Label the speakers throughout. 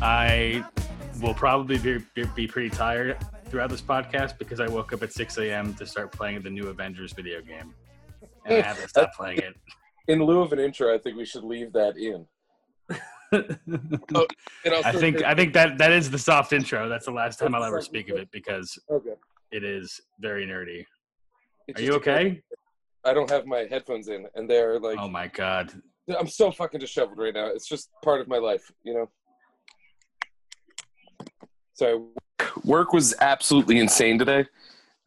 Speaker 1: I will probably be, be pretty tired throughout this podcast because I woke up at 6 a.m. to start playing the new Avengers video game. And I haven't stopped playing it.
Speaker 2: In lieu of an intro, I think we should leave that in. Oh, and I'll
Speaker 1: I
Speaker 2: still
Speaker 1: think
Speaker 2: say-
Speaker 1: I think that that is the soft intro. That's the last time I'll ever speak of it because
Speaker 2: okay.
Speaker 1: it is very nerdy.
Speaker 2: It
Speaker 1: Are
Speaker 2: just
Speaker 1: you
Speaker 2: occurred-
Speaker 1: okay?
Speaker 2: I don't have my headphones in, and they're like,
Speaker 1: Oh my god.
Speaker 2: I'm so fucking disheveled right now. It's just part of my life, you know. So work was absolutely insane today,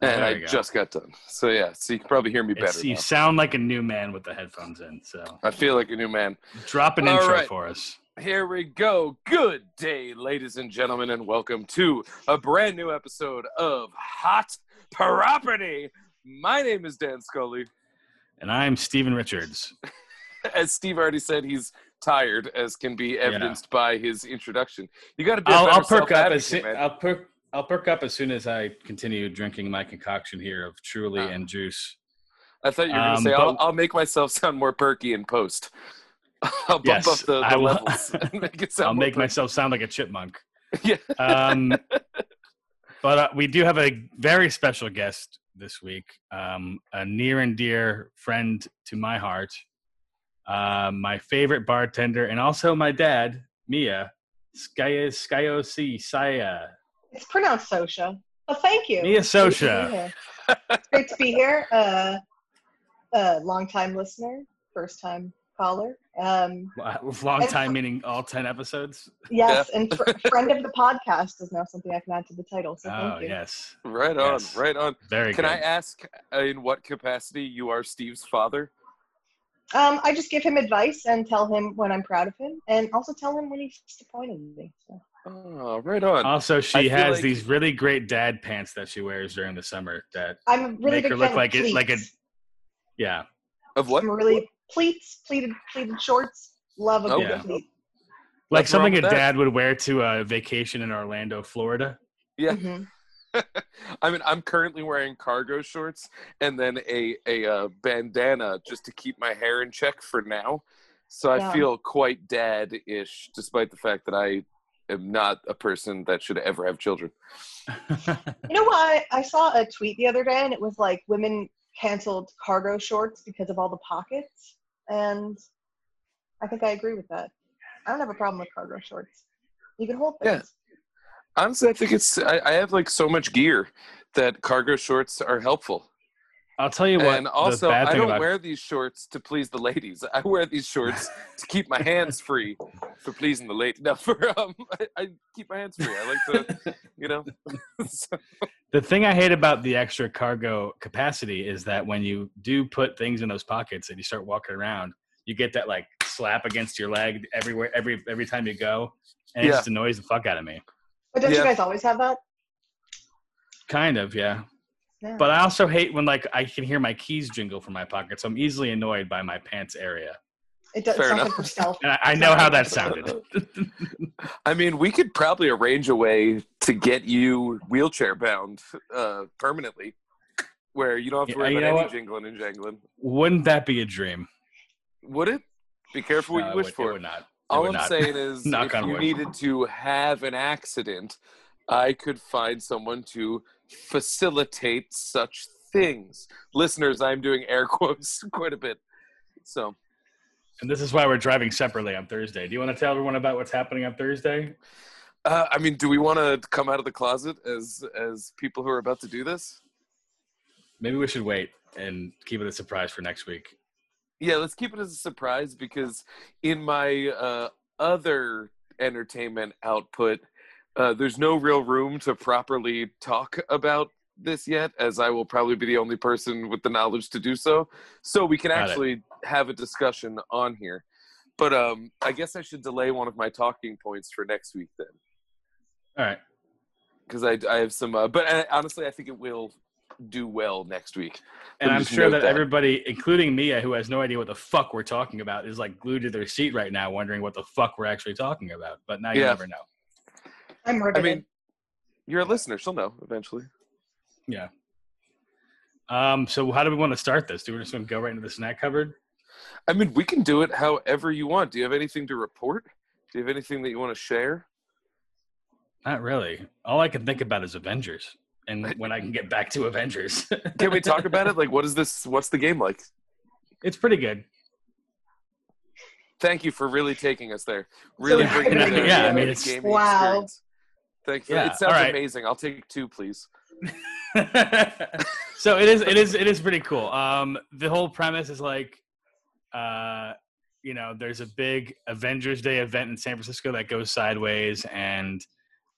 Speaker 2: and
Speaker 1: There
Speaker 2: I
Speaker 1: you go.
Speaker 2: just got done. So yeah, so you can probably hear me
Speaker 1: It's,
Speaker 2: better.
Speaker 1: you
Speaker 2: now.
Speaker 1: sound like a new man with the headphones in. So
Speaker 2: I feel like a new man.
Speaker 1: drop an
Speaker 2: All
Speaker 1: intro
Speaker 2: right.
Speaker 1: for us.
Speaker 2: Here we go. Good day, ladies and gentlemen, and welcome to a brand new episode of Hot Property. My name is Dan Scully.
Speaker 1: And I'm Steven Richards.
Speaker 2: As Steve already said, he's tired, as can be evidenced by his introduction. You got to be. a
Speaker 1: I'll,
Speaker 2: better
Speaker 1: I'll perk up
Speaker 2: self-advocate,
Speaker 1: as soon,
Speaker 2: man.
Speaker 1: I'll perk I'll perk up as soon as I continue drinking my concoction here of Truly
Speaker 2: Ah.
Speaker 1: and juice.
Speaker 2: I thought you were going to
Speaker 1: Um,
Speaker 2: say,
Speaker 1: but-
Speaker 2: I'll, I'll make myself sound more perky in post. I'll bump
Speaker 1: Yes,
Speaker 2: up the, the
Speaker 1: I will.
Speaker 2: levels. and make it sound
Speaker 1: I'll
Speaker 2: more
Speaker 1: make
Speaker 2: perky.
Speaker 1: myself sound like a chipmunk.
Speaker 2: Yeah.
Speaker 1: Um, but uh, we do have a very special guest this week, um, a near and dear friend to my heart, uh, my favorite bartender, and also my dad, Mia Skyo Skyosi Saya.
Speaker 3: It's pronounced Sosha. Well, thank you.
Speaker 1: Mia
Speaker 3: Great to be
Speaker 1: Sosha.
Speaker 3: here. It's great to be here. Uh, uh, long time listener, first time caller. Um,
Speaker 1: Long
Speaker 2: uh,
Speaker 1: time meaning all 10 episodes.
Speaker 3: yes, and fr- friend of the podcast is now something I can add to the title. So thank
Speaker 1: Oh,
Speaker 3: you.
Speaker 1: yes.
Speaker 2: Right on,
Speaker 1: Yes.
Speaker 2: right on.
Speaker 1: Very
Speaker 2: Can
Speaker 1: good.
Speaker 2: I ask uh, in what capacity you are Steve's father?
Speaker 3: Um, I just give him advice and tell him when I'm proud of him, and also tell him when he's disappointed in me. So.
Speaker 2: Oh, right on.
Speaker 1: Also,
Speaker 2: I
Speaker 1: she
Speaker 2: feel
Speaker 1: has
Speaker 2: like-
Speaker 1: these really great dad pants that she wears during the summer. That
Speaker 3: I'm a really
Speaker 1: Make
Speaker 3: big
Speaker 1: her look
Speaker 3: fan
Speaker 1: like
Speaker 3: of
Speaker 1: it-
Speaker 3: pleats.
Speaker 1: like a- yeah,
Speaker 2: Of what?
Speaker 3: I'm really pleats, pleated, pleated shorts. Love
Speaker 2: Oh,
Speaker 3: a good
Speaker 1: Okay.
Speaker 3: pleat.
Speaker 1: like
Speaker 2: Nothing wrong
Speaker 1: something a
Speaker 2: with that.
Speaker 1: dad would wear to a vacation in Orlando, Florida.
Speaker 2: Yeah.
Speaker 3: Mhm.
Speaker 2: I mean, I'm currently wearing cargo shorts and then a, a uh, bandana just to keep my hair in check for now. So I
Speaker 3: Yeah.
Speaker 2: feel quite dad ish, despite the fact that I am not a person that should ever have children.
Speaker 3: You know what? I saw a tweet the other day, and it was like women canceled cargo shorts because of all the pockets, and I think I agree with that. I don't have a problem with cargo shorts. You can hold things.
Speaker 2: Yeah. Honestly, I think it's I, I have like so much gear that cargo shorts are helpful.
Speaker 1: I'll tell you what.
Speaker 2: and
Speaker 1: the
Speaker 2: also,
Speaker 1: bad
Speaker 2: I
Speaker 1: thing
Speaker 2: don't
Speaker 1: about-
Speaker 2: wear these shorts to please the ladies. I wear these shorts to keep my hands free for pleasing the ladies. No, for um, I, I keep my hands free. I like to, you know. So-
Speaker 1: the thing I hate about the extra cargo capacity is that when you do put things in those pockets and you start walking around, you get that like slap against your leg everywhere every every time you go, and it
Speaker 2: Yeah.
Speaker 1: just annoys the fuck out of me.
Speaker 3: But don't
Speaker 2: Yeah.
Speaker 3: you guys always have that?
Speaker 1: Kind of, yeah.
Speaker 3: Yeah.
Speaker 1: But I also hate when like I can hear my keys jingle from my pocket, so I'm easily annoyed by my pants area.
Speaker 3: it does
Speaker 2: Fair
Speaker 3: something
Speaker 2: enough.
Speaker 3: for self.
Speaker 1: And I, I know how that sounded.
Speaker 2: I mean, we could probably arrange a way to get you wheelchair bound uh, permanently, where you don't have
Speaker 1: Yeah,
Speaker 2: to worry
Speaker 1: you
Speaker 2: about
Speaker 1: know
Speaker 2: any
Speaker 1: what?
Speaker 2: jingling and jangling.
Speaker 1: Wouldn't that be a dream?
Speaker 2: Would it? Be careful what
Speaker 1: No,
Speaker 2: you
Speaker 1: it
Speaker 2: wish
Speaker 1: would- it
Speaker 2: for.
Speaker 1: would not. It
Speaker 2: All
Speaker 1: would
Speaker 2: I'm
Speaker 1: not.
Speaker 2: saying is,
Speaker 1: Knock
Speaker 2: if
Speaker 1: on
Speaker 2: you
Speaker 1: wood.
Speaker 2: needed to have an accident, I could find someone to facilitate such things. Listeners, I'm doing air quotes quite a bit. So,
Speaker 1: And this is why we're driving separately on Thursday. Do you want to tell everyone about what's happening on Thursday?
Speaker 2: uh, I mean, do we want to come out of the closet as as people who are about to do this?
Speaker 1: Maybe we should wait and keep it a surprise for next week.
Speaker 2: Yeah, let's keep it as a surprise because in my uh, other entertainment output, uh, there's no real room to properly talk about this yet, as I will probably be the only person with the knowledge to do so. So we can
Speaker 1: Got it.
Speaker 2: actually have a discussion on here. But um, I guess I should delay one of my talking points for next week then,
Speaker 1: All right.
Speaker 2: because I, I have some. Uh, but I, honestly, I think it will do well next week.
Speaker 1: And
Speaker 2: Let me
Speaker 1: I'm
Speaker 2: just
Speaker 1: sure
Speaker 2: note
Speaker 1: that
Speaker 2: that.
Speaker 1: everybody, including Mia, who has no idea what the fuck we're talking about, is like glued to their seat right now, wondering what the fuck we're actually talking about. But now you
Speaker 2: Yeah.
Speaker 1: never know.
Speaker 3: I'm
Speaker 2: I
Speaker 3: riveted.
Speaker 2: mean, you're a listener; she'll know eventually.
Speaker 1: Um, so how do we want to start this? Do we just want to go right into the snack cupboard?
Speaker 2: I mean, we can do it however you want. Do you have anything to report? Do you have anything that you want to share?
Speaker 1: Not really. All I can think about is Avengers, and when I can get back to Avengers,
Speaker 2: Can we talk about it? Like, what is this? What's the game like?
Speaker 1: it's pretty good.
Speaker 2: Thank you for really taking us there. Really
Speaker 1: Yeah.
Speaker 2: bringing us there.
Speaker 1: Yeah, I
Speaker 2: the
Speaker 1: mean, it's-
Speaker 2: gaming
Speaker 3: Wow.
Speaker 2: experience. Thank you.
Speaker 1: Yeah,
Speaker 2: It sounds
Speaker 1: all right.
Speaker 2: amazing. I'll take two, please.
Speaker 1: so it is it is it is pretty cool um the whole premise is like uh you know there's a big avengers day event in san francisco that goes sideways and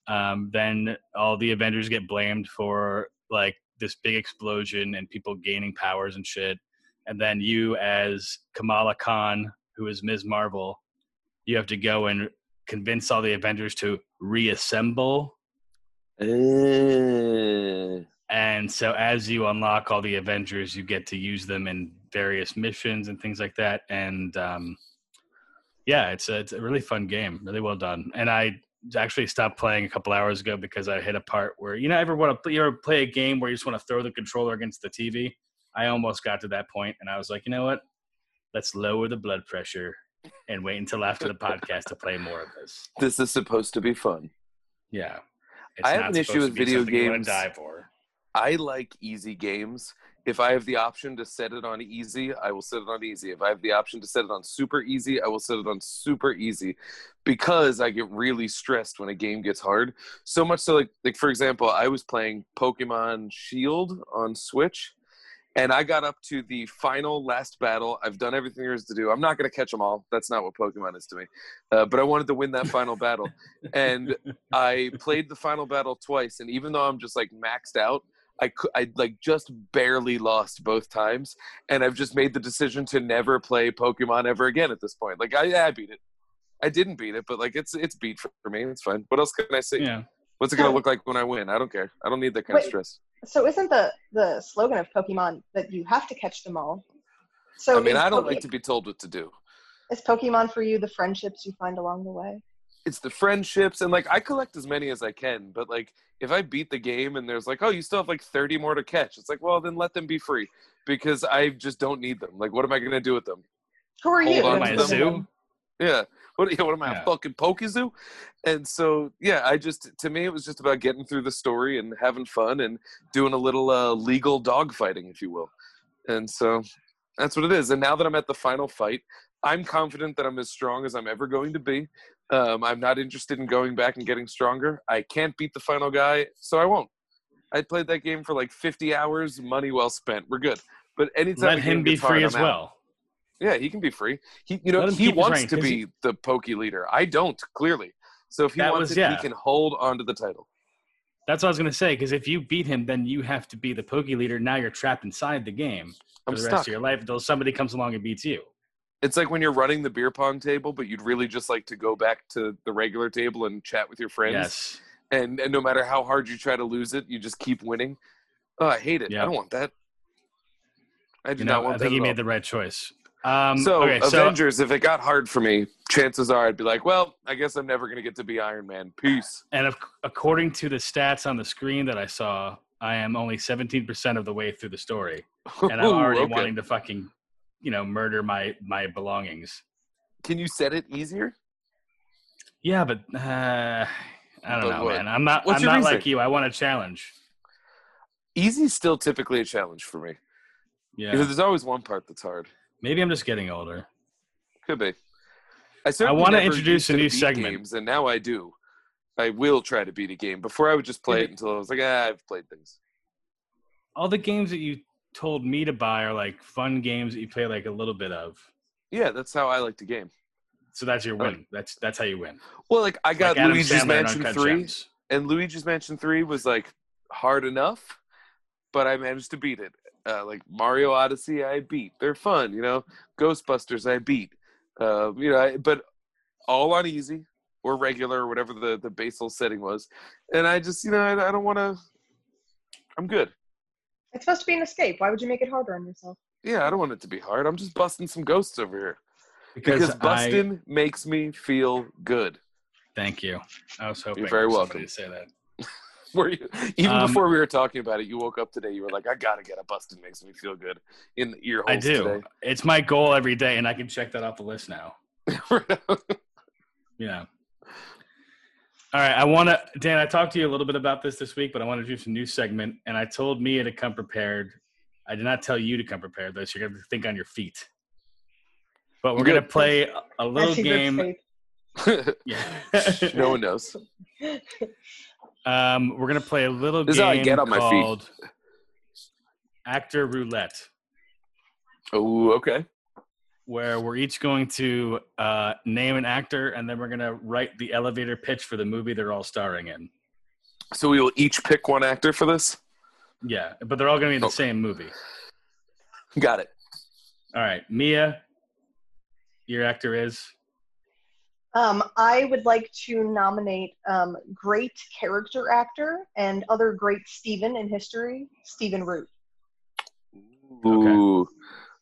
Speaker 1: um then all the avengers get blamed for like this big explosion and people gaining powers and shit and then you as kamala khan who is ms marvel you have to go and convince all the avengers to reassemble
Speaker 2: Uh,
Speaker 1: and so as you unlock all the Avengers, you get to use them in various missions and things like that. And um, yeah, it's a, it's a really fun game, really well done. And I actually stopped playing a couple hours ago because I hit a part where you know ever want to play, you ever play a game where you just want to throw the controller against the TV. I almost got to that point, and I was like, you know what? Let's lower the blood pressure and wait until after the podcast to play more of this.
Speaker 2: this is supposed to be fun.
Speaker 1: Yeah,
Speaker 2: I have an issue
Speaker 1: supposed to
Speaker 2: with
Speaker 1: be
Speaker 2: video
Speaker 1: something you wanna
Speaker 2: games.
Speaker 1: Die for.
Speaker 2: I like easy games. If I have the option to set it on easy, I will set it on easy. If I have the option to set it on super easy, I will set it on super easy because I get really stressed when a game gets hard. So much so like like for example, I was playing Pokemon Shield on Switch and I got up to the final last battle. I've done everything there is to do. I'm not going to catch them all. That's not what Pokemon is to me. Uh, but I wanted to win that final battle. And I played the final battle twice and even though I'm just like maxed out, I cou- I like just barely lost both times, and I've just made the decision to never play Pokemon ever again at this point. Like I, yeah, I beat it. I didn't beat it, but like it's it's beat for for me. It's fine. What else can I say?
Speaker 1: Yeah.
Speaker 2: What's it gonna look like when I win? I don't care. I don't need that kind of
Speaker 3: Wait.
Speaker 2: stress.
Speaker 3: So isn't the the slogan of Pokemon that you have to catch them all? So
Speaker 2: I mean,
Speaker 3: is
Speaker 2: I don't
Speaker 3: Poke-
Speaker 2: like to be told what to do.
Speaker 3: Is Pokemon for you the friendships you find along the way?
Speaker 2: It's the friendships, and like I collect as many as I can. But like if I beat the game and there's like, oh, you still have like 30 more to catch, it's like, well, then let them be free because I just don't need them. Like, what am I gonna do with them?
Speaker 3: Who are
Speaker 2: Hold
Speaker 3: you?
Speaker 2: on,
Speaker 1: Am I a
Speaker 2: That's the
Speaker 1: zoo?
Speaker 2: Yeah. What, yeah, what am I,
Speaker 1: Yeah.
Speaker 2: a fucking Pokazoo? And so, yeah, I just, to me, it was just about getting through the story and having fun and doing a little uh, legal dogfighting, if you will. And so that's what it is. And now that I'm at the final fight, I'm confident that I'm as strong as I'm ever going to be. Um, I'm not interested in going back and getting stronger. I can't beat the final guy, so I won't. I played that game for like 50 hours, money well spent. We're good. But anytime
Speaker 1: Let
Speaker 2: the game
Speaker 1: him be
Speaker 2: gets hard,
Speaker 1: free
Speaker 2: I'm
Speaker 1: as
Speaker 2: out.
Speaker 1: well.
Speaker 2: Yeah, he can be free. He,
Speaker 1: Let
Speaker 2: you know,
Speaker 1: him
Speaker 2: he
Speaker 1: keep his
Speaker 2: wants
Speaker 1: reign,
Speaker 2: to
Speaker 1: 'cause
Speaker 2: be
Speaker 1: he-
Speaker 2: the pokey leader. I don't clearly. So if he
Speaker 1: That
Speaker 2: wants
Speaker 1: was-
Speaker 2: it,
Speaker 1: yeah.
Speaker 2: he can hold on to the title.
Speaker 1: That's what I was gonna say. Because if you beat him, then you have to be the pokey leader. Now you're trapped inside the game for
Speaker 2: I'm
Speaker 1: the
Speaker 2: stuck.
Speaker 1: rest of your life until somebody comes along and beats you.
Speaker 2: It's like when you're running the beer pong table, but you'd really just like to go back to the regular table and chat with your friends.
Speaker 1: Yes.
Speaker 2: And, and no matter how hard you try to lose it, you just keep winning. Oh, I hate it.
Speaker 1: Yeah.
Speaker 2: I don't want that. I do
Speaker 1: You
Speaker 2: not
Speaker 1: know,
Speaker 2: want
Speaker 1: I think
Speaker 2: that.
Speaker 1: you
Speaker 2: at all.
Speaker 1: made the right choice. Um,
Speaker 2: so
Speaker 1: okay, so
Speaker 2: Avengers, if it got hard for me, chances are I'd be like, well, I guess I'm never going to get to be Iron Man. Peace.
Speaker 1: and ac- according to the stats on the screen that I saw, I am only 17% of the way through the story, and I'm
Speaker 2: Ooh,
Speaker 1: already
Speaker 2: okay.
Speaker 1: wanting to fucking, you know, murder my my belongings.
Speaker 2: Can you set it easier?
Speaker 1: Yeah, but uh, I don't
Speaker 2: But
Speaker 1: know,
Speaker 2: what?
Speaker 1: man. I'm not.
Speaker 2: What's
Speaker 1: I'm
Speaker 2: your
Speaker 1: not
Speaker 2: reason?
Speaker 1: like you. I want a challenge.
Speaker 2: Easy is still typically a challenge for me. Because
Speaker 1: Yeah.
Speaker 2: there's always one part that's hard.
Speaker 1: Maybe I'm just getting older.
Speaker 2: Could be. I, certainly
Speaker 1: wanna
Speaker 2: never
Speaker 1: introduce
Speaker 2: used
Speaker 1: a
Speaker 2: to
Speaker 1: new
Speaker 2: beat
Speaker 1: segment.
Speaker 2: Games, and now I do. I will try to beat a game. Before I would just play it until I was like, ah, I've played things.
Speaker 1: all the games that you told me to buy are like fun games that you play like a little bit of.
Speaker 2: Yeah, that's how I like to game.
Speaker 1: So that's your
Speaker 2: Right.
Speaker 1: win. That's that's how you win.
Speaker 2: Well, like I got
Speaker 1: like Adam
Speaker 2: Luigi's
Speaker 1: Sandler and
Speaker 2: Mansion
Speaker 1: Uncut
Speaker 2: Three,
Speaker 1: Gems.
Speaker 2: and Luigi's Mansion Three was like hard enough, but I managed to beat it. Uh, like Mario Odyssey, I beat. They're fun, you know. Ghostbusters, I beat. Uh, you know, I, but all on easy or regular or whatever the the basal setting was, and I just you know I, I don't want to. I'm good.
Speaker 3: It's supposed to be an escape. Why would you make it harder on yourself?
Speaker 2: Yeah, I don't want it to be hard. I'm just busting some ghosts over here
Speaker 1: Because,
Speaker 2: because
Speaker 1: I,
Speaker 2: busting makes me feel good.
Speaker 1: thank you. I was hoping
Speaker 2: You're very
Speaker 1: for somebody
Speaker 2: welcome.
Speaker 1: to say that.
Speaker 2: Were you, even
Speaker 1: Um,
Speaker 2: before we were talking about it, you woke up today. You were like, "I gotta get a busted makes me feel good in the ear holes."
Speaker 1: I do.
Speaker 2: Today.
Speaker 1: It's my goal every day, and I can check that off the list now.
Speaker 2: Right.
Speaker 1: Yeah. All right, I want to, Dan. I talked to you a little bit about this this week, but I want to do some new segment, and I told Mia to come prepared. I did not tell you to come prepared, though. So you're gonna have to think on your feet. But we're gonna
Speaker 2: Good.
Speaker 1: play a- a little
Speaker 3: That's a good
Speaker 1: game.
Speaker 3: faith.
Speaker 1: Yeah.
Speaker 2: no one knows.
Speaker 1: Um, we're gonna play a little
Speaker 2: This is
Speaker 1: game
Speaker 2: how I get on my feet.
Speaker 1: called Actor Roulette,
Speaker 2: Oh, okay.
Speaker 1: where we're each going to uh, name an actor, and then we're gonna write the elevator pitch for the movie they're all starring in.
Speaker 2: So we will each pick one actor for this.
Speaker 1: Yeah, but they're all gonna be in the
Speaker 2: Okay.
Speaker 1: same movie.
Speaker 2: Got it.
Speaker 1: All right, Mia, your actor is
Speaker 3: Um, I would like to nominate um, great character actor and other great Stephen in history, Stephen Root.
Speaker 2: Ooh,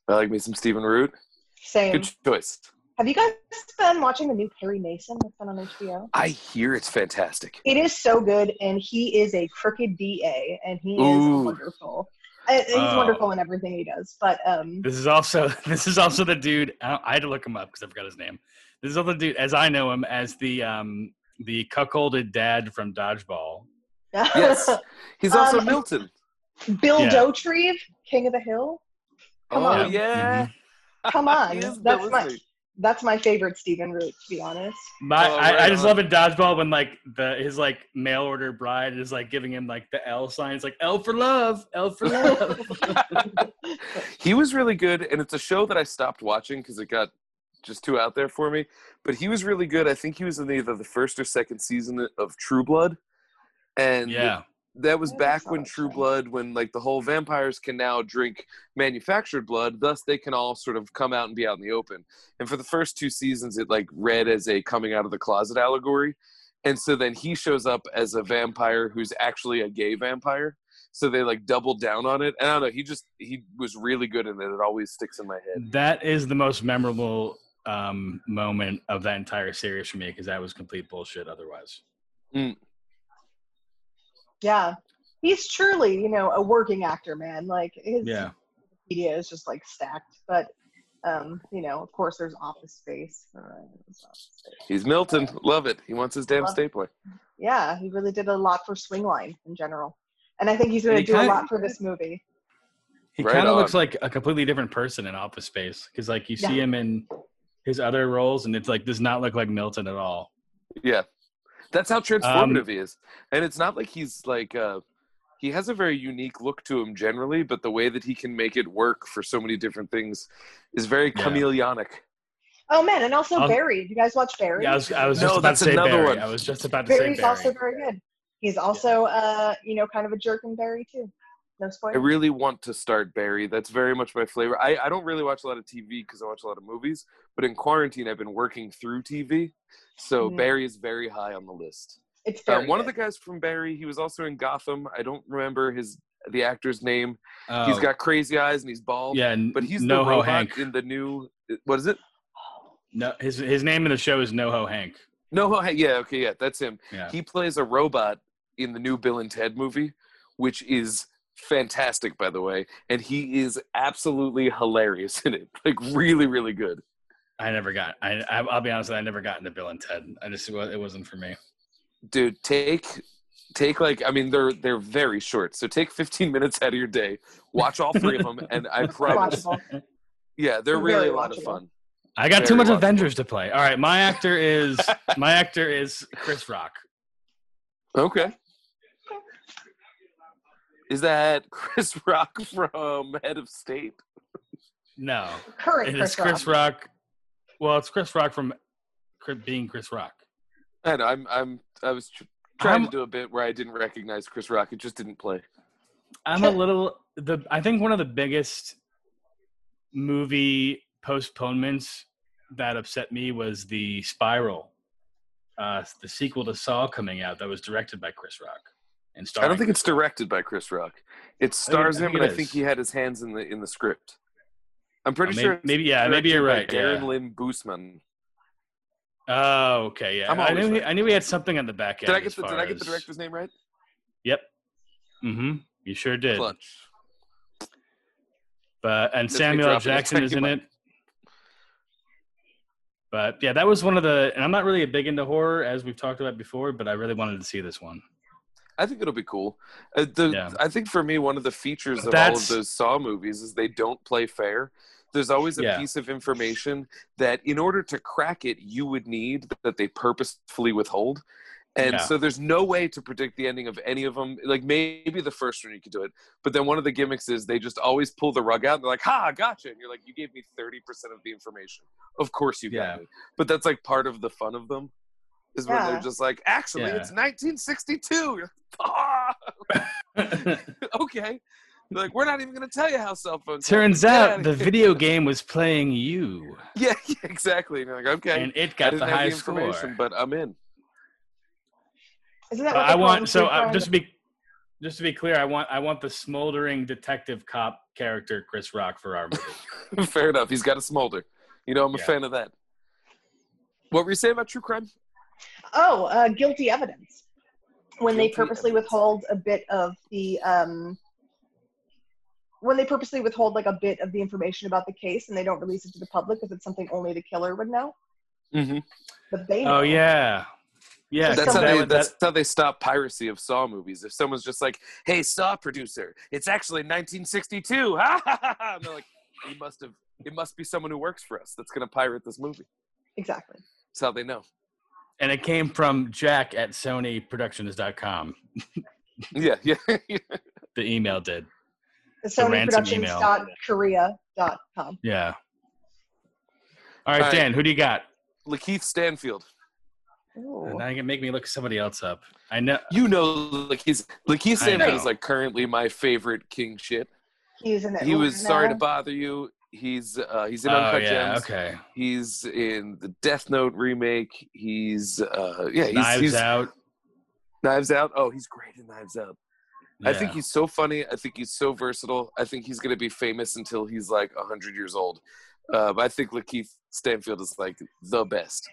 Speaker 2: I like me some Stephen Root.
Speaker 3: Same.
Speaker 2: Good choice.
Speaker 3: Have you guys been watching the new Perry Mason that's been on HBO?
Speaker 2: I hear it's fantastic.
Speaker 3: It is so good, and he is a crooked DA, and he
Speaker 2: Ooh.
Speaker 3: is wonderful. I, he's
Speaker 1: Oh.
Speaker 3: wonderful in everything he does, but um,
Speaker 1: This is also this is also the dude. I, I had to look him up because I forgot his name. This is also the dude, as I know him, as the um the cuckolded dad from Dodgeball.
Speaker 2: Yes. He's also
Speaker 3: Um,
Speaker 2: Milton.
Speaker 3: Bill
Speaker 1: Yeah.
Speaker 3: Dotrieve, King of the Hill. come
Speaker 2: oh,
Speaker 3: on.
Speaker 2: yeah.
Speaker 3: Come on,
Speaker 1: Mm-hmm.
Speaker 2: He is
Speaker 3: that's
Speaker 2: Bill
Speaker 3: my
Speaker 2: Dotrieve.
Speaker 3: that's my favorite Stephen Root, to be honest.
Speaker 1: My,
Speaker 2: Oh,
Speaker 1: I, I
Speaker 2: right
Speaker 1: just
Speaker 2: on.
Speaker 1: love in Dodgeball when like the his like mail order bride is like giving him like the L sign. It's like L for love, L for love.
Speaker 2: He was really good, and it's a show that I stopped watching because it got just too out there for me. But he was really good. I think he was in either the first or second season of True Blood. And
Speaker 1: yeah,
Speaker 2: that was
Speaker 3: Yeah,
Speaker 2: back
Speaker 3: that's
Speaker 2: when
Speaker 3: not
Speaker 2: True
Speaker 3: right.
Speaker 2: Blood, when like the whole vampires can now drink manufactured blood, thus they can all sort of come out and be out in the open. And for the first two seasons, it like read as a coming out of the closet allegory. And so then he shows up as a vampire who's actually a gay vampire. So they like doubled down on it. And I don't know, he just he was really good in it. It always sticks in my head.
Speaker 1: that is the most memorable um moment of that entire series for me because that was complete bullshit. Otherwise,
Speaker 3: Yeah, he's truly, you know, a working actor, man. Like his
Speaker 1: yeah,
Speaker 3: media is just like stacked, but um, you know, of course, there's Office Space. Uh, there's Office Space.
Speaker 2: He's Milton. Love it. He wants his damn
Speaker 3: Love it.
Speaker 2: stapler.
Speaker 3: Yeah, he really did a lot for Swingline in general, and I think he's going
Speaker 1: He
Speaker 3: to do a
Speaker 1: kinda-
Speaker 3: lot for this movie.
Speaker 1: He
Speaker 2: Right
Speaker 1: kind of
Speaker 2: on.
Speaker 1: looks like a completely different person in Office Space because, like, you see
Speaker 3: Yeah.
Speaker 1: him in his other roles, and it's like does not look like Milton at all.
Speaker 2: Yeah, that's how transformative
Speaker 1: Um,
Speaker 2: he is, and it's not like he's like uh, he has a very unique look to him generally, but the way that he can make it work for so many different things is very
Speaker 1: Yeah.
Speaker 2: chameleonic.
Speaker 3: Oh man, and also
Speaker 1: I'll-
Speaker 3: Barry. Did you guys watch Barry?
Speaker 1: Yeah, I was, I was
Speaker 2: No,
Speaker 1: just about
Speaker 2: that's
Speaker 1: to say
Speaker 2: another
Speaker 1: Barry.
Speaker 2: one.
Speaker 1: I was just about to
Speaker 3: Barry's
Speaker 1: say Barry.
Speaker 3: also very good. He's also, uh, you know, kind of a jerk in Barry too. No
Speaker 2: I
Speaker 3: spoilers.
Speaker 2: really want to start Barry. That's very much my flavor. I, I don't really watch a lot of TV because I watch a lot of movies, but in quarantine I've been working through TV, so
Speaker 3: Mm.
Speaker 2: Barry is very high on the list.
Speaker 3: it's
Speaker 2: Um,
Speaker 3: Barry.
Speaker 2: one of the guys from Barry, he was also in Gotham. I don't remember his the actor's name.
Speaker 1: Oh,
Speaker 2: He's got crazy eyes and he's bald.
Speaker 1: yeah, n-
Speaker 2: But he's the
Speaker 1: NoHo
Speaker 2: robot
Speaker 1: Hank.
Speaker 2: in the new. What is it?
Speaker 1: No, his his name in the show is NoHo Hank.
Speaker 2: No, hey, yeah, okay, yeah, that's him.
Speaker 1: Yeah,
Speaker 2: He plays a robot in the new Bill and Ted movie, which is fantastic, by the way, and he is absolutely hilarious in it. Like, really, really good.
Speaker 1: I never got. I, I I'll be honest, with you, I never got into Bill and Ted. I just it wa- it wasn't for me.
Speaker 2: Dude, take take like I mean they're they're very short, so take 15 minutes out of your day, watch all three of them, and I promise,
Speaker 3: Watchable.
Speaker 2: yeah, they're
Speaker 3: They're
Speaker 2: really
Speaker 3: very
Speaker 2: a lot of
Speaker 3: watchable.
Speaker 2: fun.
Speaker 1: I got too
Speaker 2: Very
Speaker 1: much
Speaker 2: watchable.
Speaker 1: Avengers to play. All right, my actor is my actor is Chris Rock.
Speaker 2: Okay. Is that Chris Rock from Head of State?
Speaker 1: No,
Speaker 3: Current
Speaker 1: it is
Speaker 3: Chris,
Speaker 1: Chris
Speaker 3: Rock.
Speaker 1: Rock. Well, it's Chris Rock from Chri- being Chris Rock.
Speaker 2: I know. I'm. I'm. I was tr- trying
Speaker 1: I'm-
Speaker 2: to do a bit where I didn't recognize Chris Rock. It just didn't play.
Speaker 1: I'm a little the I think one of the biggest movie postponements that upset me was the Spiral, uh, the sequel to Saw coming out that was directed by Chris Rock and starring.
Speaker 2: I don't think it's directed by Chris Rock. It stars
Speaker 1: I think
Speaker 2: him,
Speaker 1: it
Speaker 2: and I think
Speaker 1: is.
Speaker 2: he had his hands in the in the script. I'm
Speaker 1: Uh,
Speaker 2: pretty
Speaker 1: may-
Speaker 2: sure.
Speaker 1: maybe,
Speaker 2: it's
Speaker 1: yeah, maybe you're right.
Speaker 2: directed by Darren
Speaker 1: yeah.
Speaker 2: Lynn Boosman.
Speaker 1: Oh, okay, yeah.
Speaker 2: I'm
Speaker 1: I
Speaker 2: always
Speaker 1: knew he,
Speaker 2: right.
Speaker 1: I knew he had something on the back end.
Speaker 2: did I get
Speaker 1: as
Speaker 2: the Did
Speaker 1: far
Speaker 2: I get the
Speaker 1: as-
Speaker 2: director's name right?
Speaker 1: Yep. Mm-hmm. You sure did.
Speaker 2: Clutch.
Speaker 1: But and
Speaker 2: That's me
Speaker 1: Samuel L.
Speaker 2: dropping a
Speaker 1: Jackson is
Speaker 2: tiny
Speaker 1: in it. But yeah, that was one of the, and I'm not really big into horror as we've talked about before, but I really wanted to see this one.
Speaker 2: I think it'll be cool. Uh, the,
Speaker 1: Yeah.
Speaker 2: I think for me, one of the features of all of
Speaker 1: That's-
Speaker 2: those Saw movies is they don't play fair. There's always a
Speaker 1: Yeah.
Speaker 2: piece of information that, in order to crack it, you would need that they purposefully withhold. And
Speaker 1: Yeah.
Speaker 2: so there's no way to predict the ending of any of them. Like maybe the first one you could do it, but then one of the gimmicks is they just always pull the rug out. And they're like, "Ha, gotcha!" And you're like, "You gave me thirty percent of the information. Of course you
Speaker 1: Yeah.
Speaker 2: got it." But that's like part of the fun of them is when
Speaker 3: Yeah.
Speaker 2: they're just like, "Actually,
Speaker 1: Yeah.
Speaker 2: it's 1962." Ah! okay. They're like, we're not even going to tell you how cell phones. work.
Speaker 1: Turns
Speaker 2: Get
Speaker 1: out
Speaker 2: outta
Speaker 1: the
Speaker 2: here."
Speaker 1: video game was playing you,
Speaker 2: Yeah, yeah, exactly. And you're like, okay.
Speaker 1: and it
Speaker 2: I
Speaker 1: got
Speaker 2: didn't
Speaker 1: the
Speaker 2: have
Speaker 1: highest score.
Speaker 2: but I'm in.
Speaker 3: Isn't that
Speaker 1: But
Speaker 3: what they
Speaker 1: I
Speaker 3: call
Speaker 1: want
Speaker 3: them,
Speaker 1: so
Speaker 3: Free
Speaker 1: uh,
Speaker 3: Fry?
Speaker 1: just to be just to be clear, I want I want the smoldering detective cop character Chris Rock for our movie.
Speaker 2: Fair enough. He's got a smolder. You know, I'm a
Speaker 1: Yeah.
Speaker 2: fan of that. What were you saying about true crime?
Speaker 3: Oh, uh, guilty evidence. When they
Speaker 2: Guilty
Speaker 3: purposely
Speaker 2: evidence.
Speaker 3: withhold a bit of the um, when they purposely withhold like a bit of the information about the case and they don't release it to the public because it's something only the killer would know.
Speaker 2: Mm-hmm.
Speaker 3: But they know.
Speaker 1: oh yeah, yeah.
Speaker 3: Just
Speaker 2: That's, how
Speaker 1: that
Speaker 2: they,
Speaker 1: would-
Speaker 2: that's
Speaker 1: that-
Speaker 2: how they stop piracy of Saw movies. If someone's just like, hey, Saw producer, it's actually 1962. Ha ha ha, ha. And they're like, he must have, it must be someone who works for us that's going to pirate this movie.
Speaker 3: exactly.
Speaker 2: That's how they know.
Speaker 1: and it came from Jack at SonyProductions.com.
Speaker 2: Yeah, yeah.
Speaker 1: The email did.
Speaker 3: The
Speaker 1: The
Speaker 3: Sony
Speaker 1: ransom
Speaker 3: Productions
Speaker 1: email.
Speaker 3: dot Korea dot com.
Speaker 1: Yeah. All right,
Speaker 2: All right.
Speaker 1: Dan. Who do you got?
Speaker 2: Lakeith Stanfield.
Speaker 3: Ooh.
Speaker 1: Now you can make me look somebody else up. I know.
Speaker 2: You know, like he's like he's
Speaker 1: I
Speaker 2: saying
Speaker 1: know.
Speaker 2: that he's like currently my favorite King shit.
Speaker 3: He's in it.
Speaker 2: He was sorry to
Speaker 3: now.
Speaker 2: bother you. He's uh, he's in
Speaker 1: Oh
Speaker 2: Uncut
Speaker 1: yeah.
Speaker 2: Gems.
Speaker 1: Okay.
Speaker 2: He's in the Death Note remake. He's uh, yeah, he's
Speaker 1: Knives
Speaker 2: he's,
Speaker 1: out.
Speaker 2: Knives Out. Oh, he's great in Knives Out. I
Speaker 1: Yeah.
Speaker 2: think he's so funny. I think he's so versatile. I think he's gonna be famous until he's like hundred years old. Uh, but I think Lakeith Stanfield is like the best.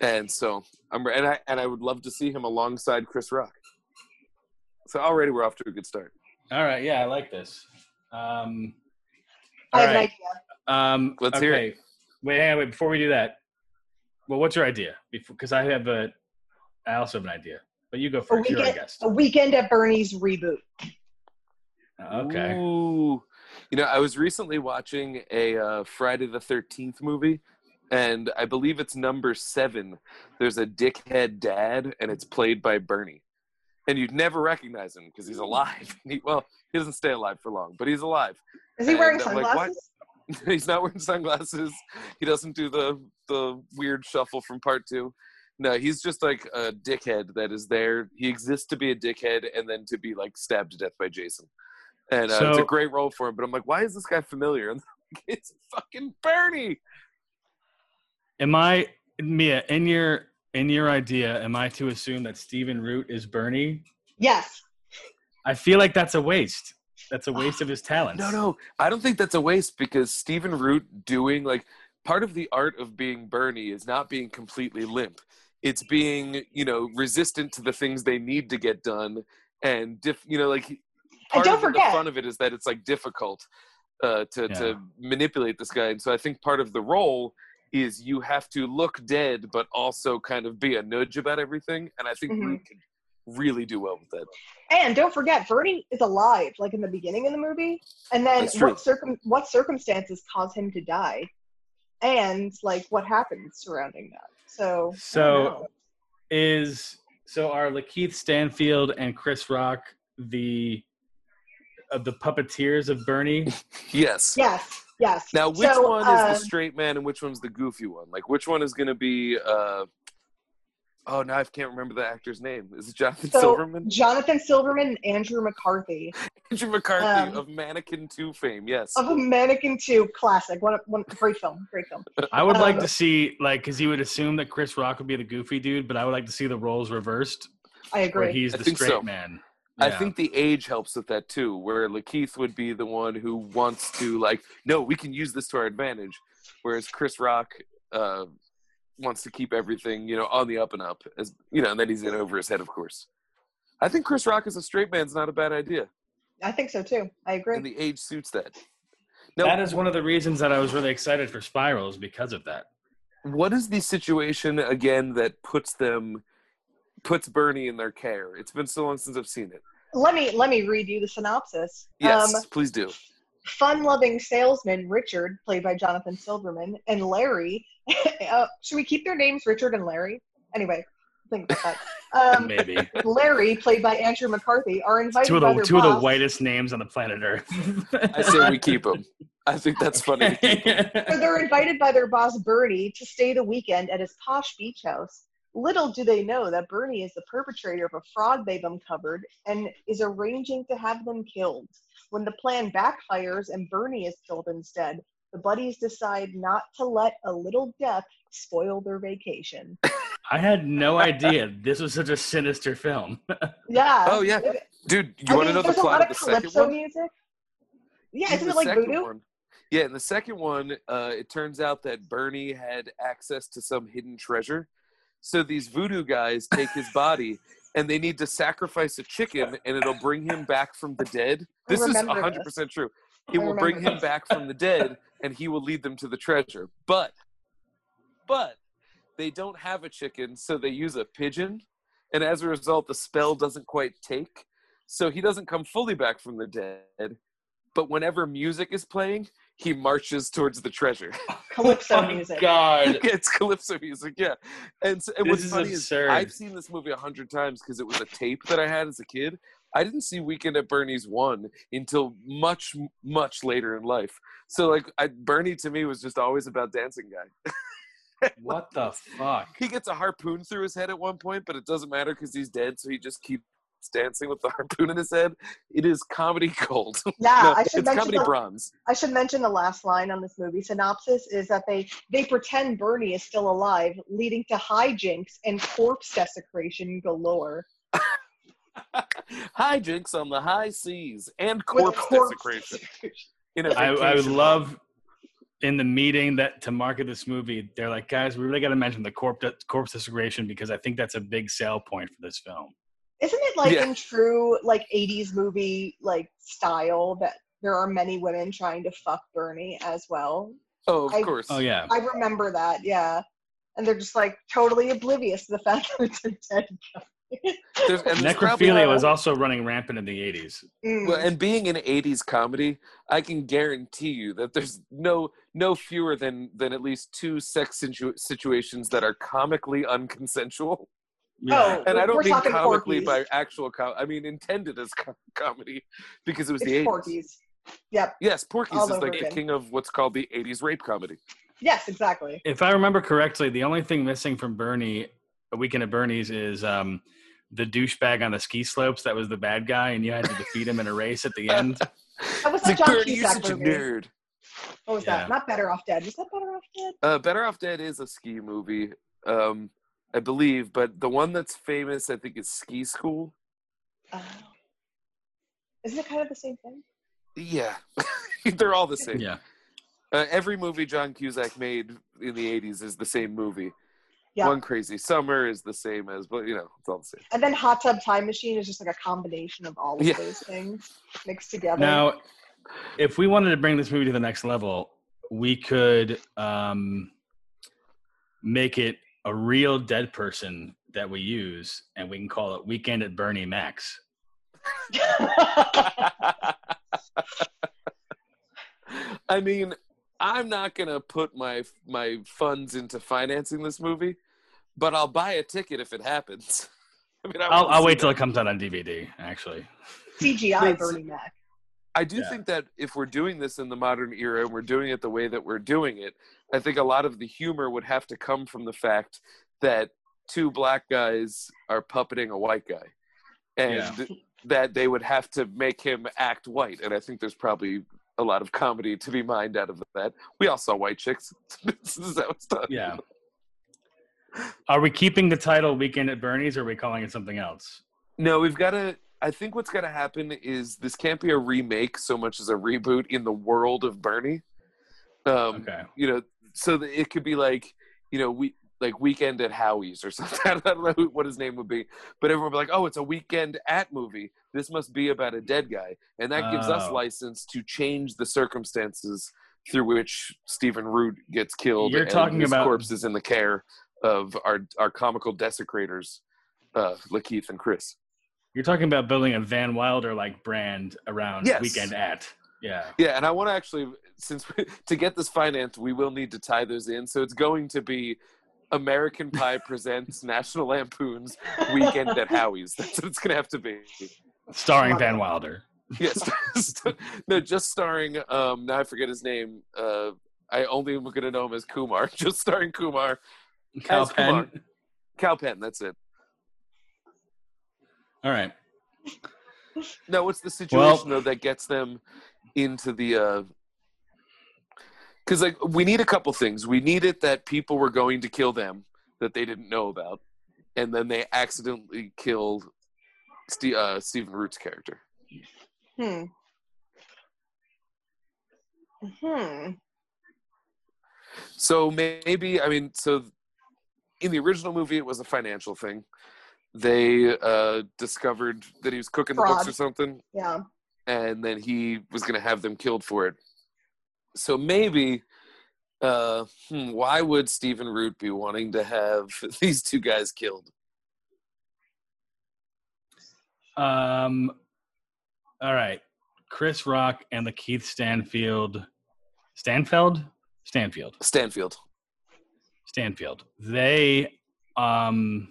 Speaker 2: And so I'm and I and I would love to see him alongside Chris Rock. So already we're off to a good start.
Speaker 1: All right. Yeah, I like this. Um, all
Speaker 3: I have an
Speaker 1: right.
Speaker 3: idea.
Speaker 1: Um,
Speaker 2: Let's hear it.
Speaker 1: okay. Wait, hang on, wait. Before we do that, well, what's your idea? Because I have a, I also have an idea. But you go first. You're our
Speaker 3: weekend-
Speaker 1: guest.
Speaker 3: A weekend at Bernie's reboot.
Speaker 1: Okay.
Speaker 2: Ooh. You know, I was recently watching a uh, Friday the 13th movie, and I believe it's number seven. There's a dickhead dad, and it's played by Bernie. And you'd never recognize him because he's alive. He, well, he doesn't stay alive for long, but he's alive.
Speaker 3: Is he
Speaker 2: And
Speaker 3: wearing
Speaker 2: I'm like,
Speaker 3: sunglasses?
Speaker 2: what? he's not wearing sunglasses. He doesn't do the the weird shuffle from part two. No, he's just like a dickhead that is there. He exists to be a dickhead and then to be like stabbed to death by Jason. And uh, it's a
Speaker 1: So-
Speaker 2: great role for him. But I'm like, why is this guy familiar? And they're like, it's fucking Bernie.
Speaker 1: Am I Mia in your in your idea? Am I to assume that Stephen Root is Bernie?
Speaker 3: Yes.
Speaker 1: I feel like that's a waste. That's a waste of his talents.
Speaker 2: No, no, I don't think that's a waste because Stephen Root doing like part of the art of being Bernie is not being completely limp. It's being you know resistant to the things they need to get done, and diff, you know like part
Speaker 3: don't
Speaker 2: of it- the
Speaker 3: forget-
Speaker 2: fun of it is that it's like difficult uh, to
Speaker 1: Yeah.
Speaker 2: to manipulate this guy, and so I think part of the role is you have to look dead but also kind of be a nudge about everything, and I think
Speaker 3: Mhm.
Speaker 2: Root could really do well with that.
Speaker 3: And don't forget, Bernie is alive, like in the beginning of the movie, and then
Speaker 2: That's true.
Speaker 3: what circum what circumstances cause him to die, and like what happens surrounding that. So I
Speaker 1: So-
Speaker 3: don't know.
Speaker 1: Is so are Lakeith Stanfield and Chris Rock the of the puppeteers of Bernie?
Speaker 2: Yes.
Speaker 3: yes, yes.
Speaker 2: Now, which
Speaker 3: So,
Speaker 2: one is
Speaker 3: um,
Speaker 2: the straight man and which one's the goofy one? Like, which one is going to be? uh Oh, now I can't remember the actor's name. Is it Jonathan
Speaker 3: So-
Speaker 2: Silverman?
Speaker 3: um, Jonathan Silverman and Andrew McCarthy
Speaker 2: Andrew McCarthy
Speaker 3: um,
Speaker 2: of Mannequin Two fame. Yes.
Speaker 3: of a Mannequin Two classic. What a, one great film, great film.
Speaker 1: I would like
Speaker 3: Um,
Speaker 1: to see like because you would assume that Chris Rock would be the goofy dude, but I would like to see the roles reversed
Speaker 3: I
Speaker 1: where
Speaker 3: agree.
Speaker 1: he's
Speaker 2: I
Speaker 1: the
Speaker 2: think
Speaker 1: straight
Speaker 2: so.
Speaker 1: man.
Speaker 2: I
Speaker 1: Yeah.
Speaker 2: think the age helps with that too, where Lakeith would be the one who wants to like, no, we can use this to our advantage, whereas Chris Rock uh, wants to keep everything, you know, on the up and up, as you know, and then he's in over his head, of course. I think Chris Rock as a straight man's not a bad idea,
Speaker 3: I think so too. I agree.
Speaker 2: and the age suits that. No,
Speaker 1: that is one of the reasons that I was really excited for Spirals because of that.
Speaker 2: What is the situation again that puts them puts Bernie in their care? It's been so long since I've seen it.
Speaker 3: Let me let me read you the synopsis.
Speaker 2: Yes,
Speaker 3: Um,
Speaker 2: please do.
Speaker 3: fun-loving salesman Richard, played by Jonathan Silverman, and Larry. uh, should we keep their names Richard and Larry? Anyway, think about that. Um,
Speaker 1: Maybe
Speaker 3: Larry, played by Andrew McCarthy, are invited
Speaker 1: two of
Speaker 3: by
Speaker 1: the
Speaker 3: their
Speaker 1: two of the
Speaker 3: boss-
Speaker 1: whitest names on the planet Earth.
Speaker 2: I say we keep them. I think that's funny.
Speaker 3: So they're invited by their boss Bernie to stay the weekend at his posh beach house. Little do they know that Bernie is the perpetrator of a fraud they've uncovered and is arranging to have them killed. When the plan backfires and Bernie is killed instead, the buddies decide not to let a little death spoil their vacation.
Speaker 1: I had no idea this was such a sinister film.
Speaker 3: Yeah.
Speaker 2: Oh, yeah. Dude, you
Speaker 3: I
Speaker 2: want
Speaker 3: mean,
Speaker 2: to know the
Speaker 3: there's a
Speaker 2: plot
Speaker 3: lot
Speaker 2: of
Speaker 3: of
Speaker 2: the second
Speaker 3: calypso
Speaker 2: one?
Speaker 3: music. Yeah,
Speaker 2: In
Speaker 3: isn't
Speaker 2: the
Speaker 3: it like
Speaker 2: second
Speaker 3: voodoo?
Speaker 2: one- yeah, in the second one, uh, it turns out that Bernie had access to some hidden treasure. So these voodoo guys take his body and they need to sacrifice a chicken and it'll bring him back from the dead.
Speaker 3: I
Speaker 2: This is
Speaker 3: remember
Speaker 2: 100%
Speaker 3: this.
Speaker 2: true. It
Speaker 3: I
Speaker 2: will bring
Speaker 3: remember
Speaker 2: him back from the dead and he will lead them to the treasure. But, but they don't have a chicken, so they use a pigeon. And as a result, the spell doesn't quite take. So he doesn't come fully back from the dead. But whenever music is playing, he marches towards the treasure.
Speaker 3: Calypso
Speaker 1: Oh, my
Speaker 3: music.
Speaker 1: God,
Speaker 2: it's calypso music, yeah. And, so, and
Speaker 1: This
Speaker 2: what's
Speaker 1: is
Speaker 2: funny
Speaker 1: absurd.
Speaker 2: is I've seen this movie a hundred times because it was a tape that I had as a kid. I didn't see Weekend at Bernie's one until much, much later in life. So like, I, Bernie to me was just always about dancing guy.
Speaker 1: what the fuck?
Speaker 2: He gets a harpoon through his head at one point, but it doesn't matter because he's dead. So he just keeps dancing with the harpoon in his head. It is comedy gold.
Speaker 3: Yeah,
Speaker 2: No,
Speaker 3: Ah, I should
Speaker 2: it's
Speaker 3: mention
Speaker 2: comedy
Speaker 3: the-
Speaker 2: bronze.
Speaker 3: I should mention the last line on this movie synopsis is that they they pretend Bernie is still alive, leading to hijinks and corpse desecration galore.
Speaker 2: Hijinks on the high seas and
Speaker 3: With
Speaker 2: corpse, desecration.
Speaker 3: desecration.
Speaker 2: In a
Speaker 1: I, I would
Speaker 2: vacation
Speaker 1: love in the meeting that to market this movie, they're like, guys, we really got to mention the corp corpse desecration because I think that's a big sale point for this film.
Speaker 3: Isn't it like
Speaker 2: Yeah.
Speaker 3: in true like '80s movie like style that there are many women trying to fuck Bernie as well?
Speaker 2: Oh, of
Speaker 3: I-
Speaker 2: course.
Speaker 1: Oh yeah,
Speaker 3: I remember that, yeah. And they're just like totally oblivious to the fact that it's a dead guy.
Speaker 2: There's, and there's probably- Oh.
Speaker 1: necrophilia was also running rampant in the '80s.
Speaker 3: Mm.
Speaker 2: well, and being an '80s comedy, I can guarantee you that there's no no fewer than than at least two sex situ- situations that are comically unconsensual.
Speaker 1: Yeah.
Speaker 3: Oh.
Speaker 2: And I
Speaker 3: We're
Speaker 2: don't mean
Speaker 3: talking
Speaker 2: comically
Speaker 3: Porky's.
Speaker 2: by actual com- I mean intended as com- comedy because it was
Speaker 3: it's
Speaker 2: the '80s.
Speaker 3: Porky's. Yep.
Speaker 2: Yes, Porky's
Speaker 3: All
Speaker 2: is
Speaker 3: over
Speaker 2: like the
Speaker 3: again.
Speaker 2: king of what's called the '80s rape comedy.
Speaker 3: Yes, exactly.
Speaker 1: If I remember correctly, the only thing missing from Bernie, a weekend at Bernie's, is um, the douchebag on the ski slopes that was the bad guy, and you had to defeat him in a race at the end.
Speaker 3: That was
Speaker 2: It's
Speaker 3: the
Speaker 2: like,
Speaker 3: John
Speaker 2: Bernie, you're
Speaker 3: Cusack
Speaker 2: such a
Speaker 3: movie.
Speaker 2: nerd.
Speaker 3: What was
Speaker 1: Yeah.
Speaker 3: that? Not Better Off Dead. Was that Better Off Dead?
Speaker 2: Uh, Better Off Dead is a ski movie, um, I believe, but the one that's famous, I think, is Ski School.
Speaker 3: Uh, isn't it kind of the same thing?
Speaker 2: Yeah, they're all the same.
Speaker 1: Yeah,
Speaker 2: Uh, every movie John Cusack made in the '80s is the same movie.
Speaker 3: Yeah.
Speaker 2: One Crazy Summer is the same as, but you know, it's all the same.
Speaker 3: And then Hot Tub Time Machine is just like a combination of all of
Speaker 2: Yeah.
Speaker 3: those things mixed together.
Speaker 1: Now, if we wanted to bring this movie to the next level, we could um, make it a real dead person that we use, and we can call it Weekend at Bernie Max.
Speaker 2: I mean, I'm not gonna put my my funds into financing this movie, but I'll buy a ticket if it happens. I mean, I
Speaker 1: I'll,
Speaker 2: wanna
Speaker 1: I'll
Speaker 2: see
Speaker 1: wait
Speaker 2: that.
Speaker 1: till it comes out on DVD, actually.
Speaker 3: CGI
Speaker 2: That's-
Speaker 3: Bernie Mac.
Speaker 2: I do
Speaker 1: Yeah.
Speaker 2: think that if we're doing this in the modern era and we're doing it the way that we're doing it, I think a lot of the humor would have to come from the fact that two black guys are puppeting a white guy and that they would have to make him act white. And I think there's probably a lot of comedy to be mined out of that. We all saw White Chicks. this is how it's done.
Speaker 1: Yeah. Are we keeping the title Weekend at Bernie's or are we calling it something else?
Speaker 2: No, we've got to. I think what's going to happen is this can't be a remake so much as a reboot in the world of Bernie. Um,
Speaker 1: Okay.
Speaker 2: you know, so that it could be like, you know, we like weekend at Howie's or something. I don't know who- what his name would be, but everyone would be like, oh, it's a weekend at movie. This must be about a dead guy, and that gives us
Speaker 1: Oh.
Speaker 2: license to change the circumstances through which Stephen Root gets killed.
Speaker 1: You're
Speaker 2: and
Speaker 1: talking
Speaker 2: his
Speaker 1: about-
Speaker 2: corpse is in the care of our our comical desecrators, uh, Lakeith and Chris.
Speaker 1: You're talking about building a Van Wilder like brand around
Speaker 2: Yes.
Speaker 1: Weekend at. Yeah.
Speaker 2: Yeah, and I want to actually, since we, to get this financed, we will need to tie those in. So it's going to be American Pie presents National Lampoon's Weekend at Howie's. That's what it's going to have to be.
Speaker 1: Starring Van Wilder.
Speaker 2: Yes, no, just starring. Um, now I forget his name. Uh, I only am going to know him as Kumar. Just starring Kumar,
Speaker 1: Cal
Speaker 2: Yes, come on.
Speaker 1: Penn.
Speaker 2: Cal Penn. That's it.
Speaker 1: All right.
Speaker 2: No, it's the situation
Speaker 1: Well-
Speaker 2: though that gets them into the. uh Because like we need a couple things. We needed that people were going to kill them that they didn't know about, and then they accidentally killed Ste uh, Stephen Root's character.
Speaker 3: Hmm. Hmm.
Speaker 2: So maybe I mean, so in the original movie, it was a financial thing. They uh, discovered that he was cooking the books
Speaker 3: Fraud.
Speaker 2: or something,
Speaker 3: Yeah.
Speaker 2: and then he was going to have them killed for it. So maybe, uh, hmm, why would Stephen Root be wanting to have these two guys killed?
Speaker 1: Um, all right. Chris Rock and the Keith Stanfield. Stanfeld? Stanfield.
Speaker 2: Stanfield.
Speaker 1: Stanfield. They um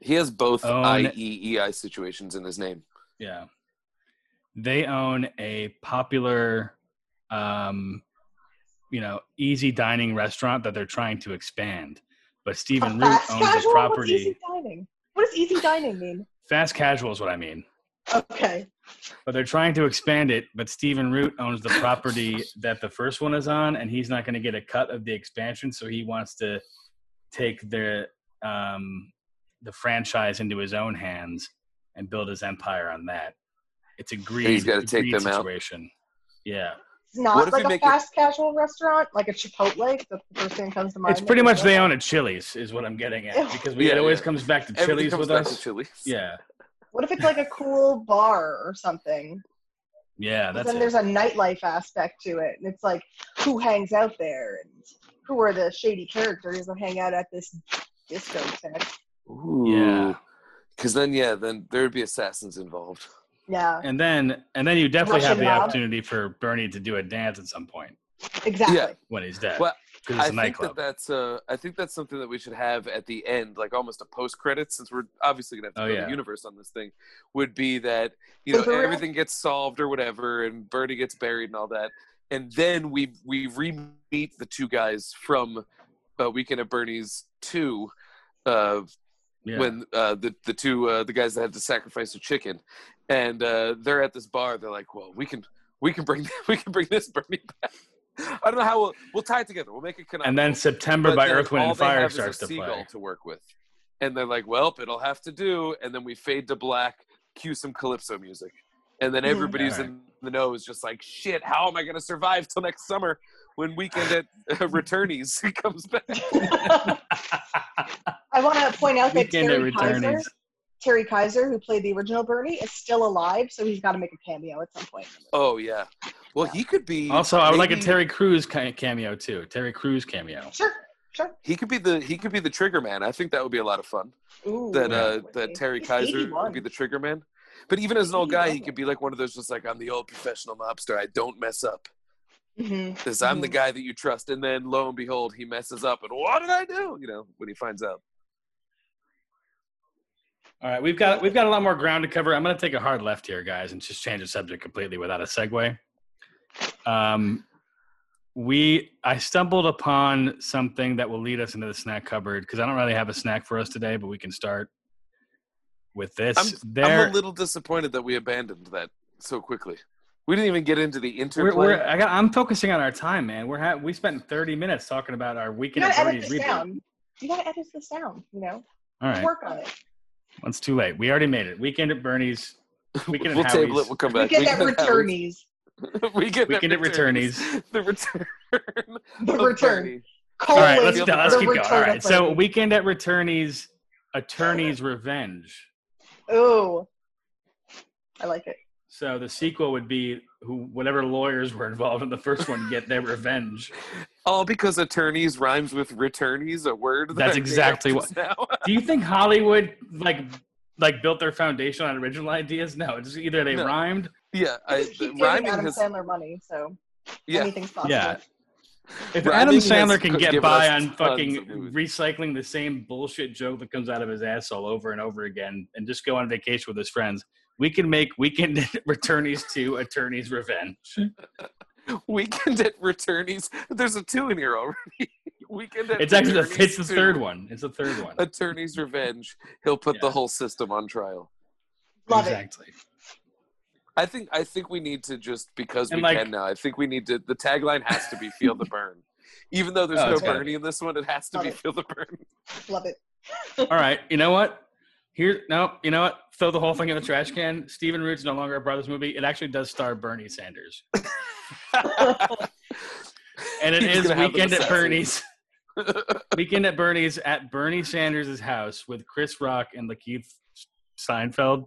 Speaker 2: He has both
Speaker 1: Own-
Speaker 2: I E E I situations in his name.
Speaker 1: yeah. They own a popular um you know, easy dining restaurant that they're trying to expand. But Stephen Root
Speaker 3: Fast
Speaker 1: owns the
Speaker 3: casual? What's
Speaker 1: property.
Speaker 3: easy dining? What does easy dining mean?
Speaker 1: Fast casual is what I mean.
Speaker 3: Okay.
Speaker 1: But they're trying to expand it, but Stephen Root owns the property that the first one is on, and he's not going to get a cut of the expansion, so he wants to take the um, the franchise into his own hands and build his empire on that. It's a greed,
Speaker 2: he's gotta take
Speaker 1: greed
Speaker 2: them out.
Speaker 1: situation. Yeah,
Speaker 3: It's not
Speaker 2: What if we
Speaker 3: like a
Speaker 2: make it-
Speaker 3: fast casual restaurant, like a Chipotle. 'cause That's the first thing that comes to mind.
Speaker 1: it's pretty much they
Speaker 3: own.
Speaker 1: own a Chili's, is what I'm getting at,
Speaker 3: Oh.
Speaker 1: because we,
Speaker 2: Yeah,
Speaker 1: it always
Speaker 2: yeah.
Speaker 1: comes back to
Speaker 2: Everything
Speaker 1: Chili's
Speaker 2: comes
Speaker 1: with
Speaker 2: back to
Speaker 1: us.
Speaker 2: Chili's.
Speaker 1: Yeah,
Speaker 3: What if it's like a cool bar or something?
Speaker 1: yeah, that's
Speaker 3: then
Speaker 1: it.
Speaker 3: there's a nightlife aspect to it, and it's like who hangs out there and who are the shady characters that hang out at this discotheque.
Speaker 2: Ooh.
Speaker 1: Yeah.
Speaker 2: Because then, yeah, then there would be assassins involved.
Speaker 3: Yeah,
Speaker 1: And then, and then you definitely have the
Speaker 3: Russian mob.
Speaker 1: opportunity for Bernie to do a dance at some point
Speaker 3: exactly.
Speaker 2: Yeah.
Speaker 1: when he's dead.
Speaker 2: Well,
Speaker 1: because
Speaker 2: I
Speaker 1: it's a
Speaker 2: think
Speaker 1: nightclub.
Speaker 2: that that's uh, I think that's something that we should have at the end, like almost a post credit, since we're obviously gonna have to
Speaker 1: Oh,
Speaker 2: build
Speaker 1: yeah.
Speaker 2: a universe on this thing. Would be that you know
Speaker 3: Is there a-
Speaker 2: everything gets solved or whatever, and Bernie gets buried and all that, and then we we re meet the two guys from uh, Weekend at Bernie's two, uh,
Speaker 1: Yeah.
Speaker 2: when uh, the the two uh, the guys that had to sacrifice a chicken, and uh, they're at this bar. They're like, "Well, we can we can bring we can bring this Bernie back." I don't know how we'll we'll tie it together. We'll make it canonical.
Speaker 1: and then September by
Speaker 2: then
Speaker 1: Earth, Wind,
Speaker 2: all
Speaker 1: and
Speaker 2: they
Speaker 1: Fire
Speaker 2: have is a
Speaker 1: starts to
Speaker 2: seagull
Speaker 1: play.
Speaker 2: to work with, and they're like, "Well, it'll have to do." And then we fade to black, cue some calypso music, and then
Speaker 3: Mhm.
Speaker 2: everybody's
Speaker 1: Alright.
Speaker 2: in the know is just like, "Shit, how am I going to survive till next summer when Weekend at uh, Returnees comes back?"
Speaker 3: I want to point out that
Speaker 1: Weekend at
Speaker 3: Terry Kaiser,
Speaker 1: Returnees.
Speaker 3: Terry Kaiser, who played the original Bernie, is still alive, so he's got to make a cameo at some point.
Speaker 2: Oh yeah, well he could be.
Speaker 1: Also, I would like a
Speaker 2: maybe-
Speaker 1: Terry Crews kind of cameo too. Terry Crews cameo.
Speaker 3: Sure, sure.
Speaker 2: He could be the he could be the trigger man. I think that would be a lot of fun.
Speaker 3: Ooh,
Speaker 2: That uh
Speaker 3: would
Speaker 2: that
Speaker 3: be.
Speaker 2: Terry
Speaker 3: He's
Speaker 2: Kaiser
Speaker 3: 81.
Speaker 2: would be the trigger man. But even as an old
Speaker 3: He's
Speaker 2: guy, he
Speaker 3: lovely.
Speaker 2: could be like one of those just like I'm the old professional mobster. I don't mess up.
Speaker 3: Mhm.
Speaker 2: This I'm the guy that you trust. And then lo and behold, he messes up. And what did I do? You know when he finds out.
Speaker 1: All right, we've got we've got a lot more ground to cover. I'm going to take a hard left here, guys, and just change the subject completely without a segue. Um, we I stumbled upon something that will lead us into the snack cupboard because I don't really have a snack for us today, but we can start with this.
Speaker 2: I'm-
Speaker 1: there,
Speaker 2: I'm a little disappointed that we abandoned that so quickly. We didn't even get into the interplay.
Speaker 1: we're, we're, I got, I'm focusing on our time, man. We're ha- we spent 30 minutes talking about our
Speaker 3: You
Speaker 1: weekend
Speaker 3: gotta edit
Speaker 1: activities.
Speaker 3: this down. You gotta edit this down. You know,
Speaker 1: All right.
Speaker 3: work on it.
Speaker 1: Well, It's too late. We already made it. Weekend at Bernie's. Weekend at
Speaker 2: we'll
Speaker 1: Howie's.
Speaker 2: table it. We'll come
Speaker 3: We
Speaker 2: back.
Speaker 3: get that
Speaker 2: Weekend at Howie's.
Speaker 3: returnees.
Speaker 2: Weekend at
Speaker 1: Weekend at
Speaker 2: Returnees.
Speaker 1: Returnees.
Speaker 2: The return.
Speaker 3: The
Speaker 2: of
Speaker 3: return.
Speaker 2: Bernie.
Speaker 1: All
Speaker 3: Colon,
Speaker 1: right, let's,
Speaker 2: Colon.
Speaker 1: let's
Speaker 3: the
Speaker 1: keep going.
Speaker 3: return
Speaker 1: All
Speaker 3: of
Speaker 1: right. So,
Speaker 3: Bernie.
Speaker 1: Weekend at Returnees, Attorney's Revenge.
Speaker 3: Ooh. I like it.
Speaker 1: So, the sequel would be who whatever lawyers were involved in the first one get their revenge.
Speaker 2: All because attorneys rhymes with returnees, a word. that
Speaker 1: That's
Speaker 2: I made up
Speaker 1: exactly
Speaker 2: just now.
Speaker 1: Do you think Hollywood like like built their foundation on original ideas? No, it's either they
Speaker 2: No.
Speaker 1: rhymed.
Speaker 2: yeah,
Speaker 3: I
Speaker 2: I,
Speaker 3: just keep giving
Speaker 2: rhyming
Speaker 3: Adam
Speaker 2: has.
Speaker 3: Sandler money, so
Speaker 2: Yeah,
Speaker 3: anything's possible.
Speaker 1: Yeah. If Adam
Speaker 2: Rhyming has
Speaker 1: Sandler can
Speaker 2: co-
Speaker 1: get
Speaker 2: given us
Speaker 1: by on
Speaker 2: tons of
Speaker 1: fucking
Speaker 2: movies.
Speaker 1: recycling the same bullshit joke that comes out of his asshole over and over again and just go on vacation with his friends, we can make weekend returnees to attorneys revenge.
Speaker 2: Weekend at Returnees. There's a two in here already. Weekend at
Speaker 1: It's actually
Speaker 2: Returnees
Speaker 1: the, it's the
Speaker 2: two.
Speaker 1: third one. It's the third one.
Speaker 2: Attorney's Revenge. He'll put the
Speaker 1: Yeah.
Speaker 2: whole system on trial.
Speaker 3: Love it.
Speaker 1: exactly.
Speaker 2: I think I think we need to just because
Speaker 1: And,
Speaker 2: we
Speaker 1: like-
Speaker 2: can now. I think we need to. The tagline has to be "Feel the burn," even though there's
Speaker 1: Oh,
Speaker 2: no
Speaker 1: it's gotta
Speaker 2: Bernie in this one. It has to
Speaker 3: Love
Speaker 2: be
Speaker 3: it.
Speaker 2: "Feel the burn."
Speaker 3: Love it.
Speaker 1: All right. You know what? Here, no. You know what? Throw the whole thing in the trash can. Steven Root's no longer a brothers movie. It actually does star Bernie Sanders, and it
Speaker 2: He's
Speaker 1: is
Speaker 2: gonna have them
Speaker 1: Weekend at
Speaker 2: assassinated.
Speaker 1: Bernie's. Weekend at Bernie's at Bernie Sanders' house with Chris Rock and Lakeith Seinfeld.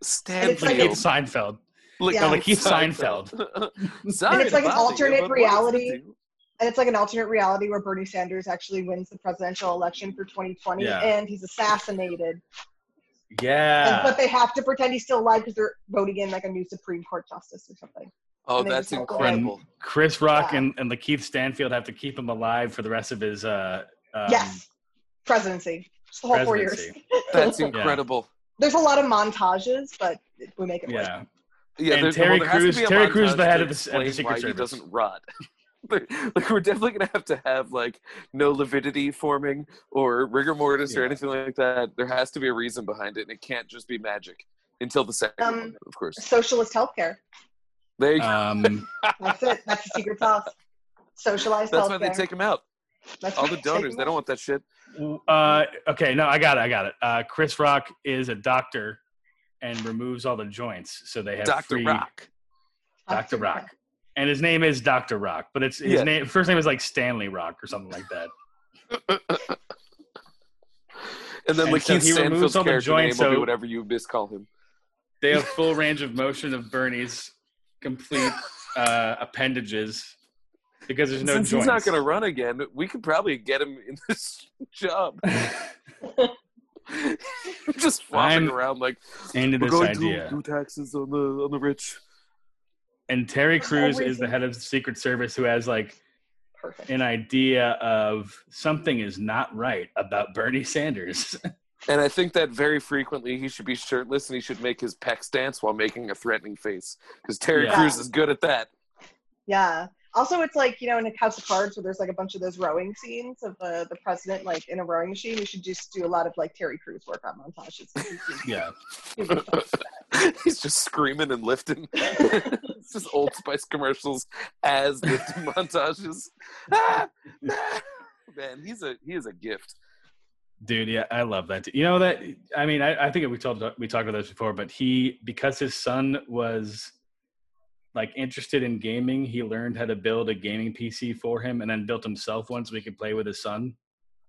Speaker 3: It's like
Speaker 2: Stanfield.
Speaker 1: Lakeith
Speaker 3: a-
Speaker 1: Seinfeld.
Speaker 2: Look,
Speaker 3: Yeah.
Speaker 1: No, Lakeith Seinfeld.
Speaker 2: Sorry
Speaker 3: And it's like
Speaker 2: to
Speaker 3: an
Speaker 2: bother you,
Speaker 3: alternate
Speaker 2: but what is the
Speaker 3: reality.
Speaker 2: deal?
Speaker 3: And it's like an alternate reality where Bernie Sanders actually wins the presidential election for 2020
Speaker 1: Yeah.
Speaker 3: and he's assassinated. And,
Speaker 1: Yeah.
Speaker 3: but they have to pretend he's still alive because they're voting in like a new Supreme Court justice or something.
Speaker 2: Oh,
Speaker 3: And they
Speaker 2: that's
Speaker 3: just have, like, oh.
Speaker 2: incredible.
Speaker 1: Chris Rock
Speaker 3: Yeah.
Speaker 1: and, and Lakeith Stanfield have to keep him alive for the rest of his uh, um,
Speaker 3: yes. Presidency. Just the whole four
Speaker 1: presidency.
Speaker 3: years.
Speaker 2: That's incredible.
Speaker 3: There's a lot of montages, but we make it work.
Speaker 1: Yeah.
Speaker 2: Yeah,
Speaker 1: And
Speaker 2: there-
Speaker 1: Terry
Speaker 2: there has to
Speaker 1: Crews-
Speaker 2: be a
Speaker 1: Terry Crews is the
Speaker 2: montage
Speaker 1: head
Speaker 2: to
Speaker 1: of the s- of the
Speaker 2: explain
Speaker 1: Secret
Speaker 2: why He
Speaker 1: Service.
Speaker 2: doesn't rot. like we're definitely gonna have to have like no lividity forming or rigor mortis or
Speaker 1: Yeah.
Speaker 2: anything like that. There has to be a reason behind it, and it can't just be magic until the second
Speaker 3: Um,
Speaker 2: one, of course.
Speaker 3: Socialist healthcare.
Speaker 2: There you go.
Speaker 1: Um,
Speaker 3: That's it. That's the secret sauce. Socialized
Speaker 2: That's
Speaker 3: healthcare.
Speaker 2: why they take him out.
Speaker 3: That's
Speaker 2: All
Speaker 3: why
Speaker 2: the
Speaker 3: take
Speaker 2: donors, they
Speaker 3: them
Speaker 2: don't want that shit.
Speaker 1: Uh, okay, no, I got it. I got it. Uh, Chris Rock is a doctor and removes all the joints, so they have
Speaker 2: Doctor
Speaker 1: free
Speaker 2: Rock.
Speaker 3: out.
Speaker 1: Doctor Rock, and his name is Doctor Rock, but it's his
Speaker 2: Yeah.
Speaker 1: name. First name is like Stanley Rock or something like that.
Speaker 2: And then
Speaker 1: And
Speaker 2: like
Speaker 1: so he removes
Speaker 2: Stanfield's
Speaker 1: all the
Speaker 2: character
Speaker 1: joints,
Speaker 2: name will be
Speaker 1: so-
Speaker 2: whatever you miscall him.
Speaker 1: They have full range of motion of Bernie's complete uh, appendages because there's no
Speaker 2: Since
Speaker 1: joints.
Speaker 2: he's not gonna run again, we could probably get him in this job. just flopping
Speaker 1: I'm
Speaker 2: around like
Speaker 1: into
Speaker 2: we're
Speaker 1: this
Speaker 2: going
Speaker 1: idea.
Speaker 2: to do taxes on the on the rich.
Speaker 1: and Terry
Speaker 3: For some
Speaker 1: Crews is the
Speaker 3: reason-
Speaker 1: head of the Secret Service, who has like
Speaker 3: Perfect.
Speaker 1: an idea of something is not right about Bernie Sanders.
Speaker 2: And I think that very frequently he should be shirtless and he should make his pecs dance while making a threatening face because Terry
Speaker 1: Yeah.
Speaker 2: Crews is good at that.
Speaker 3: Yeah. Also, it's like you know in a House of Cards where there's like a bunch of those rowing scenes of the the president like in a rowing machine. We should just do a lot of like Terry Crews workout montages.
Speaker 1: yeah.
Speaker 2: He's just screaming and lifting. it's just Old Spice commercials as lifting montages. Ah! Ah! Man, he's a he is a gift.
Speaker 1: Dude, yeah, I love that. You know that I mean, I, I think we told we talked about this before, but he because his son was like interested in gaming, he learned how to build a gaming PC for him, and then built himself one so he could play with his son.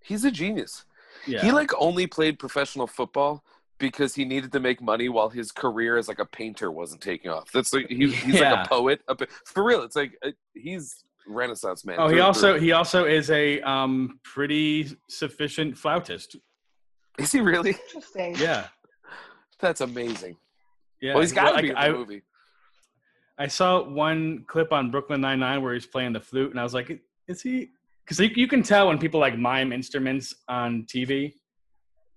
Speaker 2: He's a genius.
Speaker 1: Yeah,
Speaker 2: He like only played professional football because he needed to make money while his career as like a painter wasn't taking off. That's like he, he's
Speaker 1: Yeah.
Speaker 2: like a poet. A, pa- for real, it's like uh, he's Renaissance man.
Speaker 1: oh,
Speaker 2: through
Speaker 1: he
Speaker 2: and
Speaker 1: also
Speaker 2: through.
Speaker 1: he also is a um pretty sufficient flautist.
Speaker 2: is he really?
Speaker 3: Interesting.
Speaker 1: Yeah,
Speaker 2: That's amazing.
Speaker 1: yeah.
Speaker 2: well, he's got to
Speaker 1: Well,
Speaker 2: be in the
Speaker 1: I, I,
Speaker 2: movie.
Speaker 1: I saw one clip on Brooklyn Nine Nine where he's playing the flute, and I was like, "Is he?" Because you, you can tell when people like mime instruments on TV,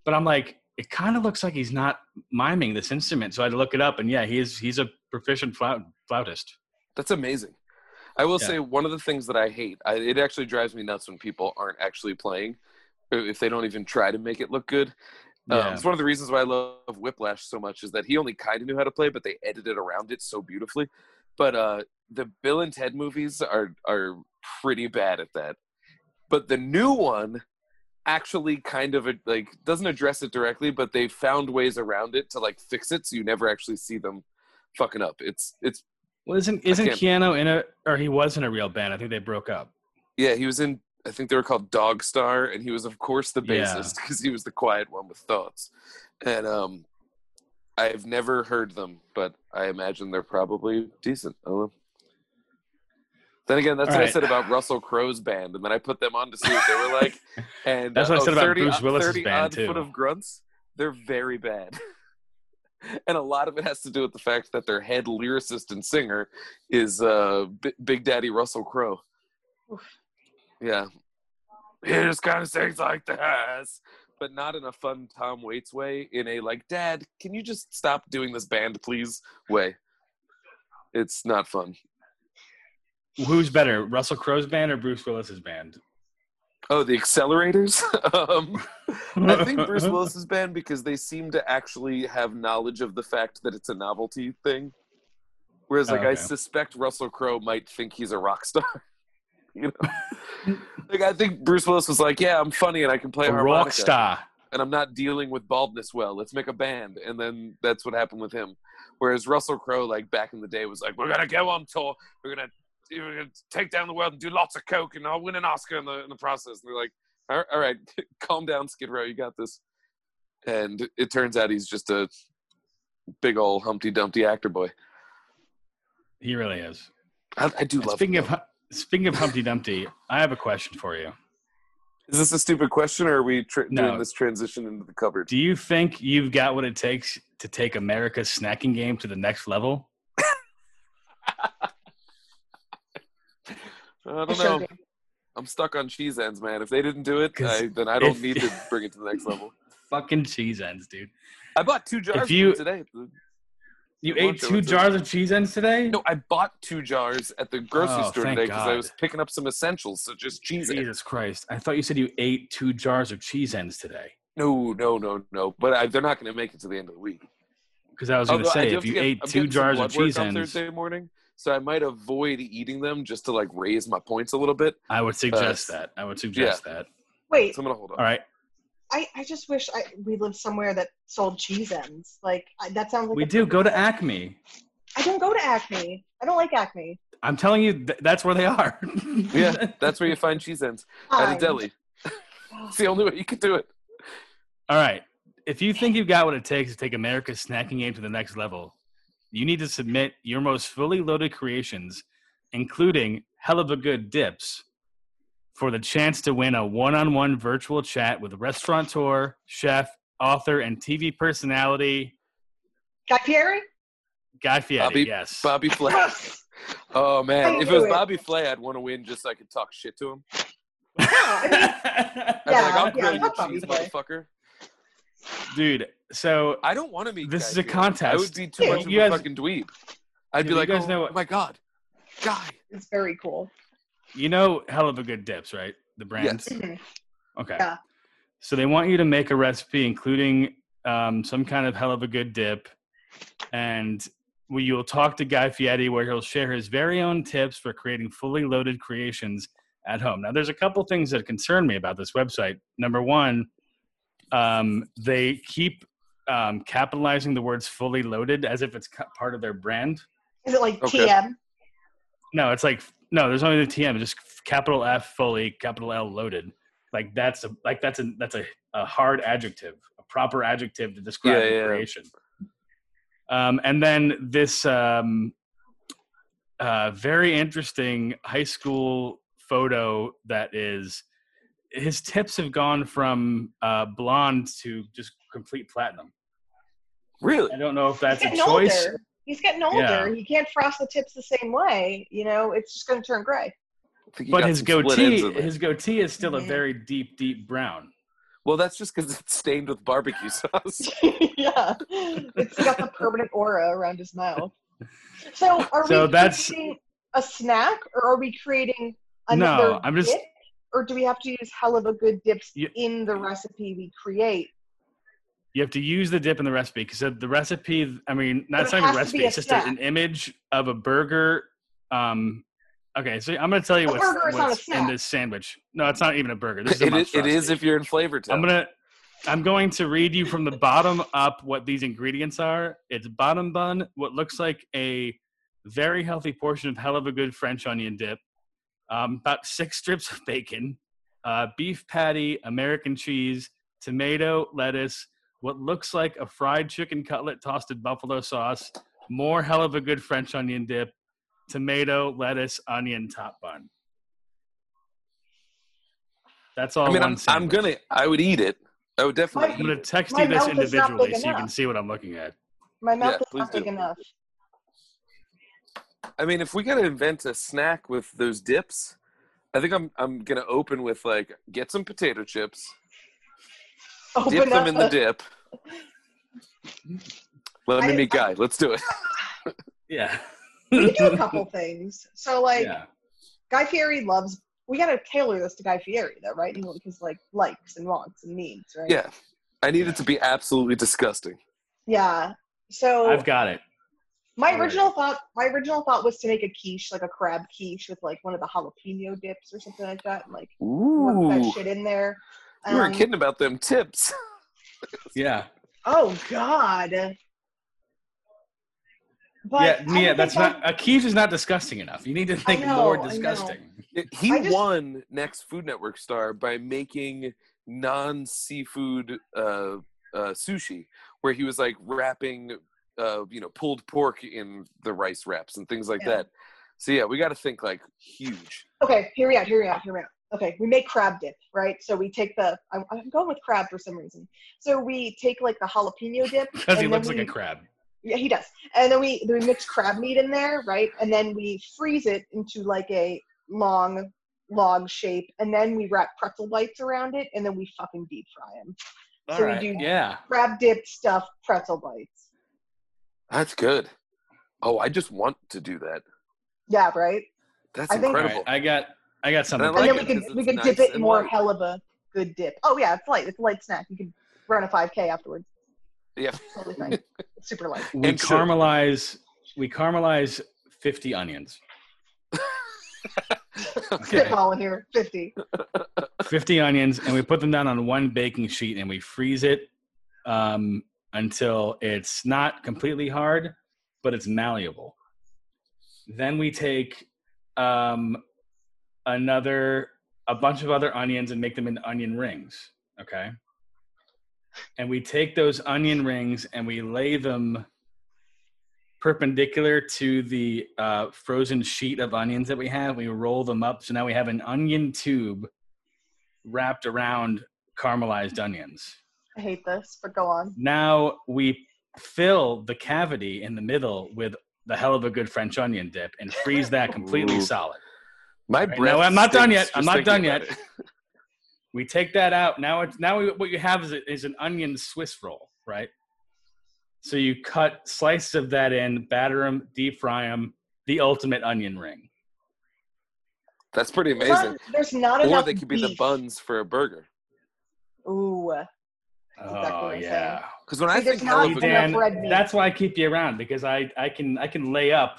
Speaker 1: but I'm like, it kind of looks like he's not miming this instrument. So I had to look it up, and yeah, he is. He's a proficient flout, flautist.
Speaker 2: That's amazing. I will
Speaker 1: Yeah.
Speaker 2: say one of the things that I hate. I, it actually drives me nuts when people aren't actually playing, uh, if they don't even try to make it look good. Um,
Speaker 1: Yeah.
Speaker 2: it's one of the reasons why I love Whiplash so much is that he only kind of knew how to play, but they edited around it so beautifully. But uh, the Bill and Ted movies are are pretty bad at that. But the new one actually kind of uh, like doesn't address it directly, but they found ways around it to like fix it, so you never actually see them fucking up. It's it's
Speaker 1: Well, isn't isn't
Speaker 2: can't-
Speaker 1: Keanu in a or he was in a real band? I think they broke up.
Speaker 2: yeah, he was in. I think they were called Dog Star, and he was of course the
Speaker 1: Yeah.
Speaker 2: bassist because he was the quiet one with thoughts, and um, I've never heard them, but I imagine they're probably decent. I don't know. Then again, that's
Speaker 1: All
Speaker 2: what I
Speaker 1: right.
Speaker 2: said about Russell Crowe's band, and then I put them on to see what they were like. And
Speaker 1: That's what I
Speaker 2: uh,
Speaker 1: said about
Speaker 2: 30
Speaker 1: Bruce Willis's
Speaker 2: 30
Speaker 1: band,
Speaker 2: odd
Speaker 1: too.
Speaker 2: Foot of grunts, they're very bad, and a lot of it has to do with the fact that their head lyricist and singer is uh, B- Big Daddy Russell Crowe.
Speaker 3: Oof.
Speaker 2: Yeah, he just kind of sings like this, but not in a fun Tom Waits way. In a like, Dad, can you just stop doing this band, please? Way. It's not fun.
Speaker 1: Who's better, Russell Crowe's band or Bruce Willis's band?
Speaker 2: Oh, the accelerators? um, I think Bruce Willis's band because they seem to actually have knowledge of the fact that it's a novelty thing. Whereas, like, I
Speaker 1: Okay.
Speaker 2: suspect Russell Crowe might think he's a rock star. you know, like I think Bruce Willis was like, "Yeah, I'm funny and I can play
Speaker 1: a
Speaker 2: harmonica,
Speaker 1: rock star.
Speaker 2: and I'm not dealing with baldness well. Let's make a band." And then that's what happened with him. Whereas Russell Crowe, like back in the day, was like, "We're gonna go on tour. We're gonna." We're gonna take down the world and do lots of coke, and I'll win an Oscar in the in the process. And they're like, all all right, calm down, Skid Row, you got this. And it turns out he's just a big old Humpty Dumpty actor boy.
Speaker 1: He really is.
Speaker 2: I, I do
Speaker 1: And
Speaker 2: love.
Speaker 1: Speaking
Speaker 2: him,
Speaker 1: of Hu- speaking of Humpty Dumpty, I have a question for you.
Speaker 2: though. is this a stupid question, or are we tra-
Speaker 1: No.
Speaker 2: doing this transition into the cupboard?
Speaker 1: Do you think you've got what it takes to take America's snacking game to the next level?
Speaker 2: I
Speaker 3: I
Speaker 2: don't
Speaker 3: sure
Speaker 2: know.
Speaker 3: do.
Speaker 2: I'm stuck on cheese ends, man. If they didn't do it,
Speaker 1: 'Cause
Speaker 2: I, then I don't
Speaker 1: if-
Speaker 2: need to bring it to the next level.
Speaker 1: Fucking cheese ends, dude.
Speaker 2: I bought two jars
Speaker 1: If
Speaker 2: of them
Speaker 1: you-
Speaker 2: today.
Speaker 1: You
Speaker 2: Why
Speaker 1: ate
Speaker 2: don't you
Speaker 1: two
Speaker 2: let them-
Speaker 1: jars of cheese ends today?
Speaker 2: No, I bought two jars at the grocery
Speaker 1: Oh,
Speaker 2: store
Speaker 1: thank
Speaker 2: today because I
Speaker 1: God.
Speaker 2: was picking up some essentials, such as cheese ends.
Speaker 1: Jesus Christ. I thought you said you ate two jars of cheese ends today.
Speaker 2: No, no, no, no. But I, they're not going to make it to the end of the week.
Speaker 1: Because I was going to
Speaker 2: Although I
Speaker 1: say,
Speaker 2: do
Speaker 1: if
Speaker 2: have to
Speaker 1: you
Speaker 2: get-
Speaker 1: ate
Speaker 2: I'm
Speaker 1: two
Speaker 2: getting some
Speaker 1: jars of
Speaker 2: blood work
Speaker 1: cheese
Speaker 2: on
Speaker 1: ends,
Speaker 2: Thursday morning, so I might avoid eating them just to like raise my points a little bit.
Speaker 1: I would suggest
Speaker 2: Uh,
Speaker 1: that. I would suggest that.
Speaker 3: Wait,
Speaker 2: So I'm gonna hold on.
Speaker 1: All right.
Speaker 3: I, I just wish I, we lived somewhere that sold cheese ends. Like I, that sounds like
Speaker 1: We
Speaker 3: a-
Speaker 1: do. Go to Acme.
Speaker 3: I don't go to Acme. I don't like Acme.
Speaker 1: I'm telling you, th- that's where they are.
Speaker 2: Yeah, that's where you find cheese ends at
Speaker 3: Fine.
Speaker 2: a deli.
Speaker 3: Ugh.
Speaker 2: It's the only way you could do it.
Speaker 1: All right. If you think you've got what it takes to take America's snacking game to the next level, you need to submit your most fully loaded creations, including hell of a good dips, for the chance to win a one on one virtual chat with restaurateur, chef, author, and TV personality
Speaker 3: Guy Fieri?
Speaker 1: Guy Fieri.
Speaker 2: Bobby-
Speaker 1: yes.
Speaker 2: Bobby Flay.
Speaker 3: Yes.
Speaker 2: Oh man,
Speaker 3: I
Speaker 2: if it
Speaker 3: knew
Speaker 2: was
Speaker 3: it.
Speaker 2: Bobby Flay, I'd want to win just so I could talk shit to him. I'd
Speaker 3: Yeah,
Speaker 2: be like, I'll grill
Speaker 3: yeah,
Speaker 2: your
Speaker 3: fuck Bobby
Speaker 2: cheese,
Speaker 3: Flay.
Speaker 2: motherfucker.
Speaker 1: Dude, so
Speaker 2: I don't want to meet.
Speaker 1: This
Speaker 2: Guy
Speaker 1: is a
Speaker 2: Fieri. I
Speaker 1: contest.
Speaker 2: would be too
Speaker 3: Yeah,
Speaker 2: much of
Speaker 1: you
Speaker 2: a
Speaker 1: guys-
Speaker 2: fucking dweeb. I'd
Speaker 1: Yeah,
Speaker 2: be
Speaker 1: but
Speaker 2: like,
Speaker 1: you guys
Speaker 2: oh
Speaker 1: know what-
Speaker 2: my god, guy.
Speaker 3: It's very cool.
Speaker 1: you know hell of a good dips, right? The brand.
Speaker 2: Yes.
Speaker 3: Mhm.
Speaker 1: Okay.
Speaker 3: Yeah.
Speaker 1: So they want you to make a recipe, including um, some kind of hell of a good dip, and we, you'll talk to Guy Fieri, where he'll share his very own tips for creating fully loaded creations at home. Now, there's a couple things that concern me about this website. Number one, um, they keep um, capitalizing the words "fully loaded" as if it's ca- part of their brand.
Speaker 3: Is it like
Speaker 2: Okay.
Speaker 3: TM?
Speaker 1: No, it's like no. There's only the TM. Just capital F fully, capital L loaded. Like that's a like that's a that's a, a hard adjective, a proper adjective to describe
Speaker 2: Yeah,
Speaker 1: the
Speaker 2: yeah.
Speaker 1: creation. Um, and then this um, uh, very interesting high school photo that is his tips have gone from uh, blonde to just complete platinum.
Speaker 2: Really?
Speaker 1: I don't know if that's
Speaker 3: He's
Speaker 1: a
Speaker 3: getting
Speaker 1: choice.
Speaker 3: older. He's getting older.
Speaker 1: Yeah.
Speaker 3: He can't frost the tips the same way. You know, it's just going to turn gray.
Speaker 2: I think he
Speaker 1: But
Speaker 2: got
Speaker 1: his
Speaker 2: some split ends
Speaker 1: goatee,
Speaker 2: in there.
Speaker 1: his goatee is still a
Speaker 3: Mhm.
Speaker 1: very deep, deep brown.
Speaker 2: Well, that's just because it's stained with barbecue sauce.
Speaker 3: yeah, it's got the permanent aura around his mouth. So are
Speaker 1: So
Speaker 3: we
Speaker 1: that's-
Speaker 3: creating a snack, or are we creating another
Speaker 1: No, I'm just-
Speaker 3: dip? Or do we have to use hell of a good dips
Speaker 1: You-
Speaker 3: in the recipe we create?
Speaker 1: You have to use the dip in the recipe because the recipe, I mean, not
Speaker 3: But it
Speaker 1: it's not even
Speaker 3: has
Speaker 1: a
Speaker 3: to
Speaker 1: recipe,
Speaker 3: be a
Speaker 1: it's just a-
Speaker 3: snack.
Speaker 1: an image of a burger. Um, okay, so I'm going to tell you
Speaker 3: A
Speaker 1: what's,
Speaker 3: burger is not a
Speaker 1: what's in
Speaker 3: snack.
Speaker 1: this sandwich. No, it's not even a burger. This is a
Speaker 2: it, is, it
Speaker 1: monstrosity.
Speaker 2: is if you're in flavor town.
Speaker 1: I'm gonna. I'm going to read you from the bottom up what these ingredients are. It's bottom bun, what looks like a very healthy portion of hell of a good French onion dip, um, about six strips of bacon, uh, beef patty, American cheese, tomato, lettuce, what looks like a fried chicken cutlet tossed in buffalo sauce, more hell of a good French onion dip, tomato, lettuce, onion top bun. That's all.
Speaker 2: I mean,
Speaker 1: one
Speaker 2: I'm, I'm
Speaker 1: sandwich.
Speaker 2: gonna. I would eat it. I would
Speaker 1: I'm
Speaker 2: definitely.
Speaker 1: gonna
Speaker 2: Eat it.
Speaker 1: text
Speaker 3: My
Speaker 1: you this
Speaker 3: mouth is not
Speaker 1: individually
Speaker 3: big
Speaker 1: so you can
Speaker 3: enough.
Speaker 1: see what I'm looking at.
Speaker 3: My mouth is
Speaker 2: please
Speaker 3: not big
Speaker 2: do.
Speaker 3: enough.
Speaker 2: I mean, if we gotta invent a snack with those dips, I think I'm I'm gonna open with like get some potato chips,
Speaker 3: Open
Speaker 2: dip them
Speaker 3: up
Speaker 2: in the
Speaker 3: a-
Speaker 2: dip. Let me
Speaker 3: I-
Speaker 2: meet Guy. Let's do it.
Speaker 1: Yeah.
Speaker 3: we can do a couple things. So like
Speaker 1: yeah.
Speaker 3: Guy Fieri loves. We gotta tailor this to Guy Fieri though, right? You know, His like likes and wants and needs, right?
Speaker 2: Yeah, I need it to be absolutely disgusting.
Speaker 3: Yeah. So
Speaker 1: I've got it.
Speaker 3: my
Speaker 1: Right.
Speaker 3: original thought, my original thought was to make a quiche, like a crab quiche, with like one of the jalapeno dips or something like that, and like work that
Speaker 2: Ooh,
Speaker 3: shit in there.
Speaker 2: you were
Speaker 3: Um,
Speaker 2: kidding about them tips.
Speaker 1: Yeah.
Speaker 3: Oh God. But I
Speaker 1: yeah,
Speaker 3: don't
Speaker 1: Mia,
Speaker 3: think
Speaker 1: that's
Speaker 3: that-
Speaker 1: not a quiche is not disgusting enough. You need to think
Speaker 3: know, I
Speaker 1: more
Speaker 3: know.
Speaker 1: disgusting.
Speaker 2: He
Speaker 3: I just-
Speaker 2: won next Food Network star by making non seafood uh, uh, sushi, where he was like wrapping, uh, you know, pulled pork in the rice wraps and things like
Speaker 3: Yeah.
Speaker 2: that. So yeah, we got to think like huge.
Speaker 3: Okay, here we are. Here we are. Here we are. Okay, we make crab dip, right? So we take the. I'm, I'm going with crab for some reason. So we take like the jalapeno dip.
Speaker 1: Because he
Speaker 3: and then
Speaker 1: looks like
Speaker 3: we-
Speaker 1: a crab.
Speaker 3: Yeah, he does. And then we then we mix crab meat in there, right? And then we freeze it into like a long log shape, and then we wrap pretzel bites around it, and then we fucking deep fry them. So we do
Speaker 1: Yeah.
Speaker 3: crab dip stuff, pretzel bites.
Speaker 2: That's good. Oh, I just want to do that.
Speaker 3: Yeah, right.
Speaker 2: That's
Speaker 3: I think-
Speaker 1: All right,
Speaker 2: incredible.
Speaker 1: I got I got something.
Speaker 2: like
Speaker 3: and
Speaker 1: for
Speaker 3: then
Speaker 1: you.
Speaker 2: it
Speaker 3: we
Speaker 2: 'cause
Speaker 3: could we
Speaker 2: it's
Speaker 3: could
Speaker 2: nice
Speaker 3: dip it in
Speaker 2: and
Speaker 3: more
Speaker 2: light.
Speaker 3: hell of a good dip. Oh yeah, it's light. It's a light snack. You could run a 5K afterwards.
Speaker 2: yeah.
Speaker 3: Totally fine. Super light.
Speaker 1: we
Speaker 2: And so-
Speaker 1: caramelize we caramelize 50 onions. Okay.
Speaker 3: Spitball in here. 50.
Speaker 1: 50 onions and we put them down on one baking sheet and we freeze it um, until it's not completely hard but it's malleable then we take um, another a bunch of other onions and make them into onion rings okay and we take those onion rings and we lay them perpendicular to the uh, frozen sheet of onions that we have we roll them up so now we have an onion tube wrapped around caramelized onions.
Speaker 3: I hate this, but go on.
Speaker 1: Now we fill the cavity in the middle with the hell of a good French onion dip and freeze that completely
Speaker 2: Ooh.
Speaker 1: solid.
Speaker 2: My
Speaker 1: right,
Speaker 2: breath.
Speaker 1: now I'm not done yet.
Speaker 2: stinks
Speaker 1: I'm
Speaker 2: just
Speaker 1: not
Speaker 2: thinking
Speaker 1: done
Speaker 2: about
Speaker 1: yet.
Speaker 2: it.
Speaker 1: We take that out. Now it's now we, what you have is, a- is an onion Swiss roll, right? So you cut slices of that in, batter them, deep fry them, the ultimate onion ring.
Speaker 2: That's pretty
Speaker 3: Not-
Speaker 2: amazing.
Speaker 3: there's not
Speaker 2: Or
Speaker 3: enough.
Speaker 2: they could be the
Speaker 3: beef.
Speaker 2: buns for a burger.
Speaker 3: Ooh. That's exactly
Speaker 1: oh
Speaker 3: what I'm
Speaker 1: yeah.
Speaker 2: Because when I
Speaker 3: See, there's
Speaker 2: think hell
Speaker 1: See,
Speaker 2: of
Speaker 3: not
Speaker 2: a
Speaker 3: enough
Speaker 1: Dan,
Speaker 3: red meat.
Speaker 1: that's why I keep you around because I, I can I can lay up.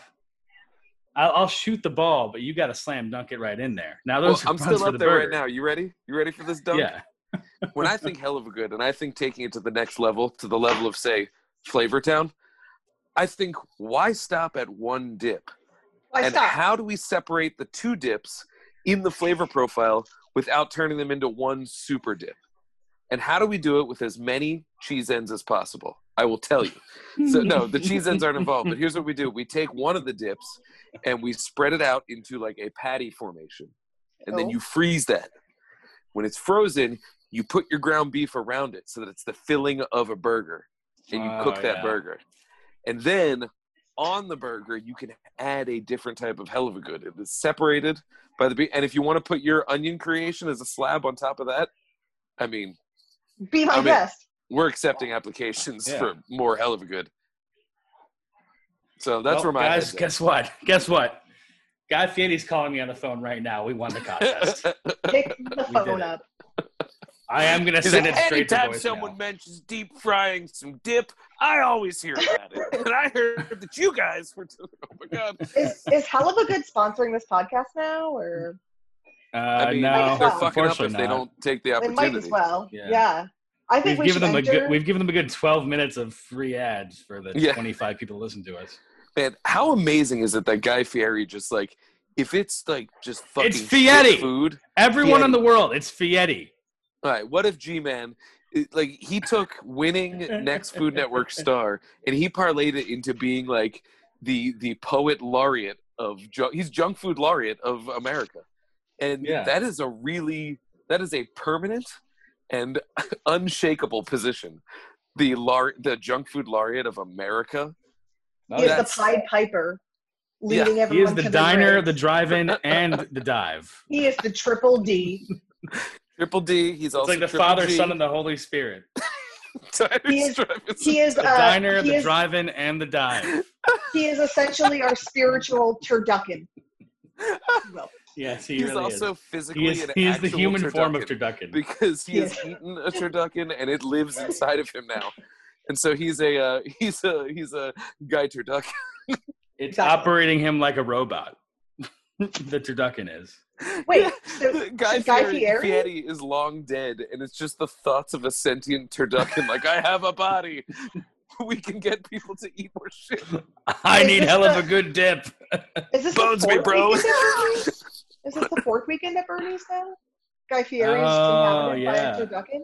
Speaker 1: I'll, I'll shoot the ball, but you got to slam dunk it right in there. Now
Speaker 2: Well,
Speaker 1: those are
Speaker 2: I'm
Speaker 1: puns
Speaker 2: still
Speaker 1: for
Speaker 2: up
Speaker 1: the
Speaker 2: there right
Speaker 1: bird.
Speaker 2: now. You ready? You ready for this dunk?
Speaker 1: Yeah,
Speaker 2: When I think hell of a good, and I think taking it to the next level, to the level of say Flavor Town, I think why stop at one dip?
Speaker 3: Why
Speaker 2: and
Speaker 3: stop?
Speaker 2: how do we separate the two dips in the flavor profile without turning them into one super dip? And how do we do it with as many cheese ends as possible? I will tell you. So no, the cheese ends aren't involved. But here's what we do: we take one of the dips and we spread it out into like a patty formation, and then
Speaker 3: Oh.
Speaker 2: you freeze that. When it's frozen, you put your ground beef around it so that it's the filling of a burger, and you
Speaker 1: Oh,
Speaker 2: cook that
Speaker 1: yeah.
Speaker 2: burger. And then on the burger, you can add a different type of hell of a good. It is separated by the beef, and if you want to put your onion creation as a slab on top of that, I mean,
Speaker 3: be my
Speaker 2: I mean-
Speaker 3: guest.
Speaker 2: we're accepting applications
Speaker 1: Yeah.
Speaker 2: for more hell of a good. So that's
Speaker 1: Well,
Speaker 2: where my
Speaker 1: guys.
Speaker 2: head's at.
Speaker 1: Guess what? Guess what? Guy Fieri's calling me on the phone right now. We won the contest.
Speaker 3: Pick the
Speaker 1: We did it.
Speaker 3: phone up.
Speaker 1: I am gonna
Speaker 2: He's
Speaker 1: send
Speaker 2: like,
Speaker 1: it straight to
Speaker 2: anytime
Speaker 1: voicemail.
Speaker 2: someone mentions deep frying some dip, I always hear about it. and I heard that you guys were doing. Oh my god!
Speaker 3: Is is hell of a good sponsoring this podcast now, or
Speaker 1: Uh,
Speaker 2: I mean,
Speaker 1: no,
Speaker 2: they're fucking up
Speaker 1: unfortunately
Speaker 2: if they
Speaker 1: not.
Speaker 2: don't take the
Speaker 3: they might as
Speaker 2: opportunity.
Speaker 3: well.
Speaker 1: Mm-hmm. Yeah.
Speaker 3: Yeah. I
Speaker 1: We've
Speaker 3: think we
Speaker 1: given
Speaker 3: should
Speaker 1: them a
Speaker 3: enter.
Speaker 1: good. We've given them a good 12 minutes of free ads for the
Speaker 2: Yeah.
Speaker 1: 25 people who listen to us.
Speaker 2: Man, how amazing is it that Guy Fieri just like, if it's like just fucking shit
Speaker 1: Fieri!
Speaker 2: food.
Speaker 1: Everyone in
Speaker 2: Fieri.
Speaker 1: the world, it's Fieri.
Speaker 2: All right, what if G Man it- like he took winning next Food Network star and he parlayed it into being like the the poet laureate of junk. He's junk food laureate of America, and
Speaker 1: Yeah.
Speaker 2: that is a really that is a permanent and unshakable position. The lar- the junk food laureate of America.
Speaker 1: Oh,
Speaker 3: He is
Speaker 1: that's-
Speaker 3: the Pied Piper, leading
Speaker 1: he
Speaker 3: everyone
Speaker 1: is the
Speaker 3: to
Speaker 1: diner,
Speaker 3: the,
Speaker 1: the
Speaker 3: ring.
Speaker 1: drive-in, and the dive.
Speaker 3: He is the triple D.
Speaker 2: Triple D. He's
Speaker 1: It's
Speaker 2: also
Speaker 1: like the
Speaker 2: Triple
Speaker 1: Father,
Speaker 2: G.
Speaker 1: Son, and the Holy Spirit.
Speaker 2: Diner
Speaker 3: He is-
Speaker 2: Strivers.
Speaker 3: He is
Speaker 1: The
Speaker 3: uh,
Speaker 1: diner,
Speaker 3: he
Speaker 1: the
Speaker 3: is,
Speaker 1: drive-in, and the dive.
Speaker 3: He is essentially our spiritual turducken. Well,
Speaker 1: Yes, he
Speaker 2: He's
Speaker 1: really
Speaker 2: also
Speaker 1: is.
Speaker 2: physically
Speaker 1: He is,
Speaker 2: an
Speaker 1: he is the
Speaker 2: actual
Speaker 1: human form of turducken.
Speaker 2: turducken. because he has eaten a turducken and it lives inside of him now. And so he's a uh, he's a he's a guy turducken.
Speaker 1: it's
Speaker 3: Exactly.
Speaker 1: operating him like a robot. the turducken is.
Speaker 3: wait, so
Speaker 2: guy
Speaker 3: Guy
Speaker 2: Fieri,
Speaker 3: Fieri?
Speaker 2: Fieri is long dead, and it's just the thoughts of a sentient turducken. like I have a body, we can get people to eat more shit.
Speaker 1: I
Speaker 3: Is
Speaker 1: need
Speaker 3: this
Speaker 1: hell of
Speaker 3: the-
Speaker 1: a good dip.
Speaker 3: is this
Speaker 2: Bones
Speaker 3: the
Speaker 2: me,
Speaker 3: fourth
Speaker 2: bro.
Speaker 3: weekend at Bernie's? Is this the fourth weekend at Bernie's now? Guy Fieri is
Speaker 1: Oh,
Speaker 3: inhabited
Speaker 1: yeah.
Speaker 3: by a turducken.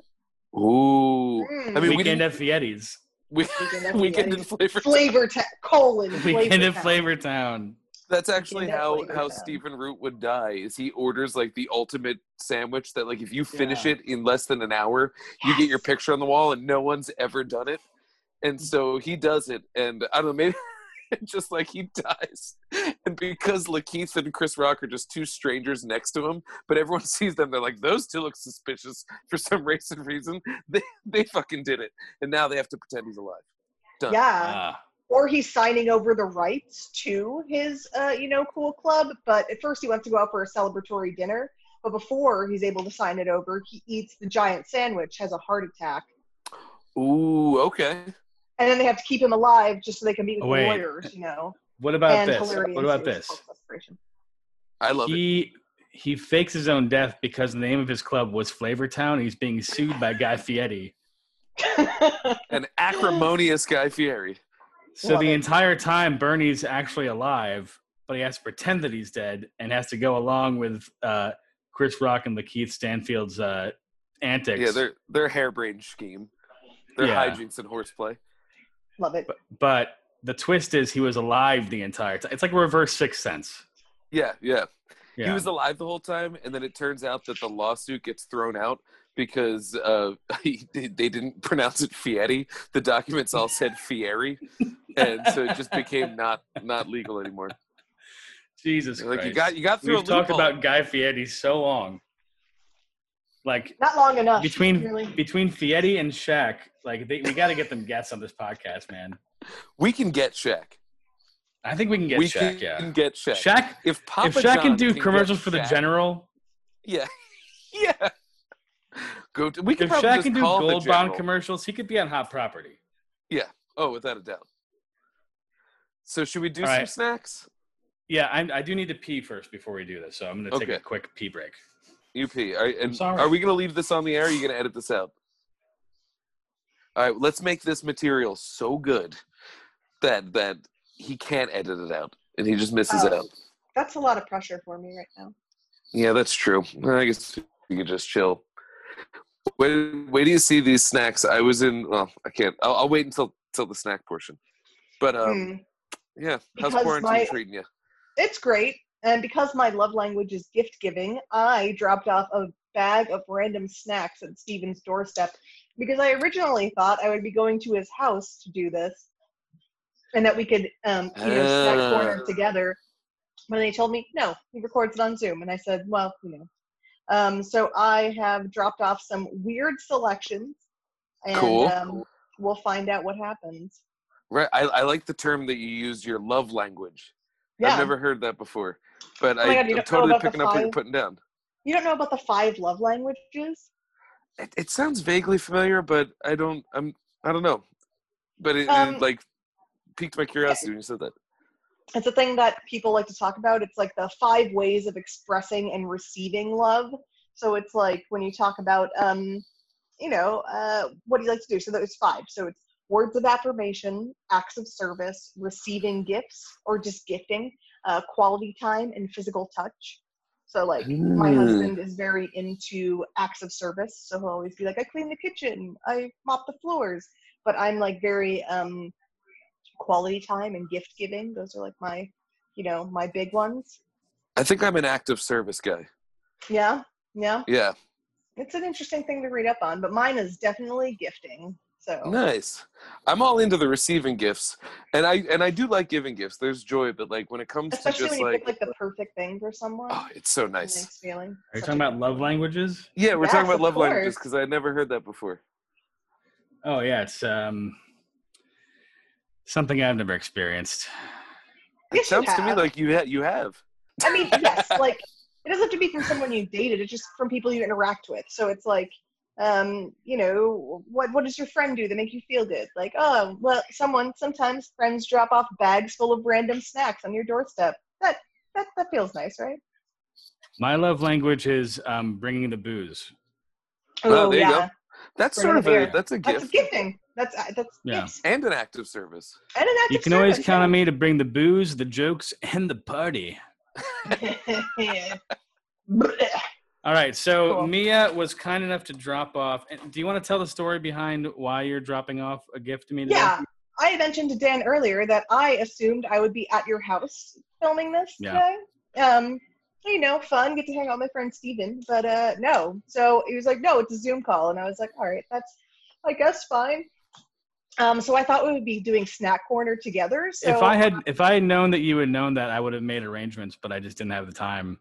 Speaker 2: Ooh,
Speaker 3: Mm.
Speaker 2: I mean, we
Speaker 1: Weekend
Speaker 2: didn't-
Speaker 1: at Fietti's.
Speaker 2: we,
Speaker 3: Weekend at
Speaker 2: weekend
Speaker 3: Fieri's.
Speaker 2: in flavor.
Speaker 3: Flavor ta- colon.
Speaker 1: Weekend
Speaker 3: flavor
Speaker 1: at
Speaker 3: town.
Speaker 1: Flavor Town.
Speaker 2: That's actually
Speaker 3: Weekend at
Speaker 2: how
Speaker 3: Flavor
Speaker 2: how
Speaker 3: Town.
Speaker 2: Stephen Root would die. Is he orders like the ultimate sandwich that like if you finish
Speaker 1: Yeah.
Speaker 2: it in less than an hour, you get your
Speaker 3: Yes.
Speaker 2: picture on the wall and no one's ever done it and so he does it and i don't know maybe just like he dies and because lakeith and chris rock are just two strangers next to him but everyone sees them they're like those two look suspicious for some racist reason they, they fucking did it and now they have to pretend he's alive Done.
Speaker 3: Yeah.
Speaker 1: Ah,
Speaker 3: or he's signing over the rights to his uh, you know cool club but at first he wants to go out for a celebratory dinner but before he's able to sign it over he eats the giant sandwich has a heart attack
Speaker 2: ooh okay
Speaker 3: and then they have to keep him alive just so they can meet with
Speaker 1: Wait.
Speaker 3: lawyers you know
Speaker 1: what about
Speaker 3: and
Speaker 1: this?
Speaker 3: hilarity
Speaker 1: What about
Speaker 3: ensues.
Speaker 1: this?
Speaker 3: It's called frustration.
Speaker 2: i love it
Speaker 1: he he fakes his own death because the name of his club was Flavor Town. He's being sued by Guy Fieri.
Speaker 2: an acrimonious guy fieri
Speaker 1: So
Speaker 3: Love
Speaker 1: the
Speaker 3: it.
Speaker 1: entire time, Bernie's actually alive, but he has to pretend that he's dead and has to go along with uh, Chris Rock and Lakeith Stanfield's uh, antics.
Speaker 2: yeah their their harebrained scheme their
Speaker 1: Yeah.
Speaker 2: hijinks and horseplay
Speaker 3: love it
Speaker 1: but, but the twist is he was alive the entire time. It's like reverse Sixth Sense.
Speaker 2: yeah yeah
Speaker 1: Yeah.
Speaker 2: He was alive the whole time, and then it turns out that the lawsuit gets thrown out because uh, he, they they didn't pronounce it Fieri. The documents all said Fieri, and so it just became not not legal anymore.
Speaker 1: Jesus
Speaker 2: Like
Speaker 1: Christ.
Speaker 2: you got you got through
Speaker 1: We've
Speaker 2: a
Speaker 1: talked
Speaker 2: loophole.
Speaker 1: about Guy Fieri so long. Like
Speaker 3: not long enough
Speaker 1: between
Speaker 3: really
Speaker 1: between Fieri and Shaq, like they, we got to get them guests on this podcast, man.
Speaker 2: we can get Shaq.
Speaker 1: I think we can get
Speaker 2: we
Speaker 1: Shaq.
Speaker 2: can
Speaker 1: yeah,
Speaker 2: get Shaq.
Speaker 1: Shaq.
Speaker 2: If Papa
Speaker 1: if Shaq can
Speaker 2: John
Speaker 1: do
Speaker 2: get
Speaker 1: commercials for the
Speaker 2: Shaq-
Speaker 1: general,
Speaker 2: yeah, yeah. Go. To, we can
Speaker 1: if
Speaker 2: probably
Speaker 1: Shaq
Speaker 2: just
Speaker 1: can do
Speaker 2: call the
Speaker 1: Gold Bond
Speaker 2: general.
Speaker 1: commercials, he could be on Hot Property.
Speaker 2: Oh, without a doubt. So should we do
Speaker 1: All
Speaker 2: some
Speaker 1: right.
Speaker 2: snacks?
Speaker 1: Yeah, I, I do need to pee first before we do this, so I'm going to take
Speaker 2: Okay.
Speaker 1: a quick pee break.
Speaker 2: UP. Are, and
Speaker 1: sorry.
Speaker 2: are we going to leave this on the air? Or are you going to edit this out? All right, let's make this material so good that that he can't edit it out and he just misses it
Speaker 3: Oh.
Speaker 2: out.
Speaker 3: that's a lot of pressure for me right now
Speaker 2: Yeah, that's true. I guess you could just chill. Wait, wait do you see these snacks? I was in. Well, I can't. I'll, I'll wait until till the snack portion. But um,
Speaker 3: Hmm.
Speaker 2: yeah, how's
Speaker 3: Because
Speaker 2: quarantine
Speaker 3: my-
Speaker 2: treating you?
Speaker 3: it's great. And because my love language is gift giving, I dropped off a bag of random snacks at Steven's doorstep because I originally thought I would be going to his house to do this and that we could, um, you know, snack corner
Speaker 2: Ah.
Speaker 3: together. But they told me, no, he records it on Zoom. And I said, well, you know. Um, so I have dropped off some weird selections and
Speaker 2: Cool.
Speaker 3: um, we'll find out what happens.
Speaker 2: Right. I, I like the term that you used. Your love language.
Speaker 3: Yeah.
Speaker 2: I've never heard that before, but
Speaker 3: Oh my
Speaker 2: I,
Speaker 3: God, you don't know
Speaker 2: I'm totally
Speaker 3: about the
Speaker 2: picking up what you're
Speaker 3: five-
Speaker 2: putting down.
Speaker 3: you don't know about the five love languages?
Speaker 2: It, it sounds vaguely familiar, but I don't. I'm. I don't know. But it,
Speaker 3: Um,
Speaker 2: it like piqued my curiosity when you said that.
Speaker 3: it's a thing that people like to talk about. It's like the five ways of expressing and receiving love. So it's like when you talk about, um, you know, uh, what do you like to do? So there's five. So it's words of affirmation, acts of service, receiving gifts or just gifting, uh, quality time, and physical touch. So like my
Speaker 2: Hmm.
Speaker 3: husband is very into acts of service, so he'll always be like, I clean the kitchen, I mop the floors. But I'm like very um quality time and gift giving. Those are like my you know, my big ones.
Speaker 2: I think I'm an active service guy.
Speaker 3: Yeah, yeah.
Speaker 2: Yeah.
Speaker 3: It's an interesting thing to read up on, but mine is definitely gifting. So
Speaker 2: Nice. I'm all into the receiving gifts, and I and I do like giving gifts. There's joy, but like when it comes
Speaker 3: especially
Speaker 2: to
Speaker 3: when
Speaker 2: just
Speaker 3: you
Speaker 2: like,
Speaker 3: pick like the perfect thing for someone.
Speaker 2: oh, it's so
Speaker 3: It's a
Speaker 2: nice.
Speaker 3: Nice feeling.
Speaker 1: Are you
Speaker 3: Such
Speaker 1: talking
Speaker 3: a-
Speaker 1: about love languages?
Speaker 2: Yeah, we're
Speaker 3: Yes,
Speaker 2: talking about
Speaker 3: of
Speaker 2: love languages
Speaker 3: course.
Speaker 2: because I never heard that before.
Speaker 1: Oh yeah, it's um something I've never experienced.
Speaker 2: It
Speaker 3: Yes, you
Speaker 2: sounds to me
Speaker 3: have.
Speaker 2: like you ha- you have.
Speaker 3: I mean, yes, like it doesn't have to be from someone you've dated. It's just from people you interact with. So it's like, um, you know, what what does your friend do that make you feel good? Like, oh, well, someone sometimes friends drop off bags full of random snacks on your doorstep. That that that feels nice, right?
Speaker 1: My love language is um, bringing the booze.
Speaker 2: Oh, there you go.
Speaker 3: yeah,
Speaker 2: That's
Speaker 3: Bring
Speaker 2: sort
Speaker 3: it
Speaker 2: of
Speaker 3: here.
Speaker 2: a that's a
Speaker 3: that's
Speaker 2: gift
Speaker 3: gifting. That's uh, that's
Speaker 1: Yeah.
Speaker 3: gifts.
Speaker 2: and an act of service.
Speaker 3: And an act
Speaker 1: You
Speaker 3: of
Speaker 1: can always
Speaker 3: service,
Speaker 1: count on me to bring the booze, the jokes, and the party.
Speaker 3: yeah.
Speaker 1: All right, so
Speaker 3: Cool.
Speaker 1: Mia was kind enough to drop off. and Do you want to tell the story behind why you're dropping off a gift to me? Today?
Speaker 3: Yeah, I had mentioned to Dan earlier that I assumed I would be at your house filming this
Speaker 1: Yeah.
Speaker 3: today. Um, you know, fun, get to hang out with my friend Steven, but uh, no. So he was like, no, it's a Zoom call. And I was like, all right, that's, I guess, fine. Um, so I thought we would be doing snack corner together. So uh
Speaker 1: if I had if I had known that you had known that, I would have made arrangements, but I just didn't have the time.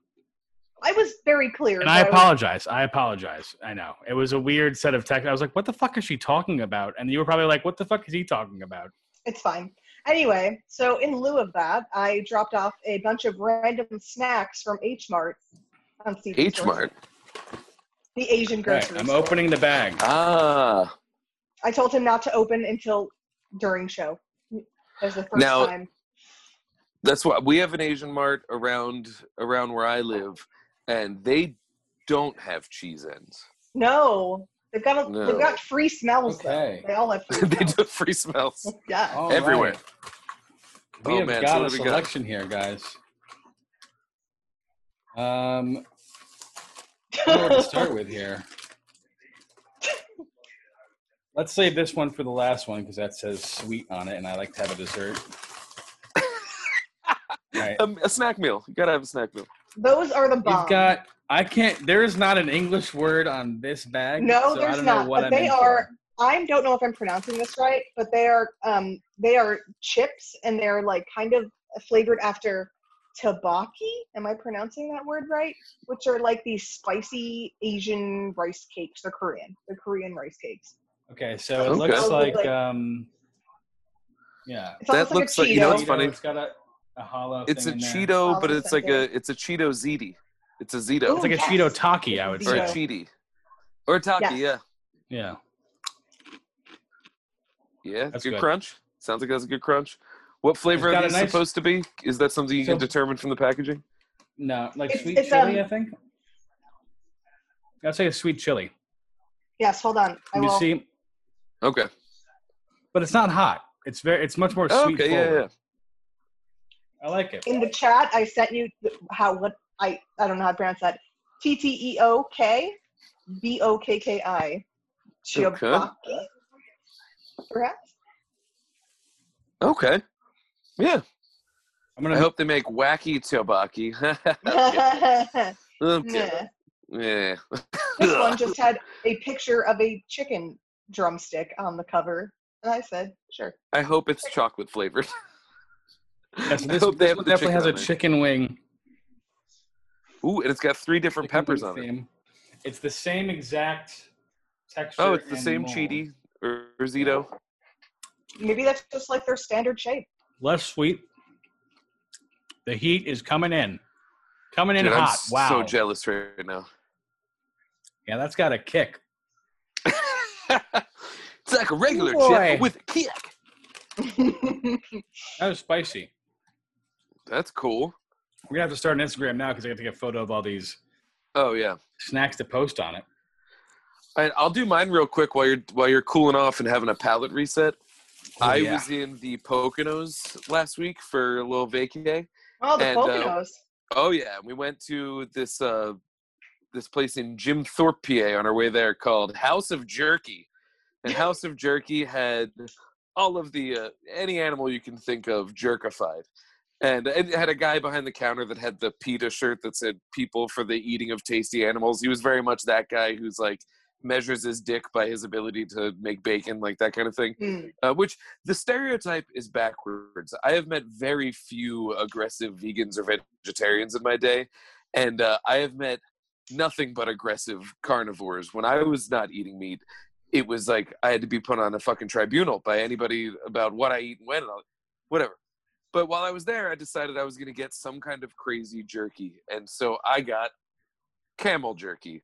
Speaker 3: I was very clear.
Speaker 1: And I
Speaker 3: that was-
Speaker 1: apologize. I apologize. I know it was a weird set of text. I was like, "What the fuck is she talking about?" And you were probably like, "What the fuck is he talking about?"
Speaker 3: It's fine. Anyway, so in lieu of that, I dropped off a bunch of random snacks from H Mart on Steven's
Speaker 2: H
Speaker 3: doorstep.
Speaker 2: Mart.
Speaker 3: the Asian
Speaker 1: All
Speaker 3: grocery.
Speaker 1: right, I'm
Speaker 3: store.
Speaker 1: opening the bag.
Speaker 2: Ah,
Speaker 3: I told him not to open until during show. As the first
Speaker 2: Now-
Speaker 3: time.
Speaker 2: that's why we have an Asian Mart around around where I live, and they don't have cheese ends.
Speaker 3: No, they've got a,
Speaker 2: No.
Speaker 3: they've got free smells. though.
Speaker 1: Okay. Oh,
Speaker 3: They all have free
Speaker 2: they
Speaker 3: smells.
Speaker 2: do free smells.
Speaker 3: yeah.
Speaker 1: All
Speaker 2: Everywhere.
Speaker 1: right. We
Speaker 2: Oh,
Speaker 1: have
Speaker 2: man, so
Speaker 1: got a
Speaker 2: what do we got?
Speaker 1: selection here, guys. Um, I don't know what to start with here. Let's save this one for the last one because that says sweet on it, and I like to have a dessert. All right.
Speaker 2: Um, a snack meal. You gotta have a snack meal.
Speaker 3: Those are the bomb.
Speaker 1: You've got. I can't. There is not an English word on this bag.
Speaker 3: No,
Speaker 1: so I
Speaker 3: there's
Speaker 1: don't
Speaker 3: not.
Speaker 1: Know what
Speaker 3: but
Speaker 1: I'm
Speaker 3: they
Speaker 1: in
Speaker 3: are. I don't know if I'm pronouncing this right, but they are um they are chips and they're like kind of flavored after tabaki. Am I pronouncing that word right? Which are like these spicy Asian rice cakes. They're Korean. They're Korean rice cakes.
Speaker 1: for. Okay, so it
Speaker 2: Okay.
Speaker 1: looks like.
Speaker 3: Like-
Speaker 1: Um, yeah.
Speaker 3: It's almost
Speaker 2: That
Speaker 3: like
Speaker 2: looks
Speaker 3: a
Speaker 2: like-
Speaker 3: Cheeto.
Speaker 2: you know what's
Speaker 1: Cheeto,
Speaker 2: funny?
Speaker 1: It's got a, a hollow.
Speaker 2: It's a
Speaker 1: thing in there.
Speaker 2: Cheeto, but
Speaker 3: Olive
Speaker 2: it's like a
Speaker 3: center.
Speaker 2: it's a Cheeto ziti. It's a Zito
Speaker 1: It's like a
Speaker 3: Yes.
Speaker 1: Cheeto Taki, I would
Speaker 3: It's
Speaker 2: or a
Speaker 1: say.
Speaker 3: Zito.
Speaker 2: Cheaty or a Taki.
Speaker 3: Yes.
Speaker 1: Yeah.
Speaker 2: Yeah, yeah.
Speaker 1: That's
Speaker 2: good,
Speaker 1: good.
Speaker 2: crunch. Sounds like that's a good crunch. What flavor
Speaker 1: got
Speaker 2: are
Speaker 1: a
Speaker 2: these
Speaker 1: nice-
Speaker 2: supposed to be? Is that something you
Speaker 1: So-
Speaker 2: can determine from the packaging?
Speaker 1: No, like
Speaker 3: It's-
Speaker 1: sweet
Speaker 3: it's,
Speaker 1: chili,
Speaker 3: um,
Speaker 1: I think. I'd say a sweet chili.
Speaker 3: Yes, hold on. I
Speaker 1: You
Speaker 3: will.
Speaker 1: see,
Speaker 2: Okay.
Speaker 1: but it's not hot. It's very. It's much more sweet.
Speaker 2: okay. Yeah,
Speaker 1: forward.
Speaker 2: yeah.
Speaker 1: I like it.
Speaker 3: In the chat, I sent you th- how what I I don't know how to pronounce that. T T E O K B O K K I. Chiobaki. Perhaps.
Speaker 2: Okay. Yeah.
Speaker 1: I'm gonna.
Speaker 2: I hope they make wacky tobaki. okay.
Speaker 3: Nah.
Speaker 2: Yeah.
Speaker 3: This one just had a picture of a chicken drumstick on the cover, and I said, "Sure."
Speaker 2: I hope it's chocolate flavored.
Speaker 1: yeah, so
Speaker 2: I
Speaker 1: this
Speaker 2: hope they
Speaker 1: this
Speaker 2: have
Speaker 1: one
Speaker 2: the
Speaker 1: definitely
Speaker 2: chicken
Speaker 1: has
Speaker 2: on
Speaker 1: a
Speaker 2: there.
Speaker 1: chicken wing.
Speaker 2: Ooh, and it's got three different
Speaker 1: chicken
Speaker 2: peppers
Speaker 1: wing
Speaker 2: on it.
Speaker 1: theme. It's the same exact texture.
Speaker 2: Oh, it's the
Speaker 1: and
Speaker 2: same
Speaker 1: mold.
Speaker 2: cheaty or, or Zito.
Speaker 3: Maybe that's just like their standard shape.
Speaker 1: Less sweet. The heat is coming in, coming in
Speaker 2: Dude,
Speaker 1: hot.
Speaker 2: I'm
Speaker 1: wow.
Speaker 2: so jealous right now.
Speaker 1: yeah, that's got a kick.
Speaker 2: it's like a regular
Speaker 1: Boy.
Speaker 2: chip but with a kick.
Speaker 1: That was spicy.
Speaker 2: That's cool.
Speaker 1: We're gonna have to start an Instagram now because I got to get a photo of all these
Speaker 2: Oh yeah.
Speaker 1: snacks to post on it.
Speaker 2: I, I'll do mine real quick while you're while you're cooling off and having a palate reset.
Speaker 1: Oh,
Speaker 2: I
Speaker 1: yeah.
Speaker 2: was in the Poconos last week for a little vacay.
Speaker 3: oh, the
Speaker 2: And, uh,
Speaker 3: Poconos.
Speaker 2: Oh yeah, we went to this uh this place in Jim Thorpe, PA on our way there called House of Jerky. And House of Jerky had all of the uh, any animal you can think of jerkified. And it had a guy behind the counter that had the PETA shirt that said people for the eating of tasty animals. He was very much that guy who's like measures his dick by his ability to make bacon, like that kind of thing.
Speaker 3: Mm.
Speaker 2: Uh, which the stereotype is backwards. I have met very few aggressive vegans or vegetarians in my day, and uh, I have met nothing but aggressive carnivores. When I was not eating meat, it was like I had to be put on a fucking tribunal by anybody about what I eat and when and all, whatever. But while I was there, I decided I was going to get some kind of crazy jerky, and so I got camel jerky,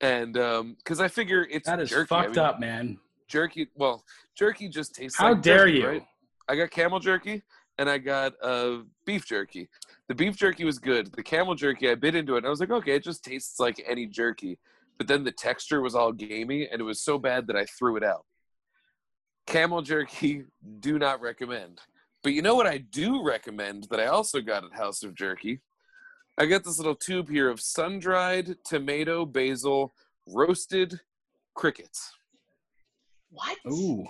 Speaker 2: and because I figure it's
Speaker 1: That is
Speaker 2: jerky. I
Speaker 1: fucked
Speaker 2: mean,
Speaker 1: up, man.
Speaker 2: jerky. Well, jerky just tastes.
Speaker 1: How
Speaker 2: like
Speaker 1: dare
Speaker 2: jerky,
Speaker 1: you?
Speaker 2: right? I got camel jerky and I got uh, beef jerky. The beef jerky was good. The camel jerky, I bit into it and I was like, okay, it just tastes like any jerky. But then the texture was all gamey and it was so bad that I threw it out. Camel jerky, do not recommend. But you know what I do recommend that I also got at House of Jerky? I got this little tube here of sun dried tomato basil roasted crickets.
Speaker 3: What?
Speaker 1: Ooh.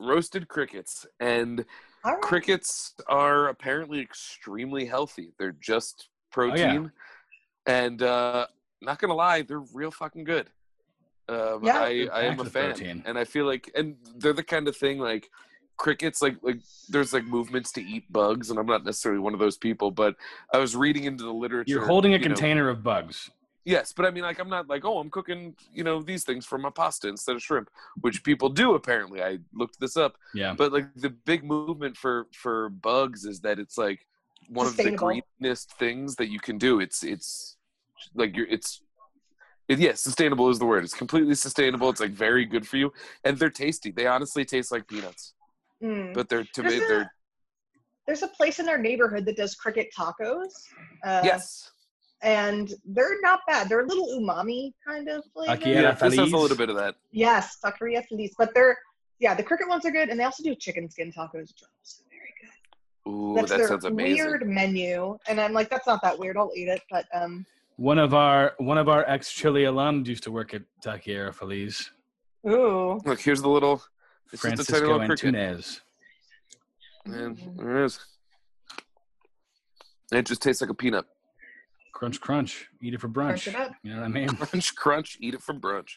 Speaker 2: Roasted crickets. And
Speaker 3: All right.
Speaker 2: crickets are apparently extremely healthy. They're just
Speaker 1: Oh,
Speaker 2: protein,
Speaker 1: yeah.
Speaker 2: and uh, not gonna lie, they're real fucking good. Um,
Speaker 3: Yeah.
Speaker 2: I, I am
Speaker 1: packed
Speaker 2: a
Speaker 1: with
Speaker 2: fan,
Speaker 1: protein.
Speaker 2: and I feel like, and they're the kind of thing like crickets. Like like there's like movements to eat bugs, and I'm not necessarily one of those people, but I was reading into the literature.
Speaker 1: You're holding a
Speaker 2: you know-
Speaker 1: container of bugs.
Speaker 2: Yes, but I mean, like, I'm not like, oh, I'm cooking, you know, these things for my pasta instead of shrimp, which people do apparently. I looked this up
Speaker 1: Yeah.
Speaker 2: but like the big movement for for bugs is that it's like one of the
Speaker 3: Sustainable.
Speaker 2: greenest things that you can do it's it's like you're it's it, yeah sustainable is the word it's completely sustainable it's like very good for you and they're tasty they honestly taste like peanuts
Speaker 3: Mm.
Speaker 2: but they're to
Speaker 3: There's a-
Speaker 2: they're
Speaker 3: There's a place in our neighborhood that does cricket tacos. Uh,
Speaker 2: yes
Speaker 3: And they're not bad. They're a little umami kind of flavor.
Speaker 1: Yeah,
Speaker 2: yeah this has a
Speaker 1: feliz.
Speaker 2: little bit of that
Speaker 3: Yes, taqueria feliz. But they're, yeah, the cricket ones are good. And they also do chicken skin tacos, which are also very good.
Speaker 2: ooh
Speaker 3: that's
Speaker 2: that
Speaker 3: their
Speaker 2: sounds amazing
Speaker 3: weird menu. And I'm like, that's not that weird. I'll eat it. But um,
Speaker 1: One of our one of our ex Chile alums used to work at Taquiera Feliz.
Speaker 3: ooh.
Speaker 2: look here's the little this is the tiny
Speaker 1: Francisco
Speaker 2: little cricket
Speaker 1: Antunes.
Speaker 2: Man,
Speaker 3: Mm-hmm.
Speaker 2: there it is it just tastes like a peanut
Speaker 1: Crunch, crunch. Eat it for brunch.
Speaker 3: Crunch it up.
Speaker 1: You know what I mean?
Speaker 2: crunch, crunch, eat it for brunch.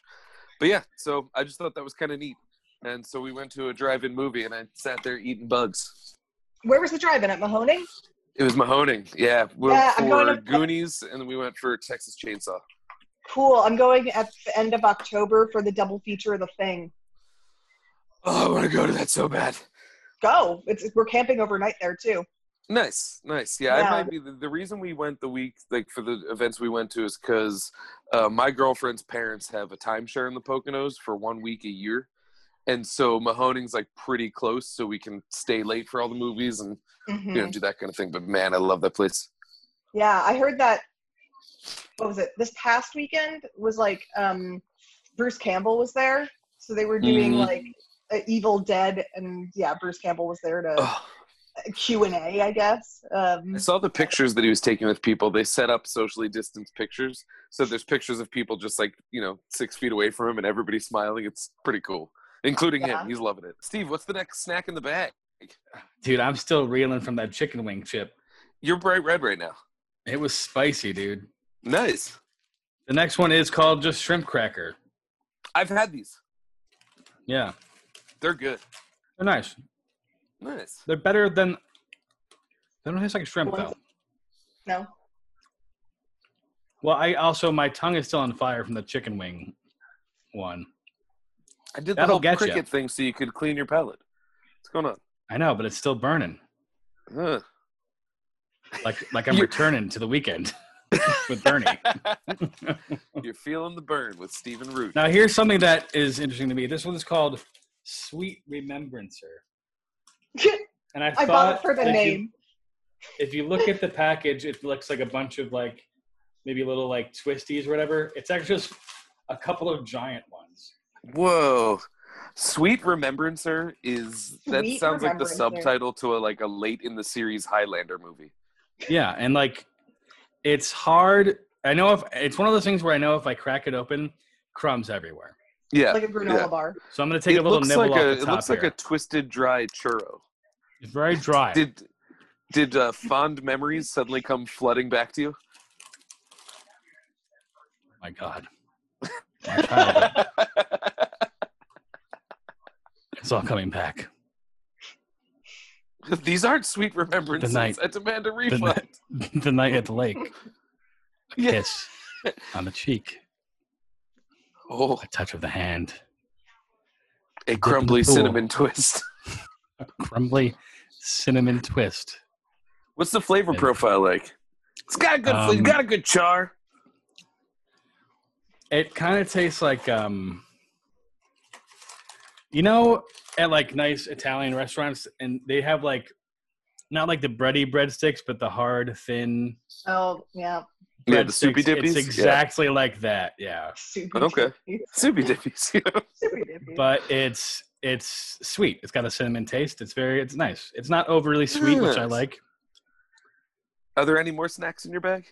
Speaker 2: But yeah, so I just thought that was kind of neat. And so we went to a drive-in movie, and I sat there eating bugs.
Speaker 3: Where was the drive-in at Mahoning?
Speaker 2: It was Mahoning. Yeah, we went
Speaker 3: Yeah, I'm
Speaker 2: for
Speaker 3: going to-
Speaker 2: Goonies, and then we went for Texas Chainsaw.
Speaker 3: Cool. I'm going at the end of October for the double feature of the thing.
Speaker 2: Oh, I want to go to that so bad.
Speaker 3: Go. It's we're camping overnight there too.
Speaker 2: Nice, nice. Yeah,
Speaker 3: Yeah.
Speaker 2: I might be the, the reason we went the week like for the events we went to is because uh, my girlfriend's parents have a timeshare in the Poconos for one week a year, and so Mahoning's like pretty close, so we can stay late for all the movies and
Speaker 3: Mhm.
Speaker 2: you know do that kind of thing. But man, I love that place.
Speaker 3: Yeah, I heard that. What was it? This past weekend was like um, Bruce Campbell was there, so they were doing
Speaker 2: Mhm.
Speaker 3: like uh, Evil Dead, and yeah, Bruce Campbell was there to
Speaker 2: Ugh.
Speaker 3: Q and A, I guess. Um,
Speaker 2: I saw the pictures that he was taking with people. They set up socially distanced pictures, so there's pictures of people just like you know six feet away from him, and everybody smiling. It's pretty cool, including
Speaker 3: Yeah.
Speaker 2: him. He's loving it. Steve, what's the next snack in the bag?
Speaker 1: Dude, I'm still reeling from that chicken wing chip.
Speaker 2: You're bright red right now.
Speaker 1: It was spicy, dude.
Speaker 2: Nice.
Speaker 1: The next one is called just shrimp cracker.
Speaker 2: I've had these.
Speaker 1: Yeah.
Speaker 2: They're good.
Speaker 1: They're nice.
Speaker 2: Nice.
Speaker 1: They're better than they don't taste like shrimp though.
Speaker 3: no,
Speaker 1: Well, I also my tongue is still on fire from the chicken wing one.
Speaker 2: I did the
Speaker 1: That'll
Speaker 2: whole
Speaker 1: get ya.
Speaker 2: cricket thing so you could clean your palate. What's going on?
Speaker 1: I know, but it's still burning.
Speaker 2: Huh.
Speaker 1: Like like I'm
Speaker 2: You-
Speaker 1: returning to the weekend with Bernie.
Speaker 2: You're feeling the burn with Stephen Root.
Speaker 1: Now here's something that is interesting to me. This one is called Sweet Remembrancer. And I,
Speaker 3: I
Speaker 1: thought
Speaker 3: bought it for the
Speaker 1: if you-
Speaker 3: name.
Speaker 1: if you look at the package, it looks like a bunch of like maybe little like twisties or whatever. It's actually just a couple of giant ones.
Speaker 2: Whoa. Sweet Remembrancer is that
Speaker 3: Sweet
Speaker 2: sounds like the
Speaker 3: Remembrancer.
Speaker 2: subtitle to a like a late in the series Highlander movie.
Speaker 1: Yeah, and like it's hard. I know if it's one of those things where I know if I crack it open, crumbs everywhere.
Speaker 2: Yeah.
Speaker 3: like a granola
Speaker 2: yeah.
Speaker 3: bar.
Speaker 1: So I'm gonna take
Speaker 2: it
Speaker 1: a little
Speaker 2: looks
Speaker 1: nibble
Speaker 2: like
Speaker 1: off
Speaker 2: a,
Speaker 1: the
Speaker 2: it
Speaker 1: top
Speaker 2: looks like
Speaker 1: here.
Speaker 2: a twisted dry churro.
Speaker 1: it's very dry.
Speaker 2: Did did uh, fond memories suddenly come flooding back to you?
Speaker 1: My God, My childhood. it's all coming back.
Speaker 2: These aren't sweet remembrances.
Speaker 1: night-
Speaker 2: I demand a
Speaker 1: The,
Speaker 2: refund.
Speaker 1: night- the night at the lake,
Speaker 2: Yeah.
Speaker 1: kiss on the cheek,
Speaker 2: Oh,
Speaker 1: a touch of the hand,
Speaker 2: a
Speaker 1: in the
Speaker 2: crumbly
Speaker 1: pool.
Speaker 2: cinnamon twist.
Speaker 1: a crumbly cinnamon twist.
Speaker 2: What's the flavor
Speaker 1: Yeah.
Speaker 2: profile like? It's got a good, fla-
Speaker 1: Um,
Speaker 2: got a good char.
Speaker 1: It kind of tastes like um you know at like nice Italian restaurants and they have like not like the bready breadsticks but the hard thin
Speaker 3: Oh yeah,
Speaker 2: Yeah, the soupy
Speaker 1: breadsticks.
Speaker 2: dippies.
Speaker 1: It's exactly like that, yeah.
Speaker 3: soupy.
Speaker 2: Okay.
Speaker 3: dippies.
Speaker 2: yeah. soupy dippies.
Speaker 3: Soupy dippies.
Speaker 1: But it's it's sweet. It's got a cinnamon taste. It's very it's nice. It's not overly sweet, which I
Speaker 2: Yes.
Speaker 1: like.
Speaker 2: Are there any more snacks in your bag?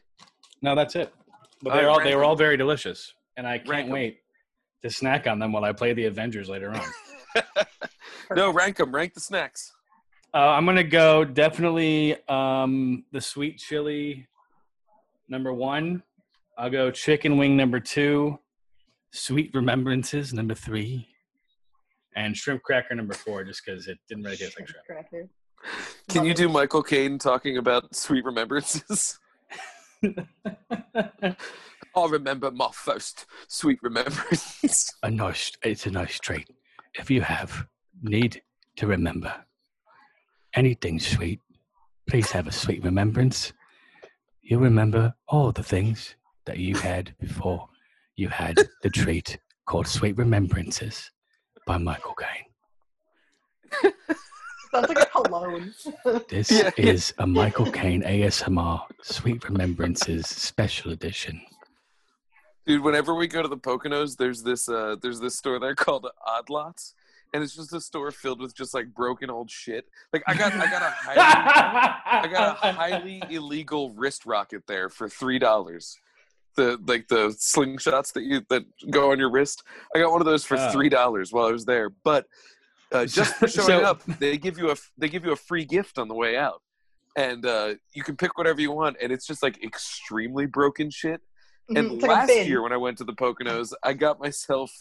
Speaker 1: No, that's it. But
Speaker 2: All
Speaker 1: they're
Speaker 2: right,
Speaker 1: all
Speaker 2: rank
Speaker 1: they were
Speaker 2: 'em.
Speaker 1: all very delicious and I can't
Speaker 2: Rank 'em.
Speaker 1: wait to snack on them while I play the Avengers later on.
Speaker 2: No, rank them. Rank the snacks.
Speaker 1: Uh, I'm gonna go definitely um, the sweet chili number one. I'll go chicken wing number two, sweet remembrances number three, and shrimp cracker number four. Just because it didn't really taste like
Speaker 3: Shrimp
Speaker 1: shrimp.
Speaker 3: cracker.
Speaker 2: Can
Speaker 3: Love
Speaker 2: you
Speaker 3: it.
Speaker 2: do Michael Caine talking about sweet remembrances? I remember my first sweet remembrance.
Speaker 1: a nice, it's a nice treat. If you have need to remember anything sweet, please have a sweet remembrance. You'll remember all the things that you had before you had the treat called Sweet Remembrances by Michael Caine.
Speaker 3: Sounds like a cologne.
Speaker 1: This
Speaker 2: Yeah, yeah.
Speaker 1: is a Michael Caine ASMR Sweet Remembrances Special Edition.
Speaker 2: Dude, whenever we go to the Poconos, there's this uh there's this store there called Odd Lots. And it's just a store filled with just like broken old shit. Like I got I got a highly I got a highly illegal wrist rocket there for three dollars. The like the slingshots that you that go on your wrist. I got one of those for
Speaker 1: Oh.
Speaker 2: three dollars while I was there. But uh, just for
Speaker 1: So-
Speaker 2: showing up, they give you a f- they give you a free gift on the way out, and uh, you can pick whatever you want. And it's just like extremely broken shit.
Speaker 3: Mhm,
Speaker 2: And
Speaker 3: it's like a
Speaker 2: last
Speaker 3: bin.
Speaker 2: year when I went to the Poconos, I got myself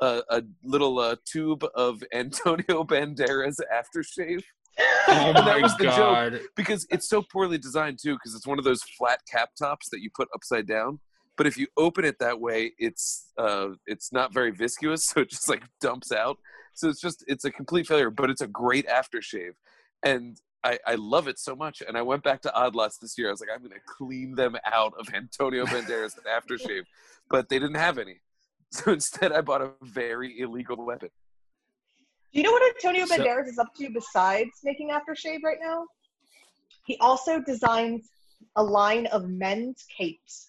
Speaker 2: a, a little uh, tube of Antonio Banderas aftershave
Speaker 1: Oh
Speaker 2: That
Speaker 1: my
Speaker 2: was the joke.
Speaker 1: god.
Speaker 2: because it's so poorly designed too because it's one of those flat cap tops that you put upside down but if you open it that way it's uh it's not very viscous so it just like dumps out so it's just it's a complete failure but it's a great aftershave and I, I love it so much, and I went back to Odd Lots this year. I was like, I'm going to clean them out of Antonio Banderas and aftershave, but they didn't have any. So instead, I bought a very illegal weapon.
Speaker 3: Do you know what Antonio
Speaker 1: So-
Speaker 3: Banderas is up to besides making aftershave right now? He also designs a line of men's capes.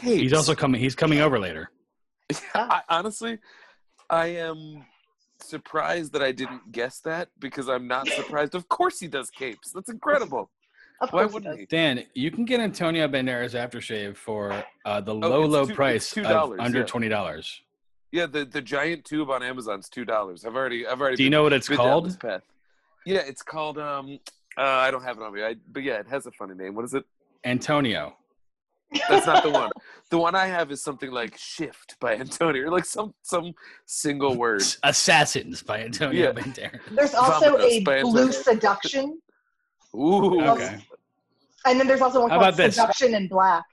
Speaker 1: He's also coming he's coming over later.
Speaker 2: I, honestly, I am surprised that I didn't guess that because I'm not surprised. of course, he does capes. That's incredible.
Speaker 3: Of
Speaker 2: Why
Speaker 3: course he
Speaker 2: wouldn't
Speaker 3: does.
Speaker 2: he?
Speaker 1: Dan, you can get Antonio Banderas aftershave for uh, the
Speaker 2: Oh,
Speaker 1: low,
Speaker 2: it's
Speaker 1: low
Speaker 2: two-
Speaker 1: price
Speaker 2: it's two
Speaker 1: of
Speaker 2: dollars,
Speaker 1: under
Speaker 2: yeah.
Speaker 1: twenty dollars.
Speaker 2: Yeah, the the giant tube on Amazon's two dollars. I've already, I've already.
Speaker 1: Do you know what it's
Speaker 2: been down this
Speaker 1: called?
Speaker 2: path. Yeah, it's called. Um, uh, I don't have it on me. I, but yeah, it has a funny name. What is it?
Speaker 1: Antonio.
Speaker 2: That's not the one. The one I have is something like "Shift" by Antonio, or like some some single word.
Speaker 1: S- Assassins by Antonio
Speaker 2: Yeah.
Speaker 1: Banderas.
Speaker 3: There's also
Speaker 2: Vomitus
Speaker 3: a
Speaker 2: by
Speaker 3: blue
Speaker 2: Antonio.
Speaker 3: seduction,
Speaker 2: Ooh,
Speaker 1: Okay.
Speaker 3: and then there's also one
Speaker 1: How
Speaker 3: called
Speaker 1: about this?
Speaker 3: seduction in black.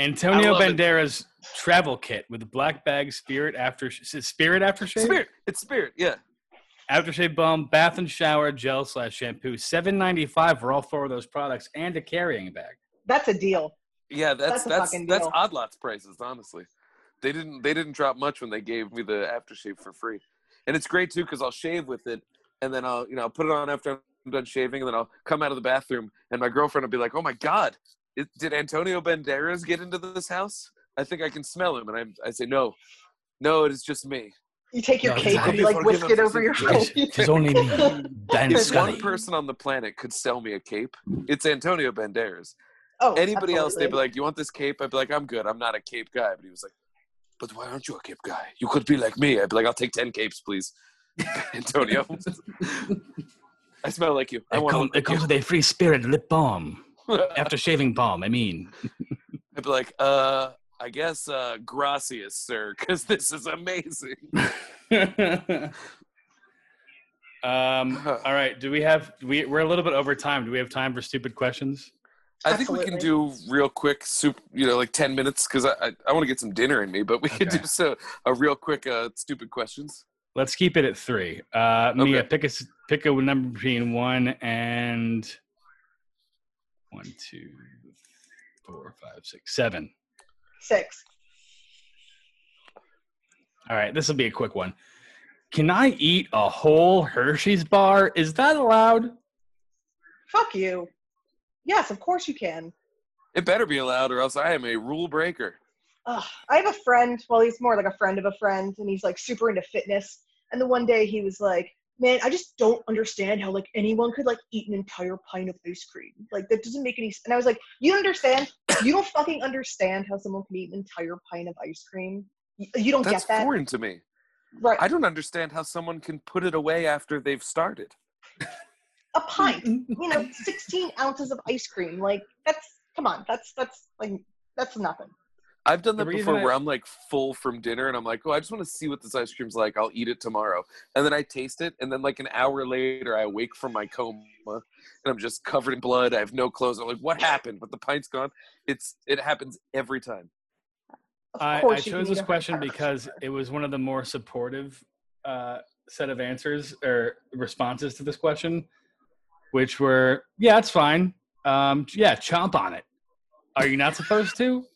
Speaker 1: Antonio
Speaker 2: love it.
Speaker 1: Banderas travel kit with black bag, spirit after is it spirit aftershave,
Speaker 2: spirit. It's spirit. Yeah.
Speaker 1: aftershave balm, bath and shower gel slash shampoo. Seven ninety five for all four of those products and a carrying bag.
Speaker 3: That's a deal.
Speaker 2: Yeah, that's
Speaker 3: That's a
Speaker 2: that's
Speaker 3: fucking
Speaker 2: that's,
Speaker 3: deal.
Speaker 2: odd lots prices, honestly. They didn't they didn't drop much when they gave me the aftershave for free, and it's great too because I'll shave with it, and then I'll you know I'll put it on after I'm done shaving, and then I'll come out of the bathroom, and my girlfriend will be like, "Oh my god, it, did Antonio Banderas get into this house? I think I can smell him," and I I say, "No, no, it is just me."
Speaker 3: You take your
Speaker 1: No,
Speaker 3: cape
Speaker 1: it's
Speaker 3: and
Speaker 1: not.
Speaker 3: like whisk it over your Oh,
Speaker 1: It's,
Speaker 3: head.
Speaker 1: it's only me, Dan
Speaker 2: If
Speaker 1: Scully.
Speaker 2: one person on the planet could sell me a cape, it's Antonio Banderas.
Speaker 3: Oh,
Speaker 2: Anybody else, they'd be
Speaker 3: absolutely.
Speaker 2: like, "You want this cape?" I'd be like, "I'm good. I'm not a cape guy." But he was like, "But why aren't you a cape guy? You could be like me." I'd be like, "I'll take ten capes, please, Antonio." I smell like you. I
Speaker 1: It,
Speaker 2: want
Speaker 1: come-
Speaker 2: to
Speaker 1: it
Speaker 2: look like
Speaker 1: comes
Speaker 2: you.
Speaker 1: with a free spirit lip balm.
Speaker 2: I'd
Speaker 1: After shaving balm, I mean.
Speaker 2: be like, "Uh, I guess uh, gracias, sir, because this is amazing."
Speaker 1: um, all right. Do we have? We we're a little bit over time. Do we have time for stupid questions?
Speaker 2: I think we can do real quick soup, you know, like 10 minutes because I, I, I want to get some dinner in me, but we can
Speaker 1: Okay.
Speaker 2: do so, a real quick uh, stupid questions.
Speaker 1: Let's keep it at three. Uh, Mia,
Speaker 2: Okay.
Speaker 1: pick a s- pick a number between one and one, two, four, five, six, seven.
Speaker 3: six.
Speaker 1: All right, this will be a quick one. Can I eat a whole Hershey's bar? Is that allowed?
Speaker 3: Fuck you. Yes, of course you can.
Speaker 2: It better be allowed or else I am a rule breaker.
Speaker 3: Ugh. I have a friend, well, he's more like a friend of a friend, and he's like super into fitness. And the one day he was like, Man, I just don't understand how like anyone could like eat an entire pint of ice cream. Like that doesn't make any sense. And I was like, You don't understand? You don't fucking understand how someone can eat an entire pint of ice cream. You, you don't
Speaker 2: That's
Speaker 3: get that.
Speaker 2: foreign to me.
Speaker 3: Right.
Speaker 2: I don't understand how someone can put it away after they've started.
Speaker 3: a pint. you know, sixteen ounces of ice cream. Like that's come on, that's that's like that's nothing.
Speaker 2: I've done
Speaker 1: The
Speaker 2: that
Speaker 1: reason
Speaker 2: before
Speaker 1: I-
Speaker 2: where I'm like full from dinner and I'm like, oh, I just want to see what this ice cream's like. I'll eat it tomorrow. And then I taste it. And then like an hour later, I wake from my coma and I'm just covered in blood. I have no clothes. I'm like, what happened? But the pint's gone. It's It happens every time.
Speaker 3: Of
Speaker 1: I, I
Speaker 3: course you
Speaker 1: chose
Speaker 3: can eat
Speaker 1: this
Speaker 3: a
Speaker 1: question
Speaker 3: entire-
Speaker 1: because it was one of the more supportive uh, set of answers or responses to this question, which were, yeah, it's fine. Um, yeah, chomp on it. Are you not supposed to?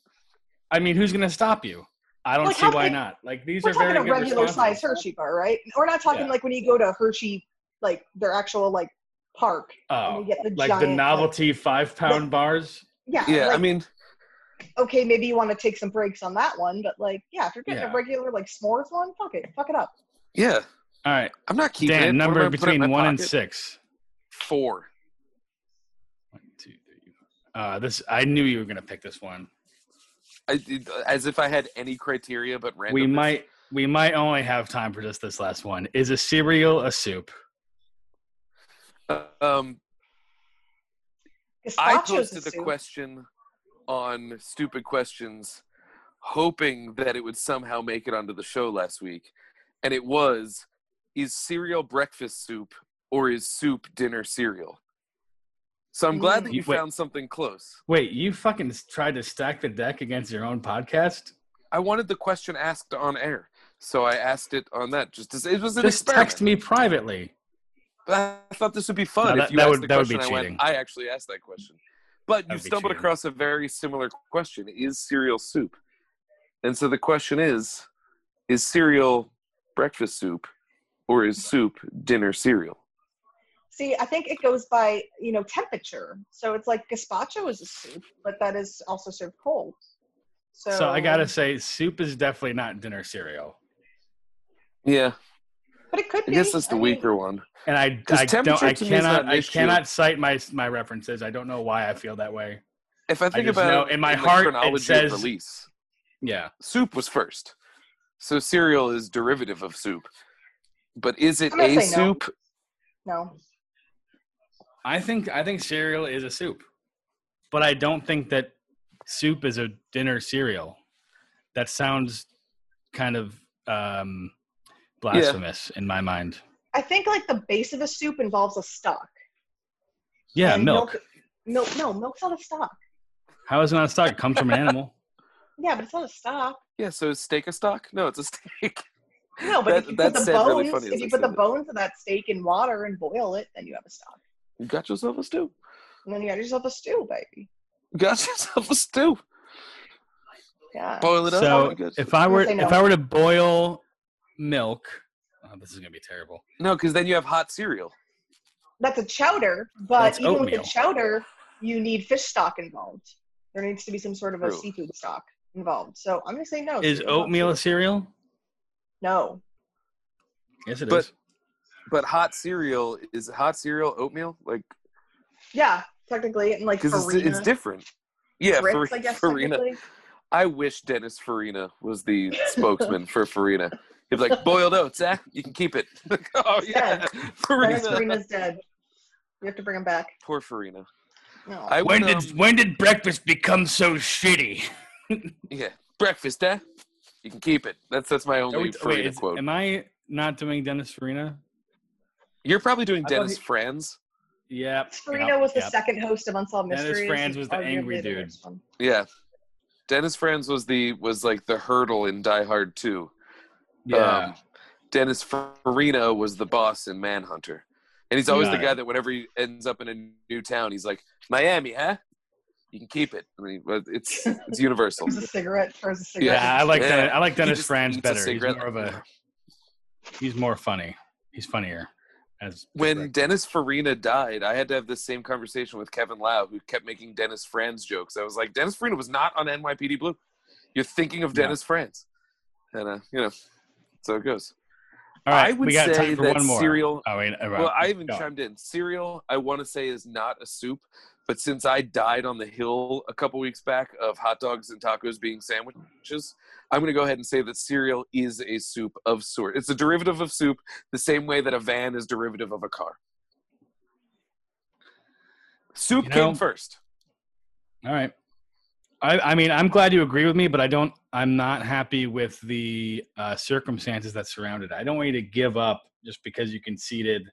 Speaker 1: I mean, who's going to stop you? I don't
Speaker 3: Like,
Speaker 1: see
Speaker 3: how
Speaker 1: why
Speaker 3: big-
Speaker 1: not. Like these
Speaker 3: we're
Speaker 1: are very
Speaker 3: talking a
Speaker 1: good
Speaker 3: regular size
Speaker 1: responses.
Speaker 3: Hershey bar, right? We're not talking
Speaker 1: Yeah.
Speaker 3: like when you go to Hershey, like their actual like park and
Speaker 1: Oh,
Speaker 3: you get the
Speaker 1: like
Speaker 3: giant,
Speaker 1: the novelty five pound bars.
Speaker 3: yeah,
Speaker 2: Yeah.
Speaker 3: like,
Speaker 2: I mean,
Speaker 3: okay, maybe you want to take some breaks on that one, but like, yeah, if you're getting
Speaker 1: Yeah.
Speaker 3: a regular like s'mores one, fuck it, fuck it up.
Speaker 2: yeah.
Speaker 1: All right,
Speaker 2: I'm not keeping it.
Speaker 1: Dan,
Speaker 2: What am I
Speaker 1: number
Speaker 2: gonna put it in my
Speaker 1: between one and
Speaker 2: pocket?
Speaker 1: six.
Speaker 2: Four.
Speaker 1: One, two, three. Uh, this I knew you were going to pick this one.
Speaker 2: I, it- as if I had any criteria but random.
Speaker 1: we might we might only have time for just this last one. Is a cereal a soup? uh,
Speaker 2: Um, I
Speaker 3: Gazpacho's a
Speaker 2: posted the
Speaker 3: soup.
Speaker 2: question on Stupid Questions, hoping that it would somehow make it onto the show last week. And it was Is cereal breakfast soup or is soup dinner cereal? So I'm glad that
Speaker 1: Mm.
Speaker 2: you
Speaker 1: Wait.
Speaker 2: found something close.
Speaker 1: Wait, you fucking s- tried to stack the deck against your own podcast?
Speaker 2: I wanted the question asked on air. So I asked it on that. Just to, say- it was an
Speaker 1: Just
Speaker 2: experiment.
Speaker 1: text me privately.
Speaker 2: I thought this would be fun.
Speaker 1: No,
Speaker 2: if
Speaker 1: that-
Speaker 2: you
Speaker 1: that
Speaker 2: asked
Speaker 1: would-
Speaker 2: the
Speaker 1: that would be
Speaker 2: question, I,
Speaker 1: cheating.
Speaker 2: went, I actually asked that question. But
Speaker 1: That
Speaker 2: you
Speaker 1: would be
Speaker 2: stumbled
Speaker 1: cheating.
Speaker 2: across a very similar question. Is cereal soup? And so the question is, is cereal breakfast soup or is soup dinner cereal?
Speaker 3: See, I think it goes by you know temperature. So it's like gazpacho is a soup, but that is also served cold. So,
Speaker 1: So, I gotta say, soup is definitely not dinner cereal.
Speaker 2: Yeah,
Speaker 3: but it could
Speaker 2: I
Speaker 3: be.
Speaker 2: guess that's the
Speaker 3: mean,
Speaker 2: weaker one.
Speaker 1: And I,
Speaker 2: 'Cause
Speaker 1: I don't,
Speaker 2: temperature
Speaker 1: I
Speaker 2: to me is not
Speaker 1: cannot,
Speaker 2: an
Speaker 1: I
Speaker 2: issue.
Speaker 1: cannot cite my my references. I don't know why I feel that way.
Speaker 2: If I think
Speaker 1: just know
Speaker 2: about it
Speaker 1: in my
Speaker 2: the
Speaker 1: heart it
Speaker 2: chronology of
Speaker 1: says-
Speaker 2: release,
Speaker 1: Yeah,
Speaker 2: soup was first. So cereal is derivative of soup. But is it
Speaker 3: I'm gonna
Speaker 2: a
Speaker 3: say no.
Speaker 2: soup?
Speaker 3: No,
Speaker 1: I think I think cereal is a soup, but I don't think that soup is a dinner cereal. That sounds kind of um, blasphemous in my mind.
Speaker 3: I think like the base of a soup involves a stock.
Speaker 1: Yeah,
Speaker 3: And
Speaker 1: milk.
Speaker 3: Milk, no, milk's not a stock.
Speaker 1: How is it not a stock? It comes from an animal.
Speaker 3: Yeah, but it's not a stock.
Speaker 2: Yeah, so is steak a stock? No, it's a steak.
Speaker 3: No, but
Speaker 2: That-
Speaker 3: if you
Speaker 2: that
Speaker 3: put the
Speaker 2: said really
Speaker 3: bones,
Speaker 2: funny as
Speaker 3: if
Speaker 2: I
Speaker 3: you put the
Speaker 2: said it.
Speaker 3: bones of that steak in water and boil it, then you have a stock.
Speaker 2: You got yourself a stew.
Speaker 3: And then you got yourself a stew, baby.
Speaker 2: You got yourself a stew.
Speaker 3: Yeah.
Speaker 2: Boil it up.
Speaker 1: so
Speaker 2: You got
Speaker 1: if
Speaker 2: yourself-
Speaker 1: I
Speaker 3: I'm
Speaker 1: were
Speaker 3: gonna say
Speaker 1: if
Speaker 3: no.
Speaker 1: I were to boil milk, oh, this is gonna be terrible.
Speaker 2: no, because then you have hot cereal.
Speaker 3: That's a chowder, but
Speaker 1: That's
Speaker 3: even with
Speaker 1: oatmeal.
Speaker 3: the chowder, you need fish stock involved. There needs to be some sort of a
Speaker 2: True.
Speaker 3: seafood stock involved. So I'm gonna say no.
Speaker 1: Is
Speaker 3: cereal's not
Speaker 1: oatmeal a
Speaker 3: soup.
Speaker 1: cereal?
Speaker 3: No.
Speaker 1: Yes, it is.
Speaker 2: But- But hot cereal is hot cereal oatmeal, like
Speaker 3: Yeah, technically, and like
Speaker 2: because it's,
Speaker 3: farina.
Speaker 2: it's different. Yeah,
Speaker 3: Brits,
Speaker 2: Fer-
Speaker 3: I guess.
Speaker 2: Farina.
Speaker 3: technically.
Speaker 2: I wish Dennis Farina was the spokesman for Farina. He'd be like, boiled oats, eh? You can keep it. oh, yeah.
Speaker 3: Dennis
Speaker 2: Farina.
Speaker 3: Farina's dead. You have to bring him back.
Speaker 2: Poor Farina.
Speaker 3: No.
Speaker 2: I
Speaker 1: When
Speaker 2: would,
Speaker 1: did
Speaker 2: um,
Speaker 1: when did breakfast become so shitty?
Speaker 2: Yeah. Breakfast, eh? You can keep it. That's that's my only
Speaker 1: Are we- wait,
Speaker 2: Farina
Speaker 1: is-
Speaker 2: quote.
Speaker 1: Am I not doing Dennis Farina?
Speaker 2: You're probably doing
Speaker 1: I thought
Speaker 2: Dennis
Speaker 1: he-
Speaker 2: Franz.
Speaker 1: Yeah.
Speaker 3: Farina was the second host of Unsolved
Speaker 1: Dennis
Speaker 3: Mysteries.
Speaker 1: Franz
Speaker 3: He's
Speaker 1: was the
Speaker 3: arguably
Speaker 1: angry dude.
Speaker 3: worst one.
Speaker 2: Yeah. Dennis Franz was the was like the hurdle in Die Hard 2.
Speaker 1: Yeah.
Speaker 2: Um, Dennis Farina was the boss in Manhunter. And he's always
Speaker 1: Got
Speaker 2: the guy that whenever he ends up in a new town, he's like, Miami, huh? You can keep it. I mean, but it's it's universal.
Speaker 3: Throws a cigarette. Throws a
Speaker 1: yeah,
Speaker 3: cigarette.
Speaker 1: I like
Speaker 2: Yeah.
Speaker 1: Dennis, I like
Speaker 2: He
Speaker 1: Dennis
Speaker 2: just
Speaker 1: Franz
Speaker 2: eats a
Speaker 1: better. He's
Speaker 2: cigarette.
Speaker 1: more of a he's more funny. He's funnier. As
Speaker 2: When Dennis Farina died, I had to have this same conversation with Kevin Lau, who kept making Dennis Franz jokes. I was like, Dennis Farina was not on NYPD Blue. You're thinking of
Speaker 1: No.
Speaker 2: Dennis Franz, and uh, you know, so it goes.
Speaker 1: all right,
Speaker 2: I would
Speaker 1: we got
Speaker 2: say
Speaker 1: time for
Speaker 2: that
Speaker 1: one more.
Speaker 2: cereal.
Speaker 1: oh wait, all right,
Speaker 2: Well, I even
Speaker 1: go.
Speaker 2: chimed in. Cereal, I want to say, is not a soup, but since I died on the hill a couple weeks back of hot dogs and tacos being sandwiches, I'm going to go ahead and say that cereal is a soup of sort. It's a derivative of soup, the same way that a van is derivative of a car. Soup
Speaker 1: You know-
Speaker 2: came first.
Speaker 1: all right. I, I mean, I'm glad you agree with me, but I don't. I'm not happy with the uh, circumstances that surrounded. it. I don't want you to give up just because you conceded,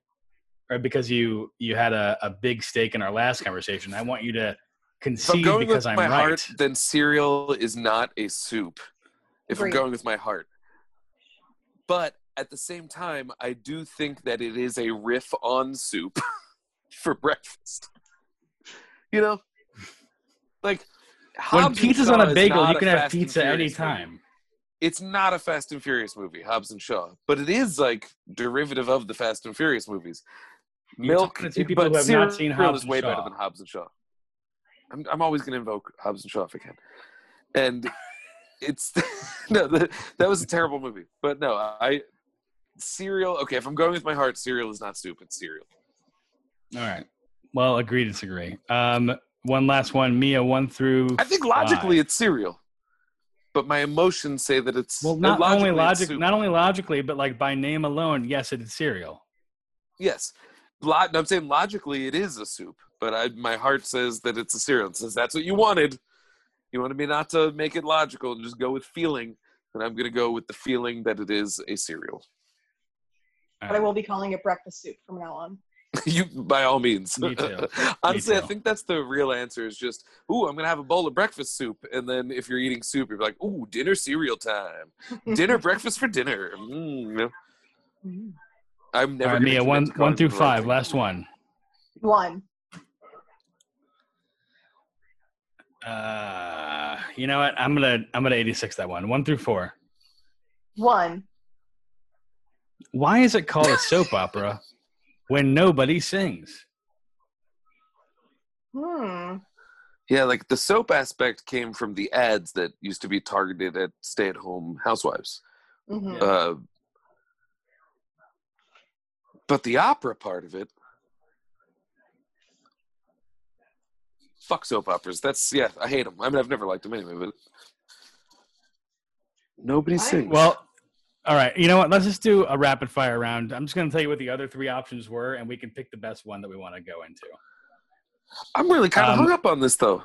Speaker 1: or because you you had a, a big stake in our last conversation. I want you to
Speaker 2: If I'm
Speaker 1: concede
Speaker 2: going
Speaker 1: because
Speaker 2: with
Speaker 1: I'm
Speaker 2: my
Speaker 1: right.
Speaker 2: heart, then cereal is not a soup. If
Speaker 3: Agreed.
Speaker 2: I'm going with my heart. But at the same time, I do think that it is a riff on soup for breakfast. You know? Like
Speaker 1: when
Speaker 2: Hobbs and
Speaker 1: pizza's on
Speaker 2: Shaw
Speaker 1: a
Speaker 2: is
Speaker 1: bagel,
Speaker 2: not
Speaker 1: you
Speaker 2: a
Speaker 1: can have
Speaker 2: Fast and
Speaker 1: pizza
Speaker 2: Furious
Speaker 1: anytime.
Speaker 2: movie. It's not a Fast and Furious movie, Hobbs and Shaw, but it is like derivative of the Fast and Furious movies.
Speaker 1: You're
Speaker 2: Milk,
Speaker 1: talking to two people
Speaker 2: but
Speaker 1: who have not
Speaker 2: cereal
Speaker 1: seen Hobbs
Speaker 2: is
Speaker 1: and
Speaker 2: way
Speaker 1: Shaw.
Speaker 2: better than Hobbs and Shaw. I'm, I'm always going to invoke Hobbs and Shaw if I can. And it's no, that, that was a terrible movie. But no, I cereal. Okay, if I'm going with my heart, cereal is not soup. It's cereal.
Speaker 1: All right. Well, agree to disagree. Um, one last one, Mia, one through.
Speaker 2: I think logically it's cereal, but my emotions say that it's
Speaker 1: Well, not only
Speaker 2: it's
Speaker 1: logic,
Speaker 2: soup.
Speaker 1: not only logically, but like by name alone, yes, it is cereal.
Speaker 2: yes. Lo- I'm saying logically it is a soup, but I, my heart says that it's a cereal. It says that's what you wanted. You wanted me not to make it logical and just go with feeling, and I'm going to go with the feeling that it is a cereal.
Speaker 1: All
Speaker 3: But I
Speaker 1: right.
Speaker 3: will be calling it breakfast soup from now on.
Speaker 2: you by all means.
Speaker 1: Me too.
Speaker 2: Honestly, I
Speaker 1: too.
Speaker 2: think that's the real answer is just, ooh, I'm gonna have a bowl of breakfast soup, and then if you're eating soup, you're like, ooh, dinner cereal time, dinner breakfast for dinner. Mm, you know?
Speaker 3: Mm.
Speaker 2: I'm
Speaker 1: All
Speaker 2: never
Speaker 1: right,
Speaker 2: gonna
Speaker 1: Mia,
Speaker 2: commit
Speaker 1: one
Speaker 2: to calling
Speaker 1: one
Speaker 2: it
Speaker 1: through
Speaker 2: the right
Speaker 1: five.
Speaker 2: thing.
Speaker 1: Last one.
Speaker 3: One.
Speaker 1: Uh, you know what? I'm gonna I'm gonna 86 that one. One through four.
Speaker 3: One.
Speaker 1: Why is it called a soap opera when nobody sings?
Speaker 3: Hmm.
Speaker 2: Yeah, like the soap aspect came from the ads that used to be targeted at stay-at-home housewives.
Speaker 3: hmm
Speaker 1: Yeah.
Speaker 2: Uh, but the opera part of it. Fuck soap operas. That's yeah, I hate them. I mean, I've never liked them anyway. But nobody
Speaker 3: I-
Speaker 2: sings.
Speaker 1: Well, all right. You know what? Let's just do a rapid fire round. I'm just gonna tell you what the other three options were, and we can pick the best one that we want to go into.
Speaker 2: I'm really kind
Speaker 1: um,
Speaker 2: of hung up on this though.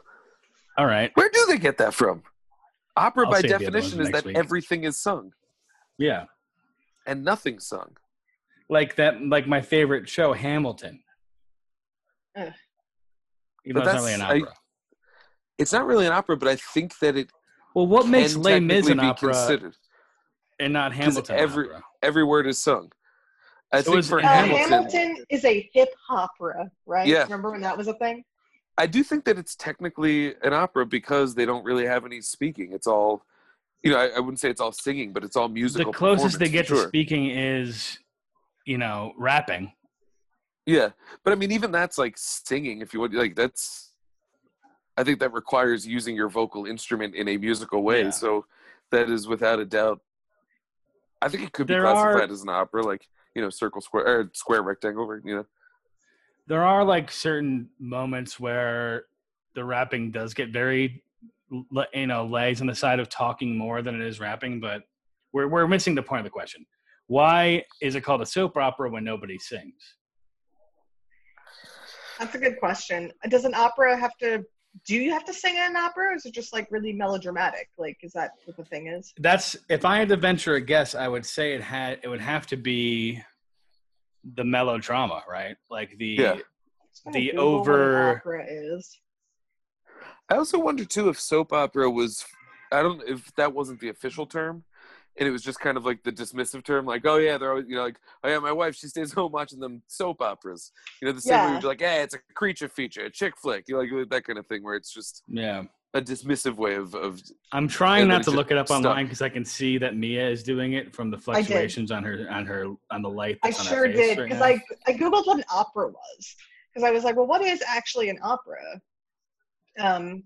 Speaker 1: All right.
Speaker 2: Where do they get that from? Opera,
Speaker 1: I'll
Speaker 2: by
Speaker 1: save the other ones
Speaker 2: definition, is
Speaker 1: next
Speaker 2: that
Speaker 1: week.
Speaker 2: everything is sung
Speaker 1: Yeah.
Speaker 2: and nothing's sung.
Speaker 1: like that like my favorite show hamilton
Speaker 3: Ugh.
Speaker 1: even
Speaker 2: But
Speaker 1: though it's not really an
Speaker 2: that's- I-
Speaker 1: opera
Speaker 2: It's not really an opera, but I think that it
Speaker 1: well what makes
Speaker 2: can
Speaker 1: les mis
Speaker 2: technically
Speaker 1: an
Speaker 2: be
Speaker 1: opera
Speaker 2: considered.
Speaker 1: and not hamilton an
Speaker 2: every-
Speaker 1: opera?
Speaker 2: Every word is sung. I
Speaker 1: So
Speaker 2: think
Speaker 1: is
Speaker 2: for
Speaker 1: Uh,
Speaker 3: Uh,
Speaker 2: Hamilton,
Speaker 3: Hamilton. is a hip opera, right?
Speaker 2: Yeah.
Speaker 3: Remember when that was a thing?
Speaker 2: I do think that it's technically an opera because they don't really have any speaking. It's all, you know, I, I wouldn't say it's all singing, but it's all
Speaker 1: the
Speaker 2: musical.
Speaker 1: closest they
Speaker 2: performance,
Speaker 1: get
Speaker 2: for
Speaker 1: to
Speaker 2: sure.
Speaker 1: speaking is you know rapping
Speaker 2: Yeah, but I mean, even that's like singing. If you would like, that's. I think that requires using your vocal instrument in a musical way.
Speaker 1: Yeah.
Speaker 2: So, that is without a doubt. I think it could be
Speaker 1: There are-
Speaker 2: classified as an opera, like you know, circle, square, or square, rectangle. You know,
Speaker 1: there are like certain moments where the rapping does get very l- you know lays on the side of talking more than it is rapping but we're, we're missing the point of the question why is it called a soap opera when nobody sings
Speaker 3: That's a good question. Does an opera have to? Do you have to sing in an opera? Or is it just like really melodramatic? Like, is that what the thing is?
Speaker 1: that's if i had to venture a guess i would say it had it would have to be the melodrama right like the
Speaker 2: Yeah.
Speaker 3: I'm just gonna
Speaker 1: The
Speaker 3: Google what an
Speaker 1: over-
Speaker 3: opera is.
Speaker 2: I also wonder too if soap opera was I don't if that wasn't the official term and it was just kind of like the dismissive term, like, oh yeah, they're always you know, like, oh yeah, my wife, she stays home watching them soap operas. You know, the same way
Speaker 3: Yeah.
Speaker 2: you'd be like, hey, it's a creature feature, a chick flick, you know, like that kind of thing where it's just
Speaker 1: yeah
Speaker 2: a dismissive way of, of
Speaker 1: i'm trying
Speaker 2: And then
Speaker 1: not
Speaker 2: it
Speaker 1: to
Speaker 2: just
Speaker 1: look it up
Speaker 2: stuck.
Speaker 1: online because i can see that mia is doing it from the
Speaker 3: did.
Speaker 1: fluctuations on her on her on the light
Speaker 3: I
Speaker 1: that's on her
Speaker 3: sure
Speaker 1: face
Speaker 3: did
Speaker 1: right
Speaker 3: because
Speaker 1: now.
Speaker 3: I I googled what an opera was because I was like, well, what is actually an opera? Um,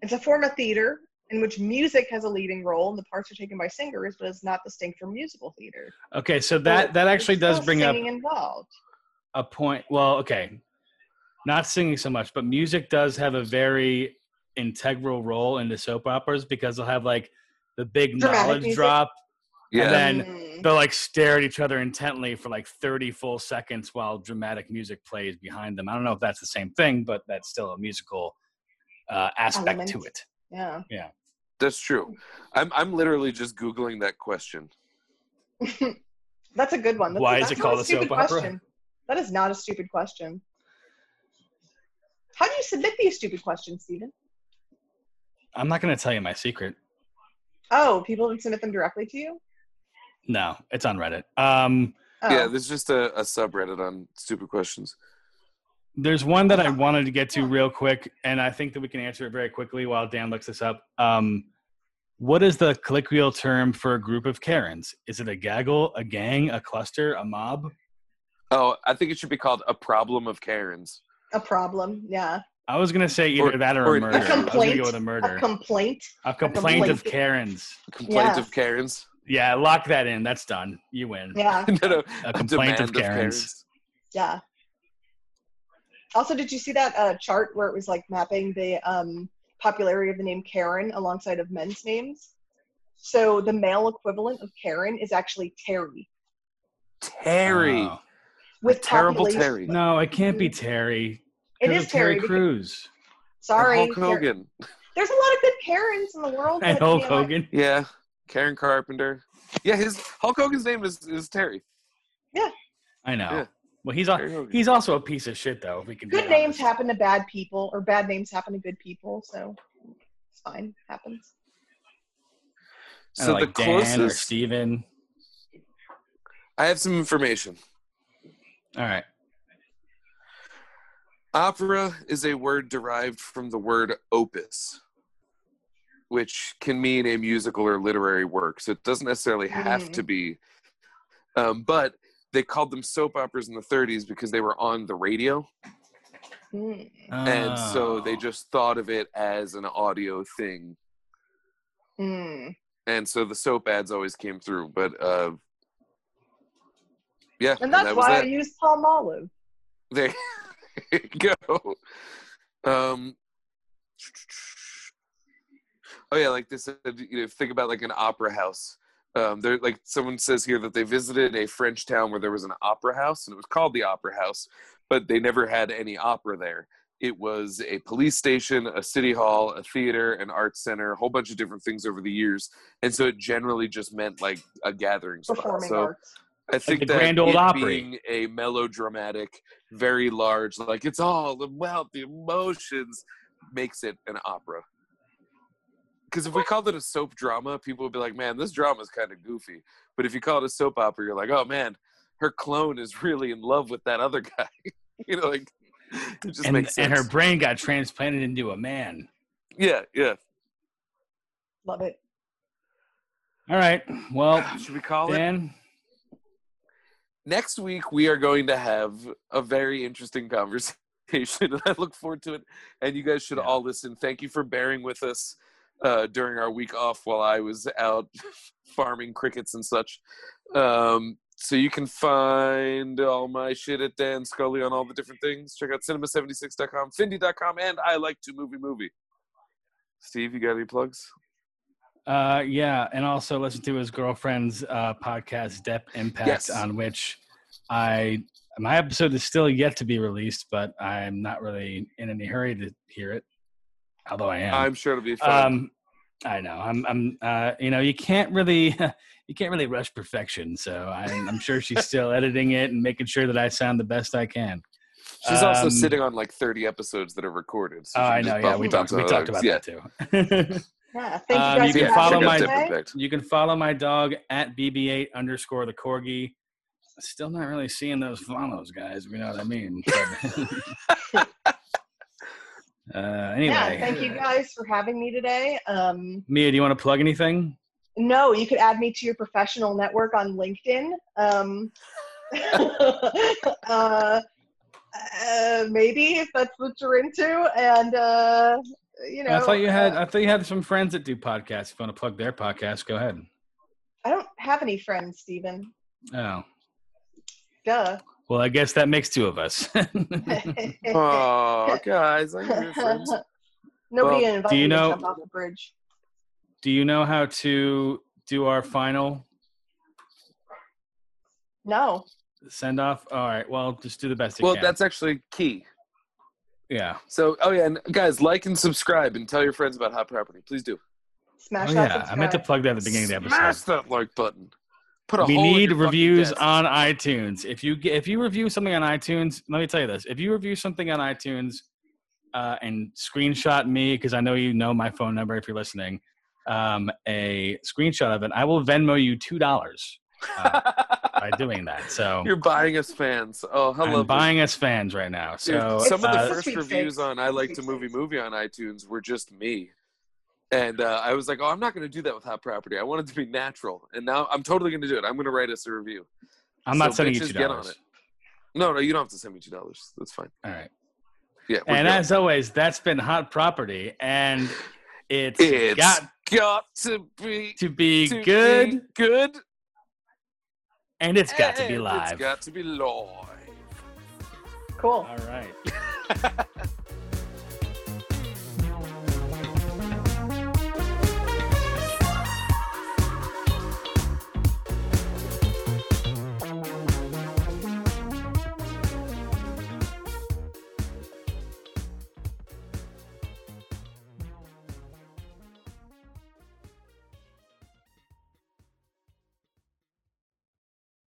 Speaker 3: it's a form of theater in which music has a leading role and the parts are taken by singers, but it's not distinct from musical theater.
Speaker 1: okay so that that actually
Speaker 3: There's
Speaker 1: does
Speaker 3: still
Speaker 1: bring up
Speaker 3: singing involved.
Speaker 1: a point well okay not singing so much but music does have a very integral role in the soap operas because they'll have like the big
Speaker 3: Dramatic
Speaker 1: knowledge
Speaker 3: music.
Speaker 1: drop
Speaker 2: yeah.
Speaker 1: And then-
Speaker 3: Mm.
Speaker 1: they'll like stare at each other intently for like 30 full seconds while dramatic music plays behind them i don't know if that's the same thing but that's still a musical uh, aspect
Speaker 3: Element.
Speaker 1: to it
Speaker 3: yeah.
Speaker 2: That's true. I'm I'm literally just googling that question.
Speaker 3: That's a good one. That's,
Speaker 1: Why is
Speaker 3: that's
Speaker 1: it
Speaker 3: not
Speaker 1: called a
Speaker 3: stupid
Speaker 1: soap opera?
Speaker 3: Question. That is not a stupid question. How do you submit these stupid questions, Stephen?
Speaker 1: i'm not going to tell you my secret
Speaker 3: Oh, people didn't submit them directly to you.
Speaker 1: no it's on reddit um,
Speaker 3: Oh.
Speaker 2: Yeah, there's just a, a subreddit on stupid questions.
Speaker 1: There's one that I wanted to get to real quick, and I think that we can answer it very quickly while Dan looks this up. Um, what is the colloquial term for a group of Karens? Is it a gaggle, a gang, a cluster, a mob?
Speaker 2: Oh, I think it should be called a problem of Karens.
Speaker 3: Oh, a problem. Yeah,
Speaker 1: I was gonna say either
Speaker 2: Or-
Speaker 1: that or,
Speaker 2: or
Speaker 1: a
Speaker 2: a
Speaker 1: murder. I was gonna
Speaker 3: complaint.
Speaker 1: go with a murder.
Speaker 3: a complaint.
Speaker 1: a complaint of
Speaker 3: complaint.
Speaker 1: Karens.
Speaker 2: Complaint
Speaker 3: Yeah.
Speaker 2: of Karens.
Speaker 1: Yeah, lock that in. That's done. You win.
Speaker 3: Yeah,
Speaker 2: no, no,
Speaker 1: A complaint of
Speaker 2: demand
Speaker 1: Karens.
Speaker 3: yeah. Also, did you see that uh, chart where it was like mapping the um, popularity of the name Karen alongside of men's names? So the male equivalent of Karen is actually Terry.
Speaker 2: Terry.
Speaker 1: Oh.
Speaker 3: With
Speaker 2: Terrible
Speaker 3: population-
Speaker 2: Terry.
Speaker 1: No, it can't be Terry.
Speaker 3: It
Speaker 1: 'cause
Speaker 3: is
Speaker 1: of
Speaker 3: Terry.
Speaker 1: Terry
Speaker 3: because-
Speaker 1: Crews
Speaker 3: Sorry,
Speaker 2: Hulk
Speaker 3: Ter-
Speaker 2: Hogan.
Speaker 3: There's a lot of good Karens in the world.
Speaker 1: and
Speaker 3: but,
Speaker 1: Hulk
Speaker 3: you know, I-
Speaker 1: Hogan.
Speaker 2: Yeah. Karen Carpenter. Yeah, his Hulk Hogan's name is, is Terry.
Speaker 1: I know.
Speaker 2: Yeah.
Speaker 1: Well, he's a,
Speaker 2: Terry Hogan.
Speaker 1: Uh, he's also a piece of shit though. If we can be
Speaker 3: Good names
Speaker 1: honest.
Speaker 3: happen to bad people, or bad names happen to good people. So it's fine. Happens.
Speaker 1: So
Speaker 2: so
Speaker 1: like
Speaker 2: the
Speaker 1: Dan or
Speaker 2: closest.
Speaker 1: Steven.
Speaker 2: I have some information.
Speaker 1: All right.
Speaker 2: Opera is a word derived from the word opus, which can mean a musical or literary work. So it doesn't necessarily have
Speaker 3: Mhm.
Speaker 2: to be. Um, but they called them soap operas in the 30s because they were on the radio.
Speaker 3: Hmm.
Speaker 2: And so they
Speaker 1: Oh.
Speaker 2: just thought of it as an audio thing.
Speaker 3: Hmm.
Speaker 2: And so the soap ads always came through. But uh, yeah,
Speaker 3: And that's
Speaker 2: that was
Speaker 3: why I
Speaker 2: that.
Speaker 3: use palm olive.
Speaker 2: There you go. Um, oh yeah, like this. uh, You know, think about like an opera house. Um, there, like someone says here that they visited a French town where there was an opera house, and it was called the Opera House, but they never had any opera there. It was a police station, a city hall, a theater, an art center, a whole bunch of different things over the years, and so it generally just meant like a gathering spot.
Speaker 3: Performing
Speaker 2: So
Speaker 3: arts.
Speaker 2: I think
Speaker 1: the
Speaker 2: that
Speaker 1: Grand Ole
Speaker 2: it
Speaker 1: Opry.
Speaker 2: being a melodramatic, very large, like it's all about the emotions, makes it an opera. Because if we called it a soap drama, people would be like, "Man, this drama is kind of goofy." But if you call it a soap opera, you're like, "Oh man, her clone is really in love with that other guy." you know, like it just
Speaker 1: and,
Speaker 2: makes sense.
Speaker 1: and her brain got transplanted into a man.
Speaker 2: yeah, yeah.
Speaker 3: Love it.
Speaker 1: All right. Well,
Speaker 2: Should we call it?
Speaker 1: Dan,
Speaker 2: next week we are going to have a very interesting conversation and i look forward to it and you guys should
Speaker 1: Yeah.
Speaker 2: all listen thank you for bearing with us uh, during our week off while i was out farming crickets and such um, So you can find all my shit at Dan Scully on all the different things. Check out cinema76.com, findy.com, and I like to movie movie. Steve, you got any plugs?
Speaker 1: Uh, yeah, and also listen to his girlfriend's uh, podcast, Dep Impact,
Speaker 2: Yes.
Speaker 1: on which I my episode is still yet to be released, but I'm not really in any hurry to hear it. Although I am.
Speaker 2: I'm sure it'll be fun.
Speaker 1: um, I know. I'm. I'm. Uh, you know, you can't really you can't really rush perfection. So I'm, I'm sure she's still editing it and making sure that I sound the best I can.
Speaker 2: She's also
Speaker 1: um,
Speaker 2: sitting on like 30 episodes that are recorded. so
Speaker 1: Oh,
Speaker 2: she
Speaker 1: I
Speaker 2: can
Speaker 1: know.
Speaker 2: just
Speaker 1: Yeah,
Speaker 2: bump
Speaker 1: we
Speaker 2: it
Speaker 1: talked.
Speaker 2: onto
Speaker 1: We talked about
Speaker 2: others. yeah.
Speaker 1: that too.
Speaker 3: Yeah, thank
Speaker 1: Um,
Speaker 3: you guys
Speaker 1: you
Speaker 3: for
Speaker 1: can
Speaker 2: yeah,
Speaker 1: follow
Speaker 2: check
Speaker 1: my-
Speaker 2: out
Speaker 3: having me
Speaker 2: Dip
Speaker 3: today.
Speaker 2: Impact.
Speaker 1: You can follow my dog at BB8 underscore the corgi. Still not really seeing those follows, guys. if You know what I mean? But- uh, anyway,
Speaker 3: Yeah, thank you guys for having me today. Um,
Speaker 1: Mia, do you want to plug anything?
Speaker 3: no, you could add me to your professional network on LinkedIn. Um, uh, uh, maybe if that's what you're into, and uh, you know,
Speaker 1: I thought you had.
Speaker 3: uh,
Speaker 1: I thought you had some friends that do podcasts. If you want to plug their podcast, go ahead.
Speaker 3: I don't have any friends, Stephen.
Speaker 1: Oh,
Speaker 3: Duh.
Speaker 1: well, I guess that makes two of us.
Speaker 2: Oh, guys, I'm your friends.
Speaker 3: Nobody
Speaker 2: Well,
Speaker 3: invited
Speaker 1: do you
Speaker 3: me to
Speaker 1: know-
Speaker 3: jump off the bridge.
Speaker 1: do you know how to do our final
Speaker 3: No.
Speaker 1: send off? All right. Well, just do the best you
Speaker 2: Well,
Speaker 1: can.
Speaker 2: that's actually key.
Speaker 1: yeah.
Speaker 2: So, oh yeah, and guys, like and subscribe and tell your friends about Hot Property. Please do.
Speaker 3: Smash
Speaker 1: Oh,
Speaker 3: that
Speaker 1: yeah. I meant to
Speaker 3: subscribe.
Speaker 1: plug that at the beginning of the episode.
Speaker 2: Smash that like button. Put a
Speaker 1: we
Speaker 2: hole in
Speaker 1: need
Speaker 2: your fucking
Speaker 1: reviews
Speaker 2: desk.
Speaker 1: on iTunes. If you get, if you review something on iTunes, let me tell you this: if you review something on iTunes uh, and screenshot me, because I know you know my phone number if you're listening, um, a screenshot of it, I will Venmo you two dollars uh, by doing that. So
Speaker 2: You're buying us fans. Oh, how
Speaker 1: I'm
Speaker 2: lovely.
Speaker 1: buying us fans right now.
Speaker 2: Dude,
Speaker 1: So
Speaker 2: some of
Speaker 1: uh,
Speaker 2: the
Speaker 3: It's a
Speaker 2: first
Speaker 3: sweepstakes.
Speaker 2: reviews on I Like to
Speaker 3: Sweepstakes.
Speaker 2: Movie Movie on iTunes were just me. And uh, I was like, oh, I'm not going to do that with Hot Property. I want it to be natural. And now I'm totally going to do it. I'm going to write us a review.
Speaker 1: I'm not
Speaker 2: so
Speaker 1: sending you
Speaker 2: bitches,
Speaker 1: two
Speaker 2: get on
Speaker 1: dollars.
Speaker 2: it. No, no, you don't have to send me $2. That's fine.
Speaker 1: All right.
Speaker 2: Yeah. we're
Speaker 1: And
Speaker 2: good.
Speaker 1: as always, that's been hot property, and it's,
Speaker 2: It's
Speaker 1: got
Speaker 2: got to be,
Speaker 1: to be
Speaker 2: to be
Speaker 1: good,
Speaker 2: good.
Speaker 1: and it's got to be
Speaker 2: and
Speaker 1: live.
Speaker 2: It's got to be live.
Speaker 3: Cool.
Speaker 1: All right.